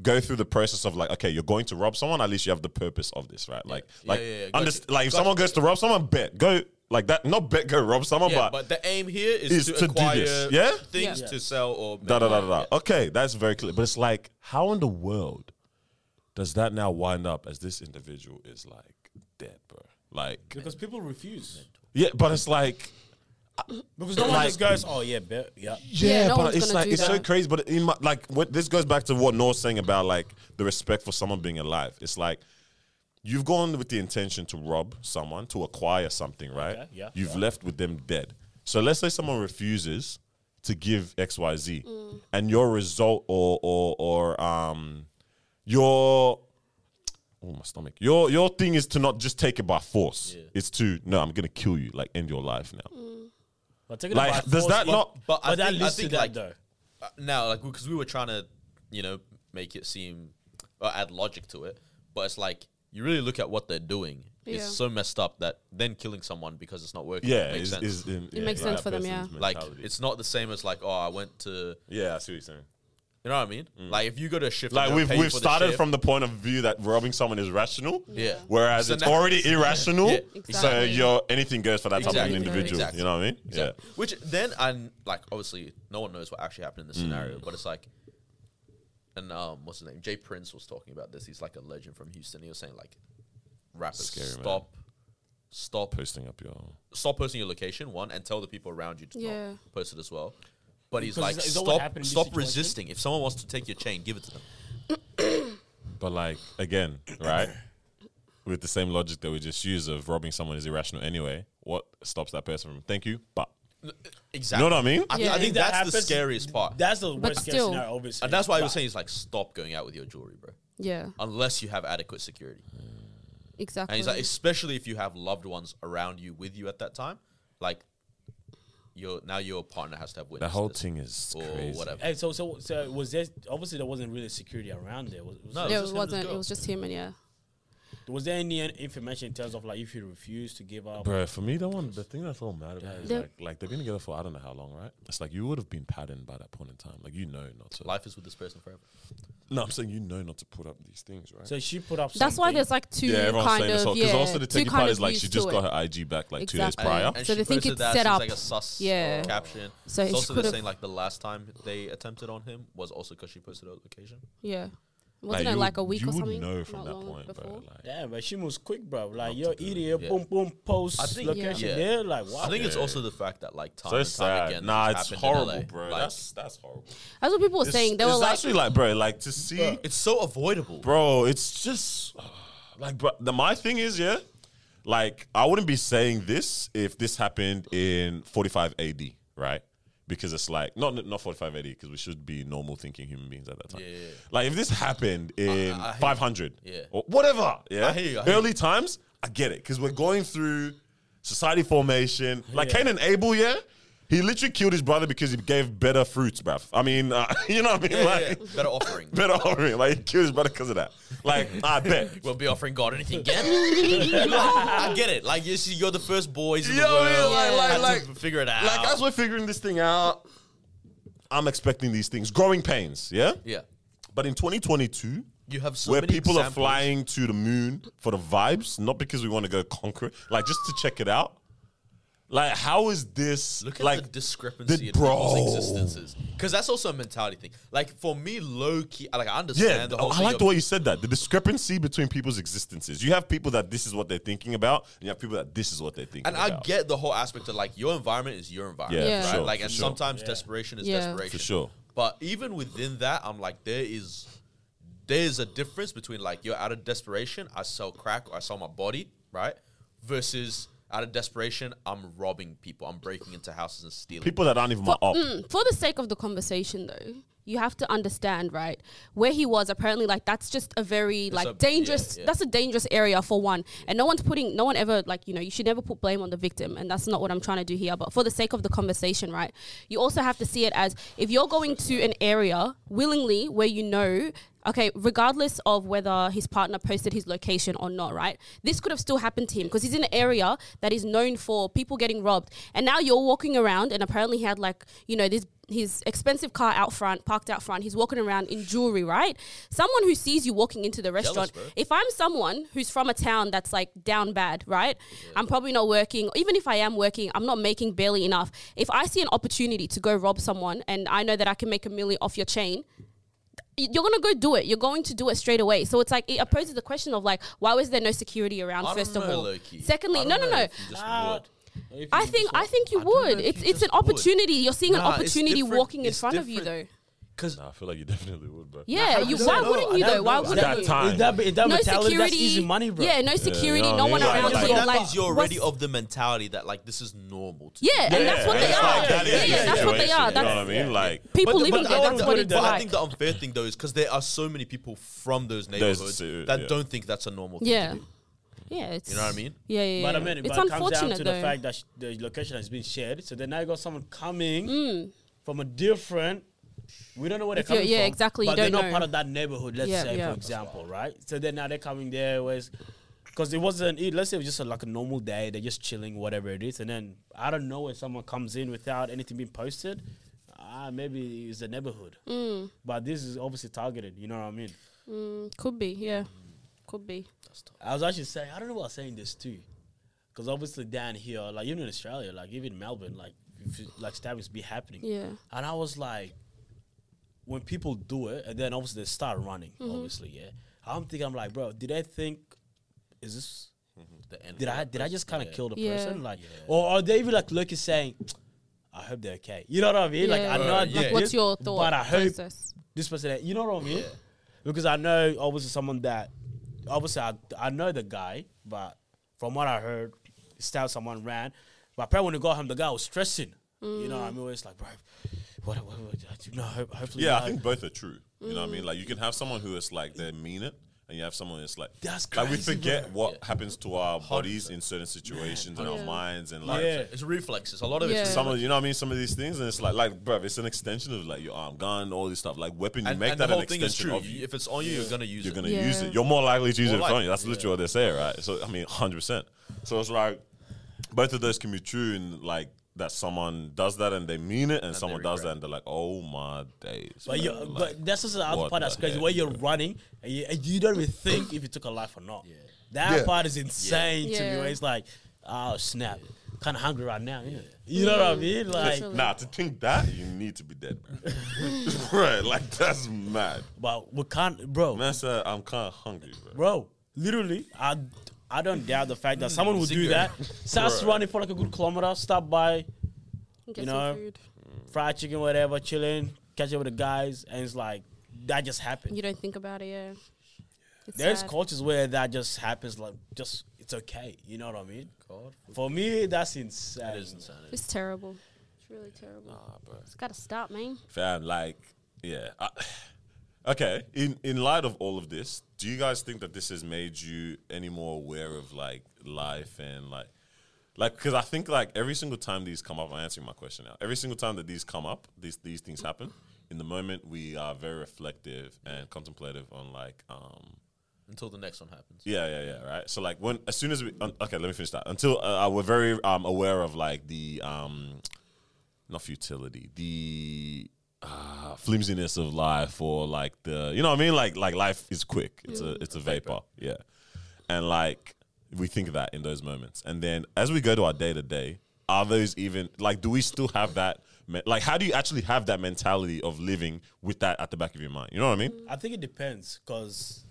go through the process of like okay, you're going to rob someone. At least you have the purpose of this, right? Like
Yeah,
like
yeah, yeah,
underst-
gotcha.
like if
Gotcha.
someone goes to rob someone, bet go like that. Not bet go rob someone,
yeah,
but,
but the aim here is,
is
to,
to do
acquire
this, yeah?
things
Yeah.
to sell or
da da da
make
da.
money.
da. Okay, that's very clear. But it's like how in the world does that now wind up as this individual is like dead, bro? Like
because people refuse.
yeah, but it's like.
Because no one
Like-
just goes, "Oh yeah, bet, yeah."
Yeah,
Yeah,
no one's
but it's
gonna
like
do
it's so
that.
crazy. But in my like, what, this goes back to what Noah's saying about like the respect for someone being alive. It's like you've gone with the intention to rob someone to acquire something, right?
Okay, yeah,
You've left with them dead. So let's say someone refuses to give X, Y, Z,
Mm.
and your result or or or um your oh my stomach your your thing is to not just take it by force. It's to no, I'm gonna kill you, like end your life now.
Mm.
But take it
Like,
about
does
force,
that not-
But I
that
think- I
leads
think,
to
like,
that though.
Uh, now, like because we were trying to, you know, make it seem or add logic to it, but it's like you really look at what they're doing.
Yeah.
It's so messed up that then killing someone because it's not working.
Yeah,
makes
is,
sense.
is in, yeah,
makes
like
sense
that
for them,
person's
yeah.
like
mentality.
it's not the same as like oh I went to
Yeah, I see what you're saying.
you know what I mean. Like if you go to a shift, and
Mm. Like
they'll
we've
pay you
we've
for the
started
shift-
from the point of view that robbing someone is rational.
Yeah.
Whereas
So
it's
now-
already irrational.
Yeah,
So
exactly.
you're anything goes for that type of
Exactly.
an individual.
Exactly.
You know what I mean?
So- Which then and like obviously no one knows what actually happened in this
Mm.
scenario, but it's like and um what's his name? Jay Prince was talking about this. He's like a legend from Houston. He was saying like rappers
Scary, man.
stop stop
Yeah. Posting up your
stop posting your location, one, and tell the people around you to
Yeah.
not post it as well. But he's
Because is
like
that- is that what
stop
happened in this
stop
situation?
resisting. If someone wants to take your chain, give it to them.
But like again, right? With the same logic that we just used of robbing someone is irrational anyway, what stops that person from thank you? But
Exactly.
what I mean?
I, thi-
Yeah.
I think
That
that's the
happens-
scariest part.
That's the worst case
still.
scenario, obviously.
and that's why I was
But-
saying he's like stop going out with your jewelry, bro.
Yeah,
Unless you have adequate security.
exactly.
And
Hmm.
he's like, especially if you have loved ones around you with you at that time, like your now your partner has to have
the
witnessed
whole
this
thing is
or
crazy.
whatever.
Hey, so so so was there obviously there wasn't really security around there. Was, was,
No.
there,
yeah,
it was just him and
it wasn't.
his
It
girl.
was just him and yeah.
was there any information in terms of like if you refuse to give up?
Bro, for me, the one, the thing that's all mad about is
Yeah.
like, like they've been together for I don't know how long, right? It's like you would have been patterned by that point in time. Like you know not to.
Life is with this person forever.
no, I'm saying you know not to put up these things, right?
So she put up.
That's why
something.
there's like two
yeah, everyone's
kind
saying this
of
because
yeah.
also the
two
tricky
kind
part
of
is like she
views
just
to
got
it.
her IG back like two
Exactly.
days prior.
And, and
So
she
they think
posted
it's
that,
set
so
up.
Like a sus
Yeah.
caption.
So
So it's
she
also they're
could've-
saying like the last time they attempted on him was also because she posted her location.
Yeah, wasn't
you
it
would-
like a week
you
or
would
something?
know from
Not
that
long
point, bro,
before.
like-
Yeah, but she moves quick, bro. Like
Not
you're
to do it.
idiot,
Yeah.
boom boom post
I think-
location
yeah.
there. Like wow.
I think it's
Yeah.
also the fact that like time and
so
time
it's sad.
again,
Nah,
this happened in
it's
LA.
horrible, bro.
Like,
that's that's horrible.
That's what people were
It's,
saying. They
it's
were like,
actually like, bro, like to see,
it's so avoidable.
bro, it's just like, bro. The my thing is, yeah, like I wouldn't be saying this if this happened in 45 AD, right? Because it's like not not 45 AD because we should be normal thinking human beings at that time.
Yeah.
Like if this happened in
I- I hear-
500,
Yeah.
or whatever, yeah,
I hear you, I hear
early times, I get it because we're going through society formation. Like
Yeah.
Cain and Abel, yeah. He literally killed his brother because he gave better fruits, bruv. I mean, uh, you know what I mean?
Yeah, yeah,
like,
yeah. Better offering.
better offering. Like he killed his brother because of that. Like I bet.
Won't be offering God anything again. Like, I get it. Like yes, you're the first boys in
You
the
know what I mean?
world.
Like- like-
Had to
like-
figure it out.
Like as we're figuring this thing out, I'm expecting these things. Growing pains, yeah.
yeah,
But in 2022,
you have so
where
many
people are
examples.
flying to the moon for the vibes, not because we want to go conquer, it, like just to check it out. Like, how is this?
Look at
like,
the discrepancy in
bro.
people's existences. Because that's also a mentality thing. Like for me, low key, like I understand
yeah,
the
I
whole
I
thing
like
of-
the way you said that. The discrepancy between people's existences. You have people that this is what they're thinking about, and you have people that this is what they're thinking
and
about.
I get the whole aspect of like your environment is your environment,
Yeah, for
right?
sure,
like,
for
and
sure.
sometimes desperation is
Yeah.
desperation,
For sure.
But even within that, I'm like, there is, there's a difference between like you're out of desperation, I sell crack or I sell my body, right? Versus out of desperation, I'm robbing people, I'm breaking into houses and stealing.
People that aren't even my up.
mm, for the sake of the conversation though you have to understand right where he was apparently like that's just a very like
a-
dangerous
yeah, yeah.
that's a dangerous area for one and no one's putting no one ever like you know you should never put blame on the victim and that's not what i'm trying to do here but for the sake of the conversation right you also have to see it as if you're going to an area willingly where you know okay regardless of whether his partner posted his location or not right this could have still happened to him because he's in an area that is known for people getting robbed and now you're walking around and apparently he had like you know this his expensive car out front parked out front he's walking around in jewelry right someone who sees you walking into the restaurant
bro.
if i'm someone who's from a town that's like down bad right i'm probably not working even if i am working i'm not making barely enough if i see an opportunity to go rob someone and i know that i can make a million off your chain y- you're gonna go do it. You're going to do it straight away. So it's like it poses the question of like, why was there no security around?
I don't
first of
know,
all,
low-key. I
secondly, no,
don't
no,
know
no.
if you just
Uh,
would.
I think I think you
I don't know
would.
if you
It's it's an
just would.
opportunity. You're seeing an
Nah, it's
opportunity
different-
walking in
it's
front of you though.
different. Because
Nah, I feel like you definitely would, bro.
Yeah, you, why
don't
wouldn't
know.
you
I
though?
don't
Why
know.
At
wouldn't
that
you?
time.
If that, if that
no
mentality,
security,
that's easy money, bro.
Yeah, no security,
you know
no
what
one
I mean?
around.
Like,
so
but
you're
that
like,
means you're already
what's-
of the mentality that like this is normal. To
Yeah, and that's what
Yeah,
they
it's
are.
like that
Yeah,
is
yeah,
the
that's what they
situation,
are.
You know what I
That's
mean? Like,
people
But-
living
but
there.
I
That's
wouldn't
what
put it
it's
But I
like.
think the unfair thing though is because there are so many people from those neighborhoods
uh,
that
yeah.
don't think that's a normal thing.
Yeah,
to do.
yeah. It's,
You know what I mean?
Yeah, yeah.
But I
yeah.
mean,
it's
but it comes down
unfortunate
to
though.
the fact that sh- the location has been shared. So then now you got someone coming
Hmm,
from a different. We don't know where they're
If you're-
coming
yeah,
from.
exactly, you
But they're
don't
not
know.
part of that neighborhood. Let's
Yeah,
say,
yeah.
for example, right? So then now they're coming there was because it wasn't. It, let's say it was just a, like a normal day. They're just chilling, whatever it is. And then I don't know when someone comes in without anything being posted. Ah, maybe it's the neighborhood.
Mm.
But this is obviously targeted. You know what I mean?
hmm, Could be. Yeah, could be.
I was actually saying, I don't know why I'm saying this too, because obviously down here, like even in Australia, like even Melbourne, like if you- like stabbings be happening.
Yeah.
And I was like, when people do it, and then obviously they start running.
Mm-hmm.
Obviously, yeah. I'm thinking, I'm like, bro, did I think, is this?
Mm-hmm.
The end
Did I
product.
did I just kind of kill the
Yeah.
person? Like, or are they even like looking saying? I hope they're okay. You know what I mean? Like, I
Yeah.
know. I
Right,
did
yeah.
Like,
Like,
what's
this,
your thought?
But I hope
process?
this person that you know what I mean? Because I know obviously someone that obviously I, I know the guy, but from what I heard, stabbed someone ran. But apparently when he got home, the guy was stressing. You know what I mean? It's like, bro, what? what, what you know, ho- hopefully,
Yeah, I
no.
think both are true. You know what I
Mm.
mean? Like you can have someone who is like they mean it, and you have someone that's like
That's
Like we
crazy,
forget what happens to our bodies
100%.
in certain situations and our
Yeah.
minds and like
Yeah.
It's reflexes. A lot of it's
Yeah.
some of you know what I mean. Some of these things, and it's like like bruv, it's an extension of like your arm, gun, all this stuff. Like weapon, you
and,
make
and
that
the whole
an
thing is
extension
true.
of you.
You- If it's on you, you're gonna use
You're
it.
gonna
Yeah.
use it. You're more likely to use it in
More
front of you. That's
likely,
literally what they say, right? So I mean, hundred percent. So it's like both of those can be true, and like that someone does that and they mean it, and, someone does
regret.
that and they're like, oh my days.
But, you
man, like-
but that's just the other
what
part that's
the
crazy.
heck,
Where you're running and you, and you don't even think if you took a life or not. That part is insane to me.
Yeah.
Where it's like, oh snap, kind of hungry right now. Yeah. You know what I mean? Like,
Literally.
Nah, to think that you need to be dead, bro. right? Like that's mad.
but we can't, bro.
Man said I'm kind of hungry, bro.
bro. Literally, I I don't doubt the fact that someone would do that.
cigarette.
Starts running for like a good kilometer, stop by,
Get
you
some
know,
food.
fried chicken, whatever, chilling, catch up with the guys, and it's like that just happened.
You don't think about it. Yeah. It's
There's
sad.
cultures where that just happens, like just it's okay. You know what I mean?
God,
For me, that's insane.
it is insanity.
It's terrible. It's really terrible. It's gotta stop, man.
Fam, like, yeah. I, okay. In in light of all of this, do you guys think that this has made you any more aware of like life and like, like? Because I think like every single time these come up, I'm answering my question now. Every single time that these come up, these these things happen. In the moment, we are very reflective and contemplative on like. um
Until the next one happens.
Yeah, yeah, yeah. Right. So like when as soon as we un- okay, let me finish that. Until uh, uh, we're very um, aware of like the um, not futility, the uh, flimsiness of life, or like the you know what I mean. Like like life is quick. It's a it's a
Mm.
vapor. Yeah, and like we think of that in those moments, and then as we go to our day to day. are those even like? Do we still have that? Me- like, how do you actually have that mentality of living with that at the back of your mind? You know what I mean?
I think it depends because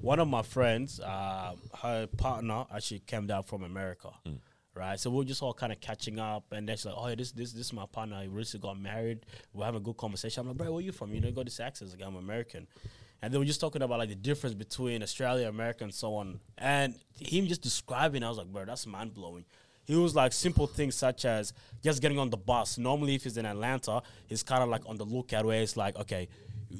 one of my friends, um, her partner actually came down from America, right? So we are just all kind of catching up, and then she's like, "Oh, yeah, this this this is my partner. He recently got married. We're having a good conversation." I'm like, "Bro, where you from? You know, you got this accent. Like, I'm American." And then we're just talking about like the difference between Australia, America, and so on. And him just describing, I was like, "Bro, that's mind blowing." He was like simple things such as just getting on the bus. Normally, if he's in Atlanta, he's kind of like on the lookout where it's like, okay,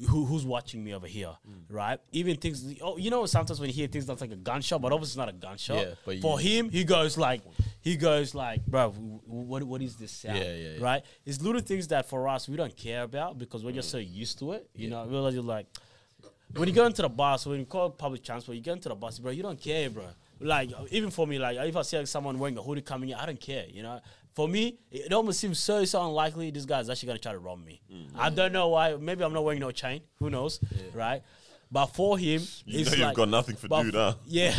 who, who's watching me over here, right? Even things, oh, you know, sometimes when you hear things that's like a gunshot, but obviously it's not a gunshot.
Yeah, but
For
you-
him, he goes like, he goes like, bro, what what is this sound?
Yeah, yeah, yeah.
Right? It's little things that for us we don't care about because we're just so used to it. You know, we're just like, when you go into the bus, when you call public transport, you get into the bus, bro, you don't care, bro. Like even for me, like if I see like, someone wearing a hoodie coming in, I don't care, you know. For me, it it almost seems so so unlikely this guy's actually gonna try to rob me.
Mm.
I don't know why. Maybe I'm not wearing no chain. Who knows, right? But for him,
You
it's
know you've
like-
got nothing for
but
dude,
for-
huh?
Yeah,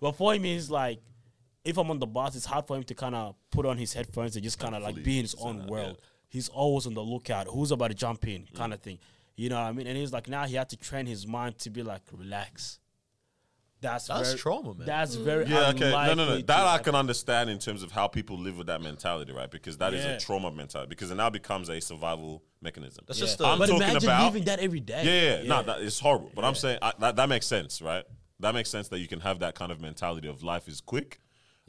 but for him, it's like if I'm on the bus, it's hard for him to kind of put on his headphones and just kind of like be in his own world. He's always on the lookout. Who's about to jump in,
Mm.
kind of thing. You know what I mean? And he's like, now he had to train his mind to be like, relax. That's
That's
very,
trauma, man.
That's very
Yeah, okay. No, no, no.
unlikely to
That I
happen.
can understand in terms of how people live with that mentality, right? Because that is
Yeah.
a trauma mentality. Because it now becomes a survival mechanism.
That's
Yeah.
just
uh, I'm
a,
but
talking
imagine
about-
living that every day.
Yeah, yeah, yeah. no, that, it's horrible. But I'm saying I, that that makes sense, right? That makes sense that you can have that kind of mentality of life is quick,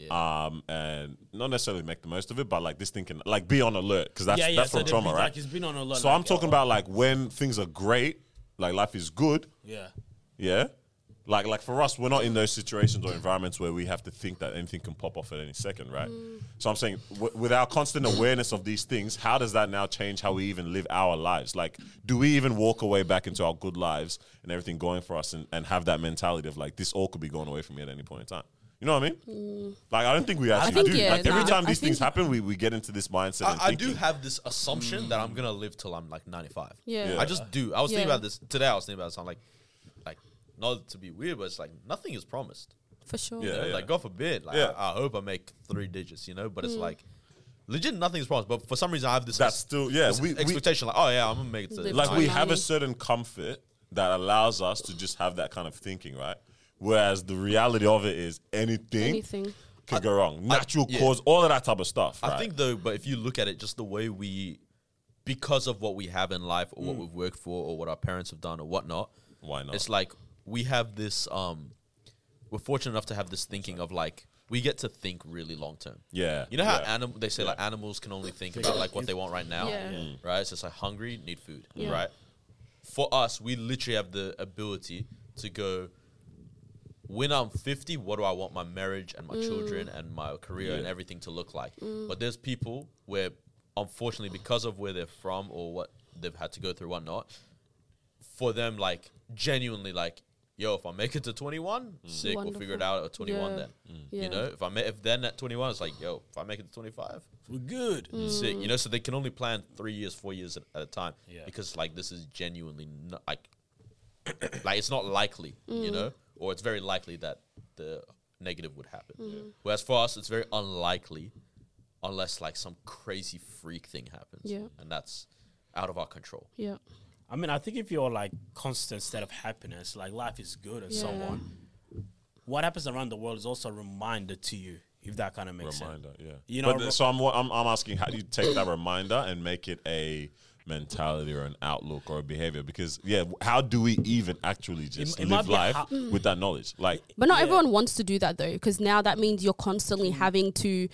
um, and not necessarily make the most of it, but like this thing can like be on alert because that's
Yeah, yeah,
that's
so
from
they've
trauma,
been,
right?
like, it's been on alert,
So
like,
I'm talking
oh.
about like when things are great, like life is good,
yeah.
yeah. Like like for us, we're not in those situations or environments where we have to think that anything can pop off at any second, right? So I'm saying, w- with our constant awareness of these things, how does that now change how we even live our lives? Like, do we even walk away back into our good lives and everything going for us, and, and have that mentality of like this all could be going away from me at any point in time? You know what I mean? Like, I don't think we actually
think,
do.
yeah,
like every
nah,
time
I
these things
think-
happen, we, we get into this mindset. and
I, I do
thinking.
have this assumption that I'm gonna live till I'm like 95.
Yeah. Yeah.
I just do. I was thinking
Yeah.
about this today. I was thinking about this. I'm like, like not to be weird, but it's like nothing is promised.
for sure.
you know?
yeah.
Like God forbid. Like
Yeah.
I, I hope I make three digits, you know. But
Mm.
it's like legit nothing is promised. But for some reason, I have this
That's still yeah.
this
We, we
expectation. like oh yeah, I'm gonna make it. To
Live
like
like we
Right.
have a certain comfort that allows us to just have that kind of thinking, right? Whereas the reality of it is anything,
Anything.
can go wrong. Natural
yeah.
cause, all of that type of stuff.
I
right?
think though, but if you look at it, just the way we, because of what we have in life or
Mm.
what we've worked for or what our parents have done or whatnot,
Why not?
It's like we have this. um We're fortunate enough to have this thinking of like we get to think really long term.
Yeah,
You know how
yeah.
animal they say like animals can only think about like what they want right now,
Yeah. Mm.
right? It's just like hungry, need food,
Yeah.
right? For us, we literally have the ability to go. When I'm 50, what do I want my marriage and my children
Mm.
and my career and everything to look like? But there's people where, unfortunately, because of where they're from or what they've had to go through, whatnot, for them, like genuinely, like, yo, if I make it to 21, sick, we'll figure it
Wonderful.
out at 21
Yeah.
then.
Yeah.
You know, if I ma- if then at 21, it's like, yo, if I make it to 25,
We're good.
sick. You know, so they can only plan three years, four years at, at a time
Yeah.
because like this is genuinely no- like, like it's not likely, you know, or it's very likely that the negative would happen. Whereas for us, it's very unlikely unless like some crazy freak thing happens,
Yeah.
and that's out of our control.
Yeah.
I mean, I think if you're like constant state of happiness, like life is good and so
Yeah.
on, what happens around the world is also a reminder to you, if that kind of makes
reminder,
sense.
yeah.
You
You
know,
know,
ro-
so I'm, wa- I'm I'm asking, how do you take that reminder and make it a mentality or an outlook or a behavior? Because yeah, w- how do we even actually just
it might
live
be a
life
ha-
with that knowledge? Like,
But not everyone wants to do that though, because now that means you're constantly
Mm.
having to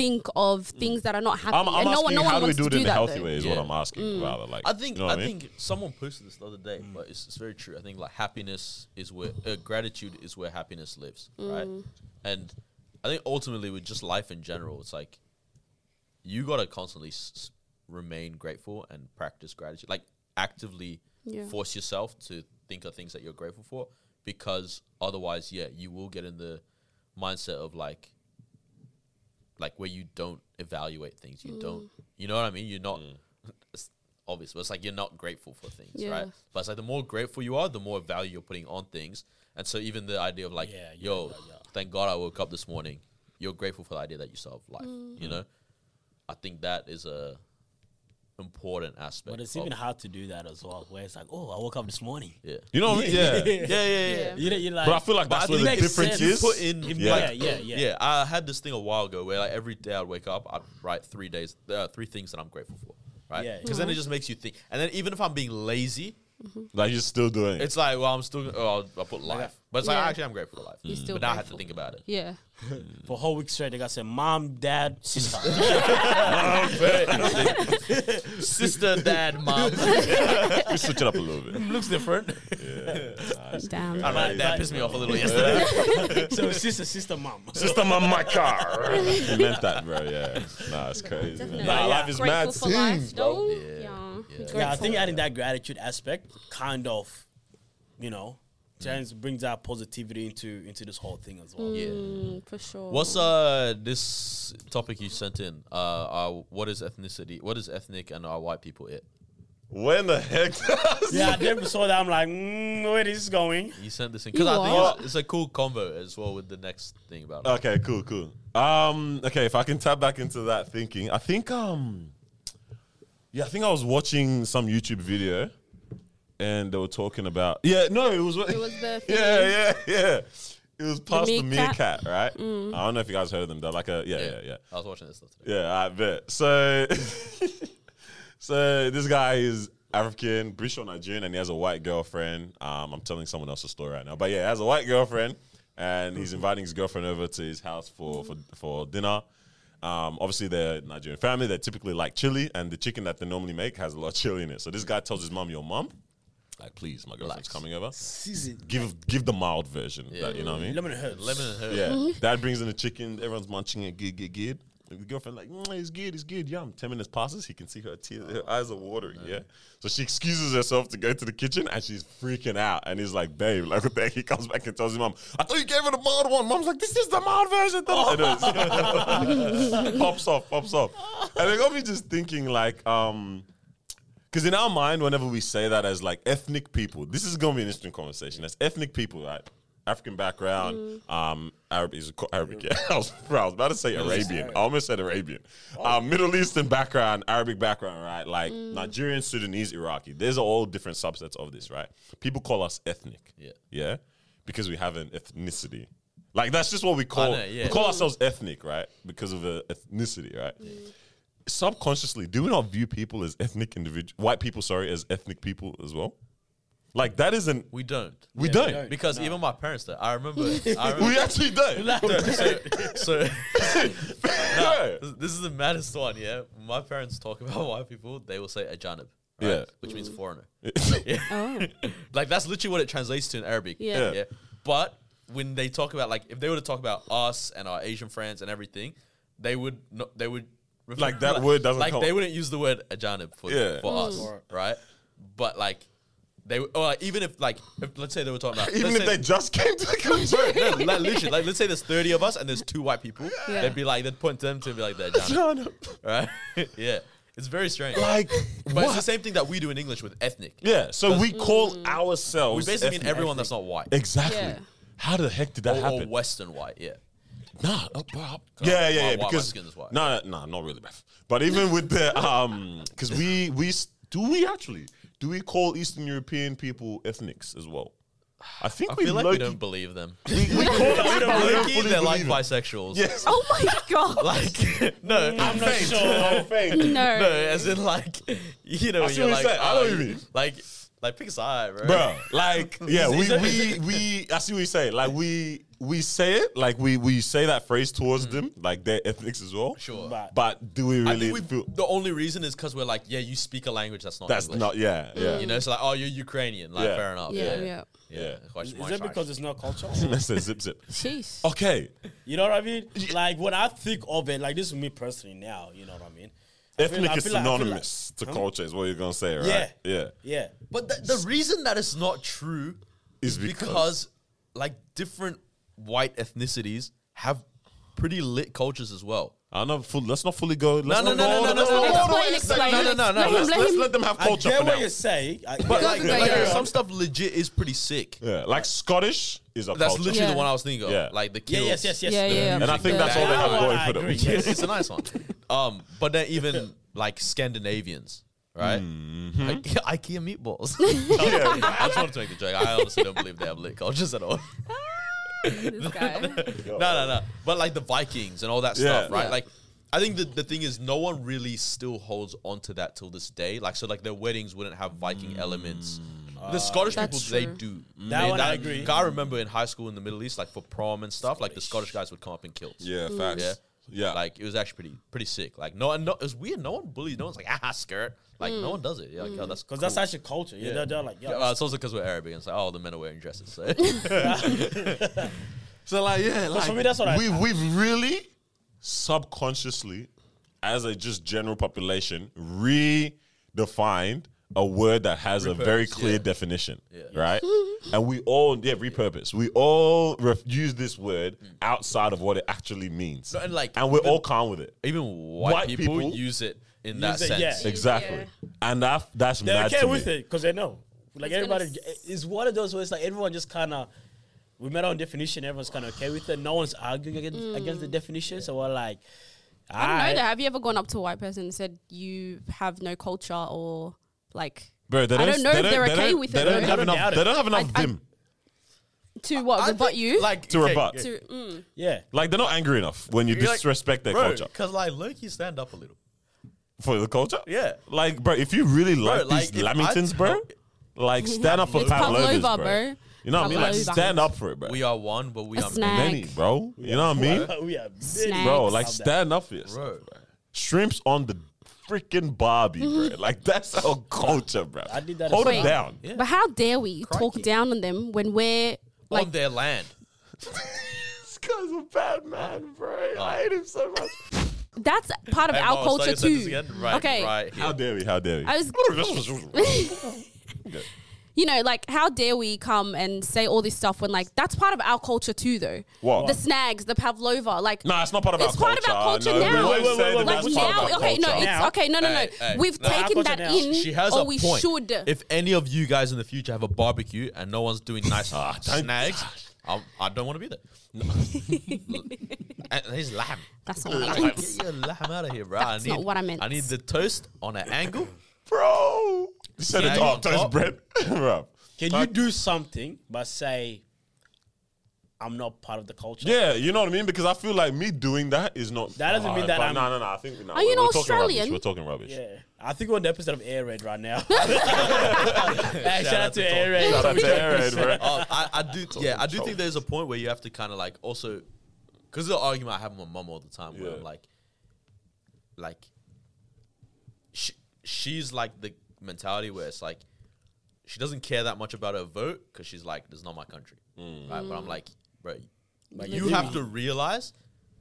think of things that are not happening.
I'm, I'm
and no one,
asking,
no one
how do we
wants
do it
to
in
do
a
that
healthy
though.
way? Is what
Yeah.
I'm asking. Rather, like,
Mm. I think
you know what
I
mean?
think someone posted this the other day, but it's, it's very true. I think like happiness is where uh, gratitude is where happiness lives, right? And I think ultimately with just life in general, it's like you gotta constantly s- s- remain grateful and practice gratitude, like actively
Yeah.
force yourself to think of things that you're grateful for, because otherwise, yeah, you will get in the mindset of like like where you don't evaluate things. You don't,
Mm.
you know what I mean? You're not,
Mm.
it's obvious, but it's like you're not grateful for things, right?
Yeah.
But it's like the more grateful you are, the more value you're putting on things. And so even the idea of like,
Yeah, yeah,
yo,
yeah, yeah.
thank God I woke up this morning. you're grateful for the idea that you still have life.
Mm.
You know, I think that is a important aspect.
But it's
of-
even hard to do that as well, where it's like, oh, I woke up this morning.
yeah.
You know what I mean?
yeah,
Yeah.
yeah, yeah, yeah.
Yeah.
You know, you're like,
But I feel like
But
that's
I
where
think
the
it makes
difference
sense.
is.
Put in, yeah.
Yeah.
yeah, yeah, yeah,
yeah, I had this thing a while ago where like every day I'd wake up, I'd write three days, uh, three things that I'm grateful for, right?
Yeah.
Because then it just makes you think. And then even if I'm being lazy,
Like you're still doing it.
it's like, well, I'm still, oh, I'll, i put life. But it's like,
Yeah.
actually, I'm grateful for life.
You're still
but now I have to
grateful.
think about it.
Yeah.
For a whole week straight, they got said, mom, dad, sister.
Sister, dad, mom.
We switch it up a little bit.
Looks different.
Damn.
I don't know,
Right,
that
right.
pissed me off a little yesterday.
so sister, sister, mom.
System on my car. you meant that, bro. Yeah. Nah, it's crazy. Man.
Definitely.
Nah,
Yeah.
life is
Grateful
mad.
for life, though.
Yeah.
Yeah.
Yeah.
Grateful.
Yeah, I think adding that gratitude aspect kind of, you know, turns brings that positivity into into this whole thing as well.
yeah.
Mm, for sure.
What's uh this topic you sent in? Uh, uh, what is ethnicity? What is ethnic and are white people it?
When the heck?
Yeah, I never saw that. I'm like, mm, where is this going?
You sent this in
You
because I think
what?
it's, it's a cool combo as well with the next thing about. it.
okay, cool, cool. Um, okay, if I can tap back into that thinking, I think um, yeah, I think I was watching some YouTube video, and they were talking about yeah, no, it was it
was the
yeah, yeah, yeah. It was past the
meerkat. Mm.
meerkat, right? I don't know if you guys heard of them. They're like a yeah, yeah, yeah.
I was watching this stuff today.
Yeah, I bet. So, so this guy is African, British or Nigerian, and he has a white girlfriend. Um, I'm telling someone else a story right now, but yeah, he has a white girlfriend, and he's inviting his girlfriend over to his house for for, for dinner. Um, obviously, they're Nigerian family. They typically like chili, and the chicken that they normally make has a lot of chili in it. So this guy tells his mom, "Your mom, like, please, my
Relax.
girlfriend's coming over.
Season.
Give give the mild version. That, you know what I mean?
Lemon and herbs.
Lemon and herb.
Yeah, dad brings in the chicken. Everyone's munching it. Good, good, good. And The girlfriend like, mm, it's good, it's good. Yum. Ten minutes passes. He can see her tears. Her eyes are watering. Yeah. So she excuses herself to go to the kitchen, and she's freaking out. And he's like, babe, like what the heck? He comes back and tells his mom, I thought you gave her the mild one. Mom's like, this is the mild version. It is. pops off, pops off. And it got me just thinking, like, um. Because in our mind, whenever we say that as like ethnic people, this is going to be an interesting conversation. As ethnic people, right? African background, um, Arab is co- Arabic. Yeah, I was, bro, I was about to say Arabian. I almost said Arabian. Um, Middle Eastern background, Arabic background, right? Like Nigerian, Sudanese, Iraqi. There's all different subsets of this, right? People call us ethnic.
Yeah.
Yeah, because we have an ethnicity. Like that's just what we call.
know, yeah.
We call ourselves ethnic, right? Because of the ethnicity, right? subconsciously, do we not view people as ethnic individuals, white people, sorry, as ethnic people as well? Like that isn't
We don't.
we don't. we
don't.
Because even my parents, though, I remember. I remember
actually don't.
so, so
Yeah.
this this is the maddest one, yeah. My parents talk about white people, they will say ajanib, right?
Yeah.
which means foreigner.
Oh.
Like that's literally what it translates to in Arabic.
Yeah.
Yeah.
yeah. But when they talk about like if they were to talk about us and our Asian friends and everything, they would not they would refer-
Like, that word doesn't
like
help.
they wouldn't use the word ajanib for
Yeah.
for us,
Mm.
right? But like they would- or like, even if like if, let's say they were talking about
Even
let's
if
say-
they just came to the country.
no, like, literally, like let's say there's 30 of us and there's two white people.
Yeah.
They'd be like, they'd point to them to be like, they're Johnny,
No, no.
right? yeah, it's very strange.
Like
but it's the same thing that we do in English with ethnic.
Yeah, so we call
We
ourselves
basically mean
ethnic.
everyone that's not white
Exactly.
Yeah.
How the heck did that
or, or
happen?
Western white. Yeah,
Nah, uh, bro. Yeah, yeah, yeah.
why- why
because
Mexicans white?
no, no, no, not really, bruv. But even with the um, because we we s- do we actually do we call Eastern European people ethnics as well? I think
I
we
feel like we
low-key-
don't believe them.
we call them
Low-key, they're like bisexuals.
Yes.
oh my god.
Like no,
I'm not sure.
Fake.
No,
no.
as in like you know,
I
when
see
you're
what
like,
you said. I
oh,
know what you mean.
like, like pick a side, bro.
Bro, like yeah,
Is-
we
is it- is
we we. I see what you say. Like we we say it, like we we say that phrase towards them, like their ethnics as well.
Mm. Sure.
But
But do we
I
really
think we
feel
the only reason is because we're like, yeah, you speak a language that's not
that's
English.
not? Yeah, yeah.
You know, it's like, oh, you're Ukrainian. Like,
Yeah.
fair enough.
Yeah,
Yeah,
yeah.
Yeah.
Quite
is
smart,
it
right?
because it's not cultural?
That's a zip zip.
Sheesh.
Okay,
You know what I mean? Like when I think of it, like this is me personally now. You know what I mean? I feel-
ethnic
I
is
feel like- I feel like-
synonymous to culture, is what you're gonna say, right?
Yeah.
yeah.
yeah,
but the, the reason that it's not true
Is
is because,
because-
like different white ethnicities have pretty lit cultures as well.
I don't know. Full, let's not fully go. Let's
no,
not
no,
go
no,
all
no,
the-
no,
let's
no,
not go all the
no, explain,
way to
explain,
second.
no, no, no, no,
Let's-
blame
let's
him.
let them have
I
culture
get
for
what
now.
you're saying. I,
But
Yeah,
like,
yeah,
like,
yeah.
some stuff legit is pretty sick.
Yeah, like Scottish is a
That's
culture.
literally
Yeah.
the one I was thinking of.
Yeah.
Like the
Yeah,
kills.
yes, yes, yes.
Yeah,
The
yeah.
and I
music
think
there.
that's all they
Yeah.
have
Oh,
going
I
for them.
agree,
It's, it's a nice one. Um, but then even like Scandinavians, right?
Mm-hmm.
Like, IKEA meatballs. I just wanted to make the joke. I honestly don't believe they have lit cultures at all.
This guy.
no, no, no. But like the Vikings and all that
Yeah.
stuff, right?
Yeah.
Like, I think the, the thing is, no one really still holds on to that till this day. Like, so like their weddings wouldn't have Viking elements. The Scottish people,
That's
they
true.
do.
That
They-
one I agree.
I remember in high school in the Middle East, like for prom and stuff, like the Scottish guys would come up in kilts.
Yeah, facts.
Yeah.
Yeah, like
Like it was actually pretty pretty sick. Like no, no, it was weird. No one bullies. No one's like ah skirt. Like
Mm.
no one does it. Yeah, like, oh, that's
Because
cool.
that's actually culture. Yeah, They're, they're like, yeah.
Uh, it's also because we're Arabic. And it's like oh, the men are wearing dresses. So.
so, like yeah, like
for me, that's what I-
we we've really subconsciously, as a just general population, redefined a word that has a very
Repurposed,
clear
yeah.
definition, right? and we all yeah repurpose. We all ref- use this word outside of what it actually means,
No, and, Mm. like,
and we're
even-
all calm with it.
Even white,
White
people,
people
use it in that
it,
sense.
yeah.
Exactly, and that that's
They're
mad
okay
to
with
me.
it because they know. Like
It's gonna
everybody, it's one of those where it's like everyone just kind of we met our own definition. Everyone's kind of okay with it. No one's arguing against, against the definition. So we're like,
Mm. I don't know
"Aight."
that. Have you ever gone up to a white person and said you have no culture or like
Bro, they
I
don't,
don't know
they
if
don't-
they're
they
okay
don't-
with
they
it,
Don't
though.
I
have
don't
enough,
doubt
they
it.
don't have enough
I-
vim.
to what
I
rebut
think,
you?
Like
To rebut.
to mm,
yeah,
Like they're not angry enough when you disrespect their culture
Because like look, you stand up a little.
for the culture.
Yeah.
like bro, if you really like
like,
these
if I
lamingtons, bro,
tell-
like stand up for
It's
pavlovas,
pavlova,
bro.
bro.
You know what I mean? Like
Pavlova.
stand up for it, bro.
We are one, but we
A
are
snack.
many, bro. You know what I mean,
we are big.
Snack.
bro?
Love
Like
that.
stand up for
Bro,
yourself. Shrimps on the freaking barbie, bro. like that's our culture, bro.
I did that
Hold
as well.
it down.
But how dare we
Crikey.
talk down on them when we're like
on their land.
this guy's a bad man, bro.
Oh.
I hate him so much.
that's part of
Hey,
our
Miles,
culture
say this
too.
again. Right,
okay,
right. here.
How dare we? How dare we?
I was you know, like how dare we come and say all this stuff when like that's part of our culture too though.
What?
The snags, the pavlova, like
No, it's not part of
It's
our
part
culture.
of our culture
No, we
now.
won't
Wait, wait, wait,
say that
wait,
like
that's part
now,
of our
okay, no,
culture.
it's
Now.
okay, no, no, no.
Hey, hey.
We've
No,
our
taken
culture
that
now.
in,
She has
or
a
we
point.
should.
If any of you guys in the future have a barbecue and no one's doing nice
Ah,
snags, I'm, I don't want to be there. and there's lamb.
that's not what I
Like,
meant.
get your lamb out of here, bro.
That's
I need,
not what I meant.
I need the toast on an angle.
Bro. You said
Yeah,
it's
you
all
on
toast
top.
bread. Bro.
Can you
Like-
do something but say, I'm not part of the culture?
Yeah, you know what I mean? Because I feel like me doing that is not.
That doesn't mean
Ah,
that
but
I'm-
No, no, no. I think no,
Are you
we're,
not
we're talking rubbish.
Australian?
We're talking rubbish.
Yeah. I think we're on the episode of Air Raid right now. hey, shout, out to Air Raid.
Shout out to Aaron, bro.
Oh, I, I do. yeah, I do think there's a point where you have to kind of like also, because the argument I have with my mum all the time, where
Yeah.
I'm like, like, she, she's like the mentality where it's like, she doesn't care that much about her vote because she's like, this is not my country,
Mm.
right? But I'm like, bro, you
you
have to realize,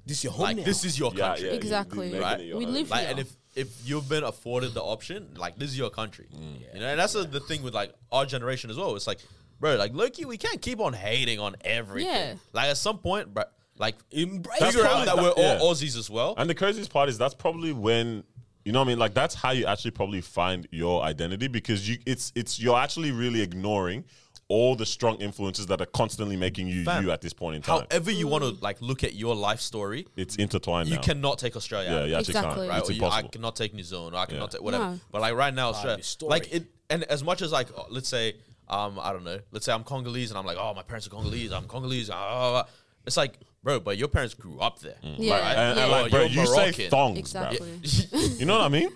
This your home
like,
now.
this is your
Yeah,
country.
yeah.
Exactly.
Right.
We live
Like,
here.
and if if you've been afforded the option, like this is your country,
Mm.
you know. And that's the the thing with like our generation as well. It's like, bro, like Loki, we can't keep on hating on everything.
Yeah.
Like at some point, bro, like
Embrace
figure
probably
out that
the-
we're
yeah.
all Aussies as well.
And the craziest part is that's probably when. You know what I mean? Like that's how you actually probably find your identity because you it's it's you're actually really ignoring all the strong influences that are constantly making you
Fam.
you at this point in time.
However, you want to like look at your life story,
it's intertwined
you
now.
cannot take Australia. out
yeah,
of it.
you actually
Exactly.
can't.
right?
It's
or you, I
impossible.
cannot take New Zealand. Or I cannot
Yeah.
take whatever.
No.
But like right now, Australia,
your story.
like it, and as much as like, uh, let's say, um, I don't know, let's say I'm Congolese and I'm like, oh, my parents are Congolese. I'm Congolese. ah, ah, ah." It's like, bro, but your parents grew up there.
Yeah.
Like, and, and
Yeah.
like, bro,
You're
you say
Moroccan. Mm.
thongs,
Exactly.
bro. You know what I mean?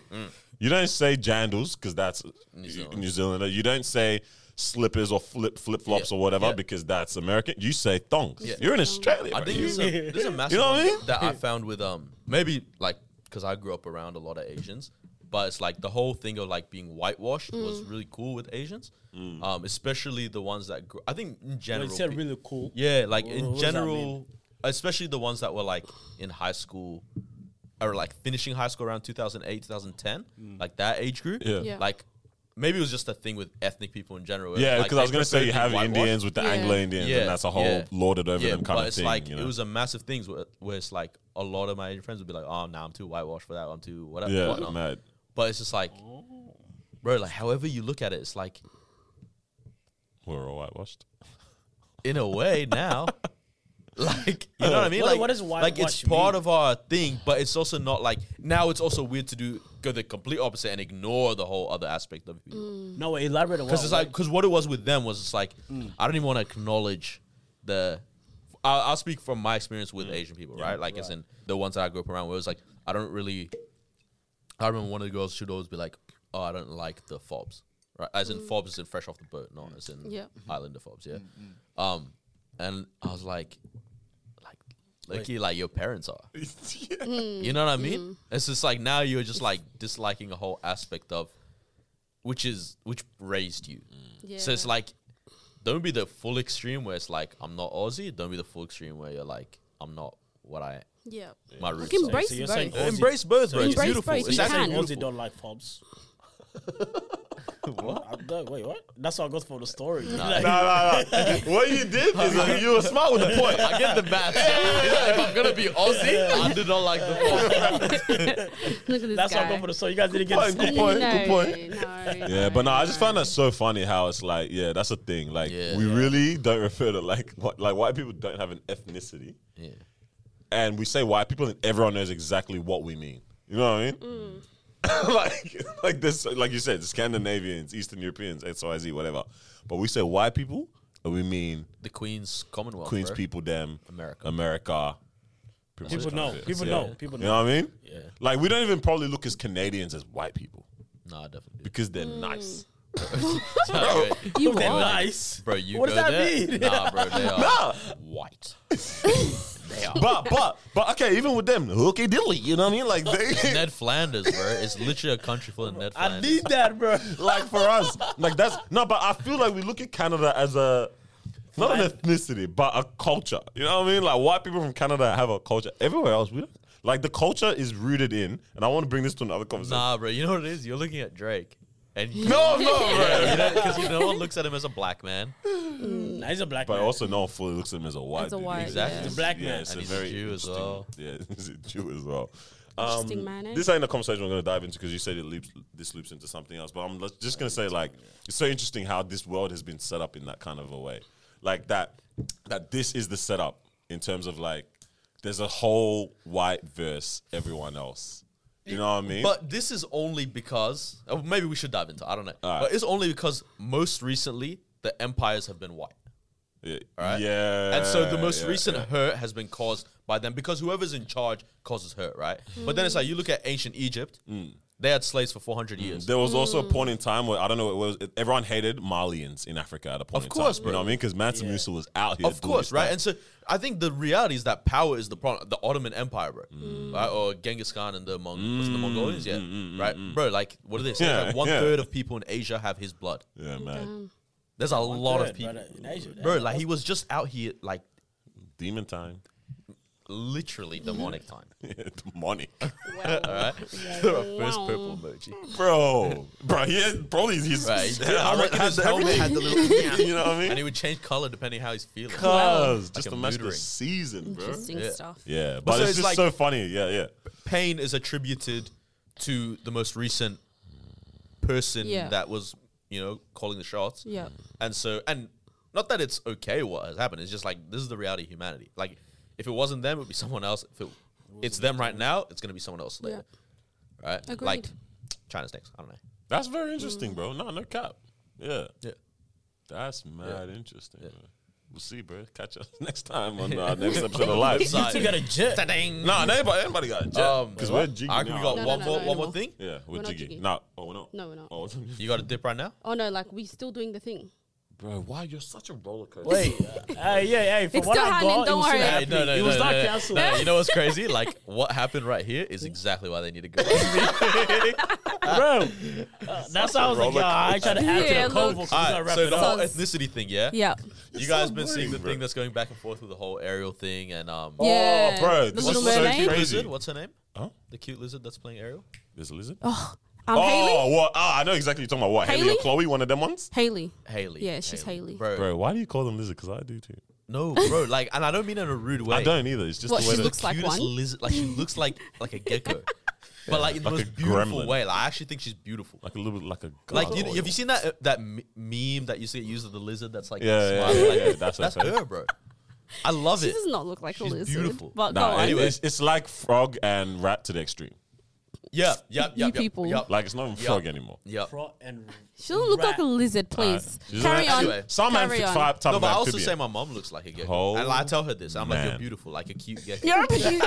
You don't say jandals because that's New,
Zealand.
Zealander. You don't say slippers or flip flip flops
Yeah.
or whatever
Yeah.
because that's American. You say thongs. You're in Australia.
I
bro.
think
You-
this is a, this is a massive
You know what I
one
mean?
that I found with um maybe like because I grew up around a lot of Asians, but it's like the whole thing of like being whitewashed was
Mm.
really cool with Asians, um especially the ones that grew. I think in
Well,
general,
It's a
pe-
really cool.
Yeah, like
Wh-
in
what does that
general, especially the ones that were like in high school
Mm.
or like finishing high school around 2008, 2010, like that age group.
Yeah.
Yeah.
Like Maybe it was just a thing with ethnic people in general. where,
Yeah,
like,
because I
they
was gonna
prefer
say you
being
have
whitewashed.
Indians with the
Yeah.
Anglo Indians,
Yeah,
and that's a whole
yeah.
lorded over them kind
but
of
it's
thing.
like
you
it
know?
was a massive thing where, where it's like a lot of my friends would be like, "Oh, now I'm too whitewashed for that. I'm too whatever."
yeah,
whatnot."
mad.
But it's just like,
Oh.
bro, like however you look at it, it's like
We're all whitewashed.
in a way now. Like you know what I mean?
What-
like
what does
like it's
whitewash
part
mean?
of our thing, but it's also not like now it's also weird to do go the complete opposite and ignore the whole other aspect of people.
No, wait, elaborate on
Because
what-
it's like, because what it was with them was it's like, I don't even want to acknowledge the. I'll, I'll speak from my experience with Asian people, right? Like, as in the ones that I grew up around, where it was like, I don't really. I remember one of the girls should always be like, "Oh, I don't like the fobs," right? As in fobs, as in fresh off the boat, not as in
Yeah.
Mm-hmm.
Islander fobs, yeah. Um, and I was like, like, lucky like your parents are. You know what I mean? It's just like now you're just like disliking a whole aspect of which is which raised you.
Yeah.
So it's like don't be the full extreme where it's like I'm not Aussie. Don't be the full extreme where you're like I'm not what I
yeah.
my
Like
roots. are.
embrace
So you're
both.
saying Aussie-
Embrace both,
so
bro.
you're
It's
Embrace
beautiful.
both,
It's
you
actually
can.
saying
beautiful.
Aussie don't like fobs. what? I don't- wait, what? That's what I got for the story. Like,
Nah, nah, nah. what you did is like, you were smart with the point.
I get the math. if I'm gonna be Aussie, I do not like the form.
Look at this
That's what I
guy.
got for the story. You guys didn't get
Fine,
to
good
see.
point.
no,
Good point.
No,
Yeah, but no, I just found that so funny how it's like, yeah, that's a thing. Like,
Yeah.
we really don't refer to like, wh- like white people don't have an ethnicity,
Yeah.
and we say white people, and everyone knows exactly what we mean. You know what I mean?
Mm.
like, like this, like you said, Scandinavians, Eastern Europeans, X, Y, Z, whatever. But we say white people, and we mean
The Queen's Commonwealth.
Queens
bro.
people, them
America.
America. much
People know.
America.
People
Yeah.
know. People
You
know.
know what I mean?
Yeah.
Like, we don't even probably look as Canadians as white people
Nah, definitely.
because they're nice.
Bro,
You
They're
are.
nice.
bro, you
What
go
does that
there.
mean?
Nah, bro, they are
Nah.
white.
but but but okay, even with them, hooky dilly, you know what I mean? Like they
Ned Flanders, bro. It's literally a country full of Ned
I
Flanders.
need that, bro.
like for us, like that's no, but I feel like we look at Canada as a not an ethnicity, but a culture. You know what I mean? Like white people from Canada have a culture. Everywhere else, we don't. Like the culture is rooted in, and I want to bring this to another conversation.
Nah, bro. You know what it is? You're looking at Drake, and you,
No, no, bro.
because you know no one looks at him as a black man.
Nah, he's a black
But
man.
also, no one fully looks at him as a white.
As a
dude.
white,
Exactly.
yeah.
He's
a black man.
it's
And
a
he's a
very
Jew as
interesting-
well.
Yeah, he's a Jew as well.
Interesting
Um,
man, eh?
This ain't a conversation we're going to dive into because you said it loops. This loops into something else, but I'm l- just going to say like it's so interesting how this world has been set up in that kind of a way, like that. That this is the setup in terms of like there's a whole white verse everyone else. You know what I mean?
But this is only because oh, maybe we should dive into. it, I don't know.
Alright.
But it's only because most recently the empires have been white,
yeah,
right?
yeah.
and so the most
yeah,
recent
yeah.
hurt has been caused by them because whoever's in charge causes hurt, right?
Hmm.
But then it's like you look at ancient Egypt;
Hmm.
they had slaves for 400 years.
There was also a point in time where I don't know. It was everyone hated Malians in Africa at a
Of
point. in
course,
time,
bro.
You know what I mean? Because Mansa Musa was out here.
of
doing
course,
his
right?
thing.
And so I think the reality is that power is the problem. The Ottoman Empire, bro,
Hmm.
right? Or Genghis Khan and the, Mong- was it the Mongolians, yeah, right, bro. Like, what are they? saying?
hmm. Yeah,
like one
yeah.
third of people in Asia have his blood.
Yeah, man.
There's a lot
Yeah,
of people,
brother, in Asia,
bro. Like he was just out here, like
Demon time.
literally demonic time.
Demonic.
Wow.
All right,
Wow.
first purple emoji.
Bro. Bro, he had probably he's
Right, he did.
I
I
reckon
had
his
the helmet,
helmet
had the
little You know what I
And
mean?
he would change color depending how he's feeling.
Cuz just
Like
to
a
match
mood
the
ring.
season, bro.
Interesting
Yeah.
stuff.
Yeah, but
So
it's,
it's
just
like-
so funny. Yeah, yeah.
Pain is attributed to the most recent person
Yeah.
that was, you know, calling the shots.
Yeah.
And so, and not that it's okay what has happened. It's just like this is the reality of humanity. Like, if it wasn't them, it would be someone else. If it, it's them right now, it's gonna be someone else later, right?
Agreed.
Like, China's next. I don't know.
That's
Mm.
very interesting, bro. No, no cap. Yeah.
Yeah.
That's mad interesting, bro. We'll see, bro. Catch us next time on our next episode of
You
Life.
two
You got a jet.
dang.
Nah, anybody, anybody got a
Um,
jet. Because we're jigging.
I reckon we
now.
got
No, no,
one
no,
more,
no,
one
no.
more thing.
Yeah, we're,
We're not
jigging.
jigging.
Nah, oh, we're not.
No, we're not.
Oh,
You got a dip right now.
Oh no, like we still doing the thing.
bro, why you're such a roller coaster?
Wait. Hey, yeah, hey. From
It's
what
still
I
happening,
got, it
don't
was still
worry. Hey,
happening. It was not cancelled.
No, you know what's crazy? Like what happened right here is exactly why they need to go.
bro. Uh, that's how I was like,
roller
yeah, I tried to add
Yeah,
to the convo
look.
because we gotta
Alright,
wrap
so
it
the
up.
whole
Sounds-
ethnicity thing, yeah.
Yeah.
You guys been
boring,
seeing the
bro.
thing that's going back and forth with the whole Ariel thing and um.
yeah.
Oh, bro,
The
this
little
is so
mermaid.
crazy.
lizard. What's her name?
Huh?
The cute lizard that's playing Ariel.
There's a lizard?
Oh, Um,
oh,
Haley.
what? Ah, I know exactly you're talking about. What? Haley,
Haley?
or Chloe, one of them ones?
Haley.
Haley.
Yeah, she's Haley.
Bro,
Bro, why do you call them lizard? Because I do too.
no, bro, like, and I don't mean in a rude way.
I don't either. It's just
What,
the way
she
that
looks like
cutest
one?
lizard. Like she looks like like a gecko, but like in the
Like a
most beautiful
gremlin.
way. Like I actually think she's beautiful.
like a little bit like a
Like
gargoyle.
you, have you seen that uh, that me- meme that you see used of the lizard? That's like
Yeah, yeah,
smiling
yeah,
like
yeah,
this?
that's her
that's
face.
her, bro. I love
She
it.
does not look like a
She's
lizard.
beautiful.
But
Nah,
go
it-
on.
anyway.
it's, it's like frog and rat to the extreme.
Yeah, yep, yep,
You
yep,
people.
Yep,
Like it's not even
Yeah.
frog anymore.
yep.
Pro and
She doesn't look like
rat.
a lizard, please.
She's
Carry
like-
on.
Anyway,
Some man
Carry on.
five type
No,
of
but I also
amphibian.
say my mom looks like a gecko,
Oh,
and I tell her this. I'm like, you're
man.
beautiful, like a cute gecko.
You're a beauty.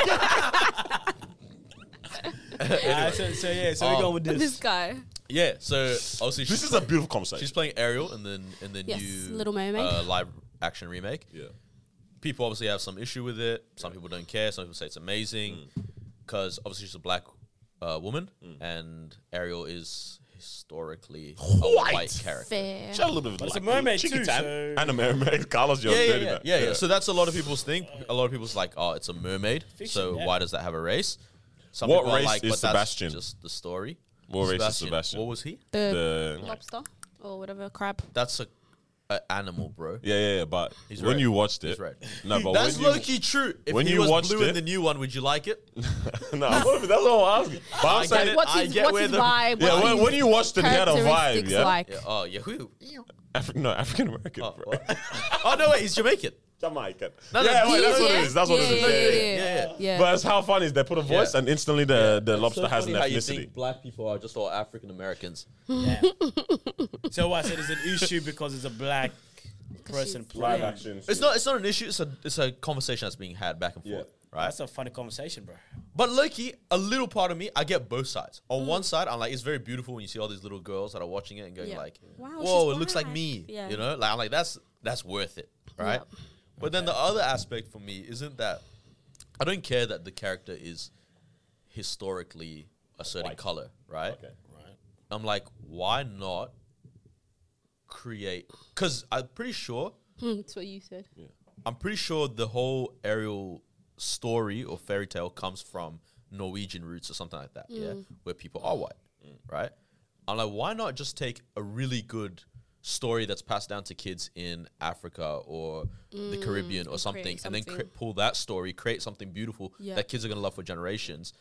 Ah, so, so yeah, so we're
Um,
going with this.
this guy.
Yeah. So obviously,
This
she's
is a
playing-
beautiful conversation.
She's playing Ariel in the in the
Yes,
new
Little Mermaid.
uh, live action remake.
yeah.
people obviously have some issue with it. Some people don't care. Some people say it's amazing
Mm.
because obviously she's a black uh, woman, and Ariel is historically a white character.
Fair.
She had a little bit of
But it's
like
a mermaid
cheeky
too,
tan.
so-
and a mermaid. Carlos, you're
Yeah, yeah,
dirty
yeah,
man.
yeah, yeah. So that's a lot of people's thing. A lot of people's like, oh, it's a mermaid.
Fiction,
so
yeah.
why does that have a race? Some
What
people are
race
like,
is
but that's
Sebastian?
Just the story.
What race is Sebastian?
What was he?
The,
The-
lobster or whatever crab.
That's a, a animal, bro.
yeah, yeah, yeah. But
He's
when
right.
you watched it,
He's right.
no, but
That's
when you,
low key true. If
when
he
you
was
watched
blue in
it-
the new one, would you like it?
no, that's what I'm asking. But I'm
I
saying,
get it.
What's
I
his,
get
what's
where
his
the-
vibe?
yeah,
What
when,
his
when you watched it, he had a vibe.
characteristics
Yeah,
Like?
Yeah, oh yeah, who?
Afri- no, African American.
Oh,
bro.
what? oh no, wait, he's Jamaican.
Jamaican.
No, no,
yeah, wait,
he
that's
is,
what
yeah?
it is. That's what it is.
Yeah, yeah,
Yeah, yeah,
yeah.
yeah.
Yeah.
Yeah.
But it's how funny is they put a voice
Yeah.
and instantly the, the lobster has an
How you think
ethnicity.
black people are just all African Americans?
Yeah. so I said it's an issue because it's a black person
she's
playing.
It's not. It's not an issue. It's a. It's a conversation that's being had back and
Yeah.
forth, right?
That's a funny conversation, bro.
But Loki, a little part of me, I get both sides. On
Hmm.
one side, I'm like, it's very beautiful when you see all these little girls that are watching it and going
Yeah.
like,
Wow,
"Whoa,
she's
it looks like
black."
me,"
Yeah.
you know. Like I'm like, that's that's worth it, right?
Yep.
But then the other aspect for me isn't that I don't care that the character is historically a certain
White.
color, right?
Okay.
Right.
I'm like, why not create? Because I'm pretty sure,
Hmm, That's what you said.
I'm pretty sure the whole Ariel story or fairy tale comes from Norwegian roots or something like that, yeah,
Mm.
where people are white,
Mm.
right? I'm like, why not just take a really good story that's passed down to kids in Africa or the Caribbean or something,
Mm, create
and then cre-
something.
pull that story, create something beautiful
Yeah.
that kids are gonna love for generations,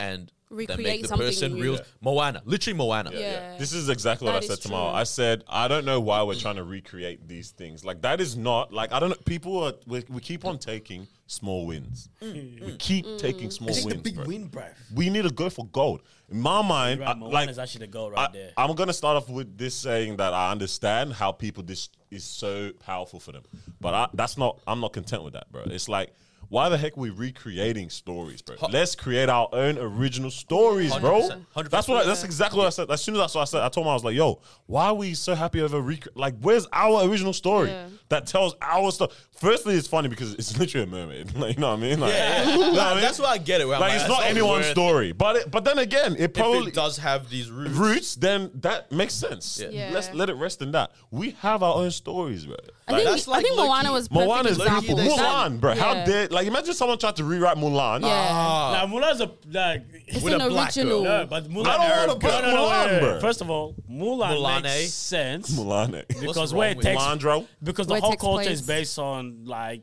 and then
Recreate
make the
something
person
new.
real Moana, literally Moana.
Yeah.
This is exactly what
That
I
is
said tomorrow.
true.
I said I don't know why we're trying to recreate these things. Like that is not like I don't know. People are we, we keep on taking small wins.
Mm,
We keep taking small
Take the
wins.
big
bro.
win, bro.
We need to go for gold. In my mind,
Right,
I-
Moana's
like
actually the goal right
I,
there.
I'm gonna start off with this saying that I understand how people this is so powerful for them, but I, that's not. I'm not content with that, bro. It's like. Why the heck are we recreating stories, bro? Let's create our own original stories, bro.
100%, 100%.
That's what. I, that's exactly what I said. As soon as that's what I said, I told him I was like, "Yo, why are we so happy over rec- like? Where's our original story
Yeah.
that tells our stuff?" Firstly, it's funny because it's literally a mermaid. Like, you know what I mean? Like,
Yeah, yeah.
you know what I
Like,
mean?
that's why I get it. Where I'm
like, it's not
that's
anyone's
worth
story, but it, but then again, it
If
probably
it does have these roots,
roots, then that makes sense.
Yeah.
Let's
Yeah.
let it rest in that. We have our own stories, bro.
I think,
that's
I
like
think
low-key-
Moana was perfect
Moana is
example.
beautiful.
they said-
Mulan, bro. How
Yeah.
dare like imagine someone tried to rewrite Mulan.
Yeah.
Ah,
Now Mulan's a like.
It's
with
an
a black girl.
original.
No, but Mulan.
I don't
No,
want to put
no, no, wait,
Mulan,
wait,
bro.
First of all, Mulan
Mulan, eh?
makes sense
Mulan, eh?
because
wrong
where it
with
takes
Landro.
because
Where
the
it
whole
takes
culture is
place.
based on like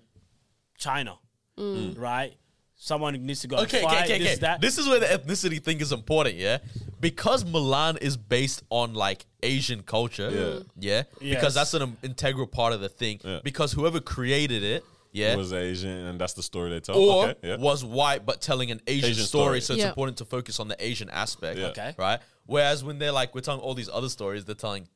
China,
Mm.
right? Someone needs to go
okay,
and
okay,
fight
okay,
this
okay.
that.
This is where the ethnicity thing is important, yeah. Because Milan is based on like Asian culture, yeah.
Yes.
Because that's an um, integral part of the thing.
Yeah.
Because whoever created it, yeah,
was Asian, and that's the story they tell.
or
okay, yeah.
was white but telling an Asian,
Asian
story,
story.
So it's
Yeah.
important to focus on the Asian aspect.
Yeah.
Okay.
Right. Whereas when they're like, we're telling all these other stories, they're telling.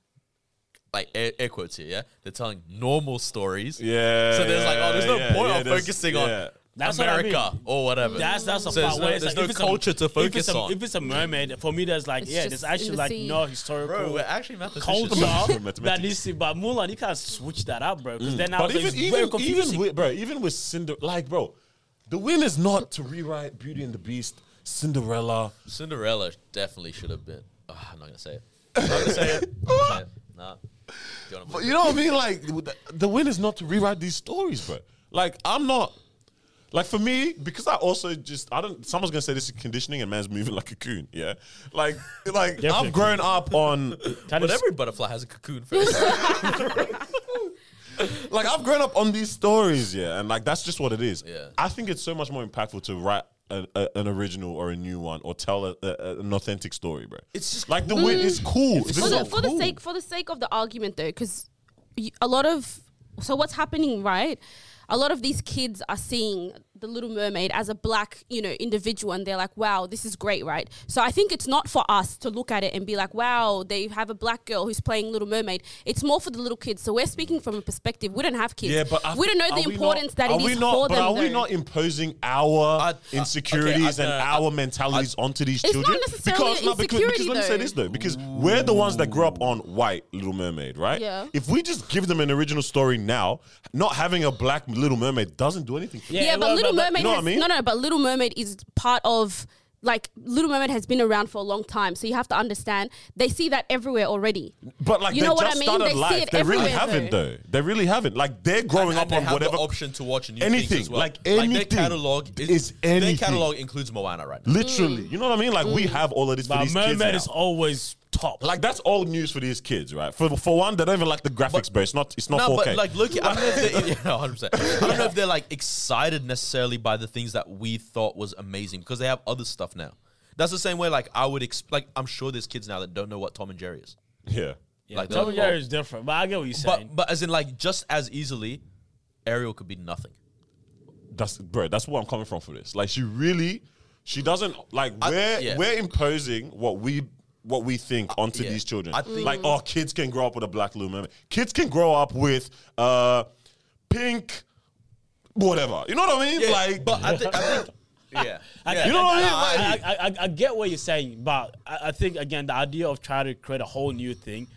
Like air, air quotes here, yeah. They're telling normal stories,
Yeah,
So there's like, oh, there's no
yeah,
point
yeah,
of
there's-
focusing
yeah.
on
That's what I
America
mean.
or whatever.
That's that's a
So
part
there's no-
where it's
there's
like,
no
if it's
culture
a,
to
if
focus
it's a,
on.
If it's a mermaid, for me, there's like
It's
yeah,
just
there's
in
actually
the
like
sea.
no historical.
Bro, we're actually mathematicians.
culture that
Mathematics.
needs to. But Mulan, you can't switch that up, bro.
Mm.
Because then now
But
it's
even
very
even even
confusing.
with, bro, even with Cinderella, like bro, the win is not to rewrite Beauty and the Beast, Cinderella.
Cinderella definitely should have been. Ah, I'm not gonna say it. I'm not gonna say it. I'm not gonna say it. Nah. Do you wanna
But
believe
you know what I mean? Like the- the win is not to rewrite these stories, bro. Like I'm not. Like for me, because I also just I don't. Someone's gonna say this is conditioning, and man's moving like a coon. Yeah, like like
Definitely.
I've grown up on
Kind
But
of
every butterfly has a cocoon first.
like I've grown up on these stories, yeah, and like that's just what it is.
Yeah.
I think it's so much more impactful to write a, a, an original or a new one or tell a, a, a- an authentic story, bro.
It's just
like the way Mm. it's cool. This
for,
is
the,
so
for the
cool.
sake for the sake of the argument though because a lot of so what's happening right a lot of these kids are seeing the little mermaid as a black you know individual and they're like wow this is great right so i think it's not for us to look at it and be like wow they have a black girl who's playing little mermaid it's more for the little kids so we're speaking from a perspective we don't have kids
Yeah, but I
we don't know
are
the
we
importance
not,
that it
are we
is
not,
for
but
them
Are we
though.
not imposing our
I- I-
insecurities
okay, I-
and
no, I-
our mentalities onto these
It's not
children?
necessarily an
no, because, because let me say
insecurity,
this though, because we're the ones that grew up on white Little Mermaid, right?
Yeah.
If we just give them an original story now, not having a black Little Mermaid doesn't do anything. For
Yeah.
Yeah, but
well,
Little
but- but-
Mermaid.
You know
has,
what I mean?
No, no, but Little Mermaid is part of like Little Mermaid has been around for a long time, so you have to understand they see that everywhere already.
But like
You
they
know what I
just
mean?
started
They see
life.
it
they really
everywhere,
haven't
though.
though. They really haven't. Like they're growing
and
up
they
on
have
whatever
the option to watch new
anything,
things as well.
like
their
anything
catalog is,
is
Their
anything.
catalog includes Moana right now.
Literally,
Mm.
you know what I mean? Like we have all of this for
But
these kids now.
mermaid is always top.
like that's old news for these kids, right? For for one, they don't even like the graphics,
But-
bro. It's not it's not
no,
4K.
but like, look, I don't know if they're, yeah, 100%. I don't know if they're like excited necessarily by the things that we thought was amazing because they have other stuff now. That's the same way. Like, I would exp- like, I'm sure there's kids now that don't know what Tom and Jerry is.
yeah.
like, they're
Tom
like,
and
oh.
Jerry is different, but I get what you're saying.
but but as in like just as easily, Ariel could be nothing.
That's bro, that's where I'm coming from for this. Like she really she doesn't like
I-
we're
yeah.
we're imposing what we what we think onto
yeah.
these children.
I think-
like oh kids can grow up with a black little mermaid. Kids can grow up with uh pink whatever. You know what I mean? like
but I, think I think, yeah, yeah.
You know what I mean?
I,
Like-
I, I, I get what you're saying, but I, I think again the idea of trying to create a whole new thing.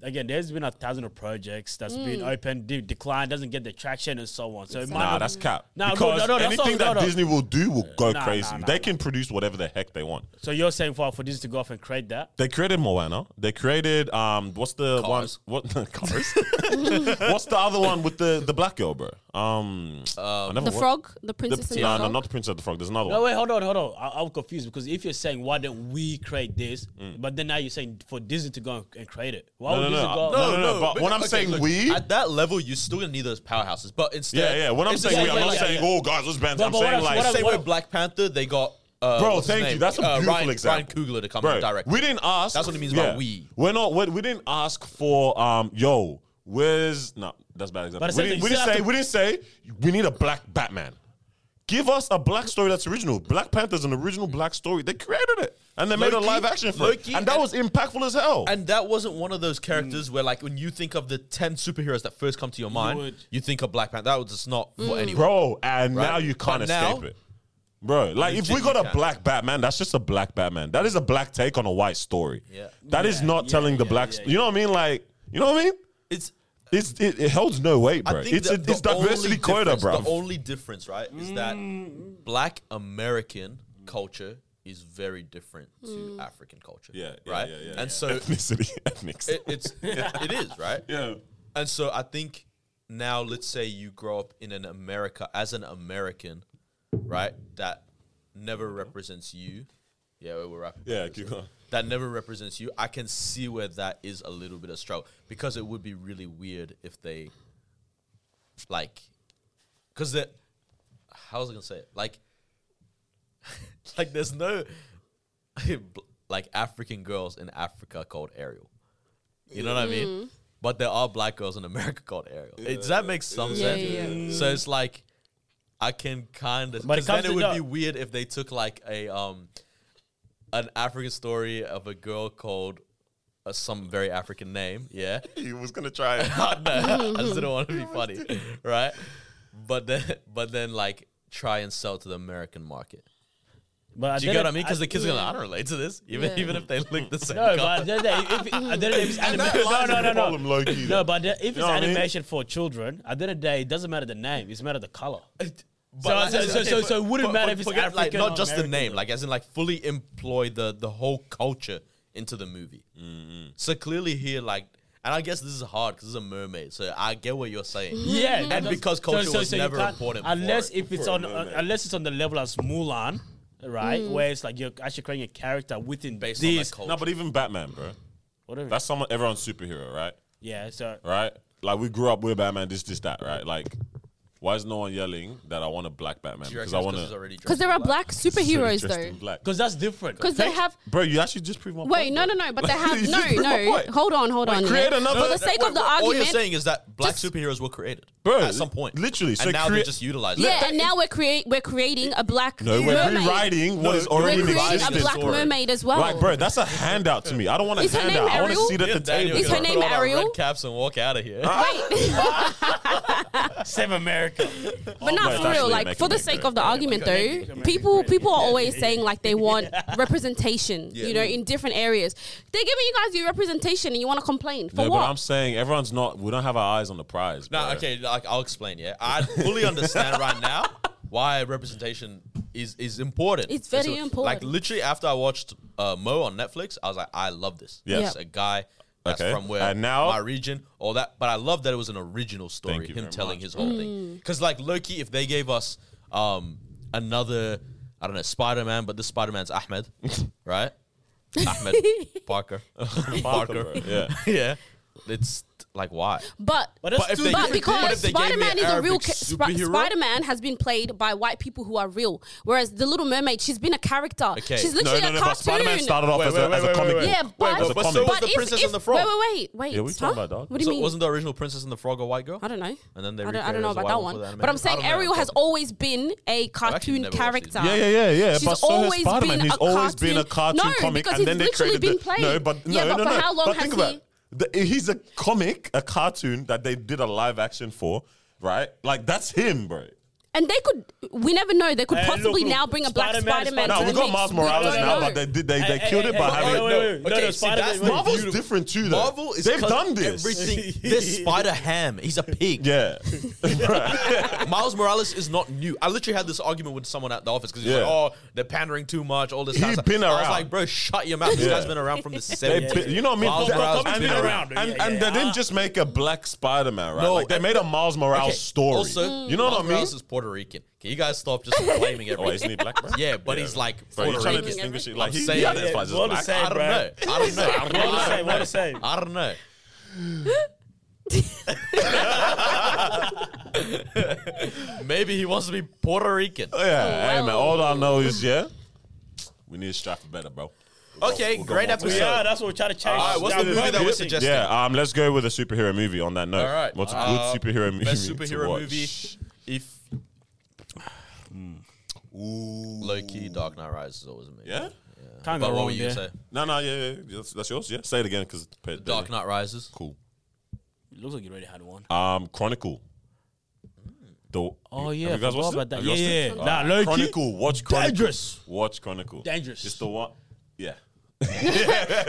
Again, there's been a thousand of projects that's been open, de- declined, doesn't get the traction, and so on. So it might
Nah,
not-
that's cap.
Nah, no,
because
no, no, that's
anything
all- no,
that
no.
Disney will do will go
Nah,
crazy.
nah, nah,
they
nah.
can produce whatever the heck they want.
So you're saying for for this to go off and create that?
They created Moana. They created um, what's the
Cars.
one? What cars? what's the other one with the the black girl, bro? Um,
The frog, the
The,
princess, and
no,
the
no,
frog.
not the princess of the frog. There's another
No,
one.
wait, hold on, hold on. I, I'm confused because if you're saying why don't we create this, but then now you're saying for Disney to go and, and create it. Why
Mm. No,
would
no,
Disney
no.
go?
No, no, no, but when I'm saying we-
at that level, you're still gonna need those powerhouses. But instead,
Yeah, yeah. When I'm
it's the same
saying we, I'm
way,
not
like-
saying oh guys, let's band.
But-
I'm
but what
saying
I'm-
like
what I'm-
same
what
way
I'm-
Black Panther, they got uh,
Bro,
what's his
thank
name?
you. That's a
Uh,
beautiful
Ryan,
example.
Ryan Coogler to come
Bro,
and direct.
We didn't ask.
That's what it means by we.
We're not. We're, we are not we we did not ask for um. Yo, where's no? That's a bad example.
But
we
it's
didn't,
something
we
you
didn't
still
say.
have to-
we didn't say we need a black Batman. Give us a black story that's original. Black Panther's an original black story. They created it and they made a
Loki-
live action for
Loki
it, and that
and-
was impactful as hell.
and that wasn't one of those characters where, like, when you think of the ten superheroes that first come to your mind, you,
would-
think of Black Panther. That was just not for
Mm.
anyone.
bro. And
Right.
now you can't
But now-
escape it, bro. Like if
Legit
we got
you
a
can't.
black Batman, that's just a black Batman. That is a black take on a white story.
Yeah.
that is
Yeah,
not
yeah,
telling the
yeah,
black.
yeah,
st- You know what I mean? Like you know what I mean?
It's
It's it, it holds no weight,
I
bro.
think
It's
the-
a,
the
it's diversity
only
quota,
difference-
bro.
The only difference, right, is
Mm.
that Black American culture is very different to African culture.
Mm. Yeah, yeah,
right.
yeah, yeah,
and
yeah.
so
ethnicity, ethnics.
it, it's it is right.
yeah,
And so I think now, let's say you grow up in an America as an American, right? That never represents you. Yeah, we we're rapping.
yeah. Keep going.
That never represents you. I can see where that is a little bit of struggle because it would be really weird if they, like, because that, how was I gonna say it? Like, like there's no, like African girls in Africa called Ariel.
Mm.
You know what I mean? But there are black girls in America called Ariel. Does that make some
Yeah,
sense?
yeah,
So it's like I can kind of.
But it
Because then
comes
it
to the-
would be weird if they took like a um an African story of a girl called uh, some very African name. Yeah,
He was gonna try it.
I know. I just didn't want to be funny, right? But then, but then like try and sell to the American market.
But
Do you get
then-
what I mean? Because the kids are gonna, I don't relate to this, even
Yeah.
even if they look the same.
No,
color.
but then they- if, it- at the end of the day, if it's
And
anima-
that lies
no,
in
no,
the
no,
problem,
no.
low-key,
No,
though.
but the- if it's
know what I mean?
animation for children, at the end of the day, it doesn't matter the name; it's matter the color.
But
So- so- so- so- so it wouldn't matter if it's
forget, like,
African
not
or
just the
American.
name, like as in like fully
Mm-hmm.
employ the the whole culture into the movie. So clearly here, like, And I guess this is hard because this is a mermaid, so I get what you're saying.
Yeah,
And because culture was
you
never
can't-
important before
Unless
it.
if it's
Before
on,
a
uh,
moment.
unless it's on the level as Mulan, right? Where it's like you're actually creating a character within
Based on
this,
that culture.
No, but even Batman, bro.
whatever.
That's someone everyone's superhero, right?
yeah, so
Right? Like we grew up with Batman, this, this, that, right? Like, why is no one yelling that I want a black Batman?
Do you
Because
reckon
I
it's
want
he's
to.
already
Because
dressed
there
in
are black superheroes though.
Black.
because that's different.
Because they have.
Bro, you actually just proved my
Wait,
point,
no,
bro.
no, no. But they have
You
no,
just proved my
no.
point.
Hold on, hold on.
create
man.
another-
For the sake
Wait,
of the
wait, All you're
argument.
saying is that black
Just-
superheroes were created,
Bro,
at some point,
literally, so
and now they're
create-
just utilizing.
Yeah,
it.
and now we're create we're creating a black
No, we're
mermaid.
rewriting
No,
what is
we're
already
We're
in
creating a
existence.
black
story.
mermaid as well.
Like, bro, that's a handout to me. I don't want a
Is her name
handout. I want to
Ariel?
see it at
Yeah,
the
Daniel
table.
Is
can
her
put
name
on our
Ariel?
Red caps and walk out of here.
Wait,
Save America.
but
my
not for
gosh,
real.
they
Like
make
for
it
the
make
sake
it.
of the argument, though, people people are always saying like they want representation. You know, in different areas, they're giving you guys your representation, and you want to complain for
No, but I'm
what?
saying everyone's not. We don't have our eyes on the prize.
No,
bro.
okay, like I'll explain. Yeah, I fully understand right now why representation is is important.
It's very
Like
important.
literally, after I watched uh, Mo on Netflix, I was like, I love this.
Yes.
It's a guy that's
Okay.
from where
And now-
my region, all that. But I love that it was an original story,
Thank you
him
very
telling
much.
his whole thing.
Mm.
Because like Loki, if they gave us um another, I don't know, Spider Man, but this Spider Man's Ahmed, right? Ahmed Parker, Parker.
Bro, Yeah.
yeah, it's like why?
But
But that's
if
too
they
But
gave- but if
because
they gave me
Spider Man
an
is a real
Arabic
ca- Sp-
superhero-
Spider Man has been played by white people who are real, whereas the Little Mermaid she's been a character.
Okay.
She's
No,
literally
no, no.
a
But Spider Man
cartoon.
started off
Wait,
as
wait,
a as a
wait,
comic.
wait,
book.
wait.
yeah, but,
As a
but
comic.
so was
but
the
if,
Princess
if,
and the Frog.
Wait, wait, wait, wait.
Yeah, we
huh?
talking about dog.
What do you
So
mean?
wasn't the original Princess and the Frog a white girl?
I don't know.
And then they
I don't, I
recreated
don't know
as a
about
white
that
one for
one.
the
But
animated.
I'm saying
I don't know.
Ariel has always been a cartoon
never watched it.
character.
Yeah, yeah, yeah, yeah.
She's
but so has
always
Spider Man.
been
He's
a
always been a
cartoon-
cartoon
No,
comic,
because
and then
he's
they
literally
created
been
the,
playing.
no, but no,
Yeah, but
no,
for
no.
how long
but think
has
about it. The- he's a comic, a cartoon that they did a live action for, right? Like that's him, bro.
And they could, we never know. They could
Hey, look,
possibly
look,
now bring a black
Spider-Man,
Spider Man.
No,
Spider-Man.
we got Miles Morales
no,
now,
no.
but they did they,
Hey,
they
hey,
killed it
hey,
by
hey,
having.
hey, wait, wait, wait. No, no, Spider-Man- wait.
Marvel's different too, though.
Marvel is
They've
cut
done this.
Everything. This Spider Ham, he's a pig.
Yeah,
Miles Morales is not new. I literally had this argument with someone at the office because he's
Yeah.
like, "Oh, they're pandering too much." All this.
He
kind of stuff."
been
I was
around.
like, "Bro, shut your mouth. This
Yeah.
guy's been around from the
They
seventies.
pi- you know what I mean.
Miles
They-
Morales
and,
been
they-
around.
and,
Yeah,
and
yeah,
they
yeah.
didn't just make a black Spider-Man, right?
No,
like they
and-
made a Miles Morales
Okay,
story.
Also,
you know
Miles
what I mean?
Morales is Puerto Rican. Can you guys stop just blaming
Oh, wait,
everything?
isn't he black? Bro?
Yeah, but he's like
Bro, you're
Puerto
trying to
Rican.
distinguish it. Like
I'm
he,
saying-
he identifies as
Well, the
black.
same.
I-
I don't
bro.
know. I don't know. I
What the same?
don't
What the
know.
same?
I don't know. Maybe he wants to be Puerto Rican.
Yeah, hey man.
wow.
All I know is yeah, we need to strive for better, bro.
Okay,
We'll go
great
one more.
episode.
yeah, that's what we're trying to change.
All right, what's the
Yeah,
movie that we're
yeah.
suggesting?
Yeah, um, let's go with a superhero movie on that note.
All right.
What's a
Uh,
good superhero movie?
Best
to
superhero
watch? Hmm.
movie. If low key, Dark Knight Rises is always amazing.
Yeah?
Can't go
But what
wrong
were you
there.
gonna say?
No, no, yeah, yeah, yeah. That's, that's yours. Yeah, say it again because
Dark Knight Rises.
Cool.
Looks like you already had one.
Um, Chronicle. The,
Oh,
have
yeah,
you guys
forgot
watched it?
about that.
Have you
Yeah,
watched it?
yeah.
All
Nah,
right.
low-key.
Chronicle. Watch Chronicle.
Dangerous.
Watch Chronicle.
Dangerous.
It's the one. Yeah. Search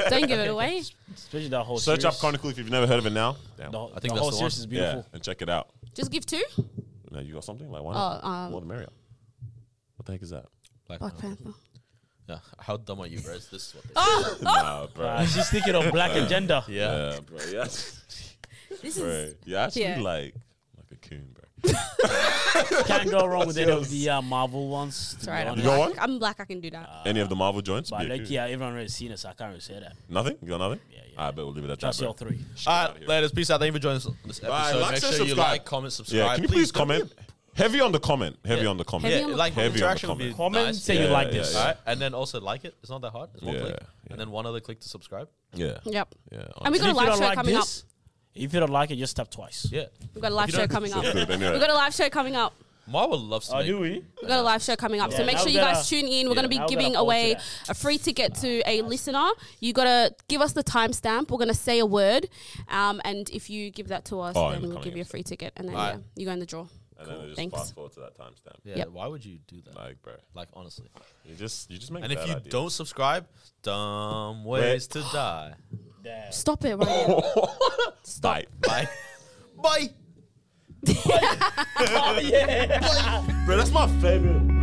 Don't give it away.
Especially that whole
up
series.
Chronicle if you've never heard of it now. Damn.
The, whole-
I think
the
that's
whole
the
series is
one.
Yeah,
beautiful.
and check it out.
Just give two.
No, you got something like why not?
Oh, um,
More the merrier. What the heck is that?
Black
Black
Panther.
Panther.
Yeah. How dumb are you, bros? This is what
Ah!
they
Oh,
Nah, bro.
Uh, she's thinking of black agenda.
Yeah.
Yeah, bro. Yes.
this
bro.
is.
You're actually
Yeah.
like like a coon, bro.
Can't go wrong with any of the uh, Marvel ones. to
It's
be
alright. I'm
honest.
You got
black.
one? Ah.
I'm black. I can do that.
Any of the Marvel joints?
But
Be a
like,
coon.
yeah, everyone already seen it, so I can't really say that.
Nothing? You got nothing?
Yeah, yeah.
I bet we'll leave it at
That's
that.
your three.
All right, ladies, peace out. Thank you for joining us on this episode.
Bye, like,
Make
share,
sure you
subscribe.
like, comment, subscribe.
Yeah, can you please
don't
comment? Heavy on the comment. Heavy on the comment.
Yeah,
Heavy on the
like
comment.
interaction would
Heavy
be
on the
Comment,
nice.
say you
Yeah,
like
yeah,
this.
yeah.
All right, and then also like it. It's not that hard. It's one
Yeah,
click,
yeah.
and then one other click to subscribe.
Yeah.
Yep.
Yeah.
And we
And
got a
if you
live
don't
show
like
coming up.
this, if you don't like it, just tap twice.
Yeah,
We've got a live
If you
show
don't-
coming up.
honestly.
We've
Good, anyway.
got a live show coming up.
Marvel loves to
Oh,
make
do we?
We've got a live show coming up.
Yeah,
so make
now
sure you
we're
guys
gonna-
tune in. We're going to
now
be
we're
giving
gonna hold
away
to that.
a free ticket to a listener. you got to give us the timestamp. We're going to say a word. Um, and if you give that to us,
Oh, in
then
the
we'll
coming
give you a
episode.
free ticket. And then
Alright.
yeah, you go in the draw.
And then just
Thanks.
fast forward to that timestamp.
Yeah,
Yep.
why would you do that?
Like, bro.
Like honestly.
You just you just make
And if
bad
you
ideas.
don't subscribe, dumb ways to die.
Damn.
Stop it right now.
Bye.
Bye. Bye.
Oh, yeah.
Bro, that's my favorite.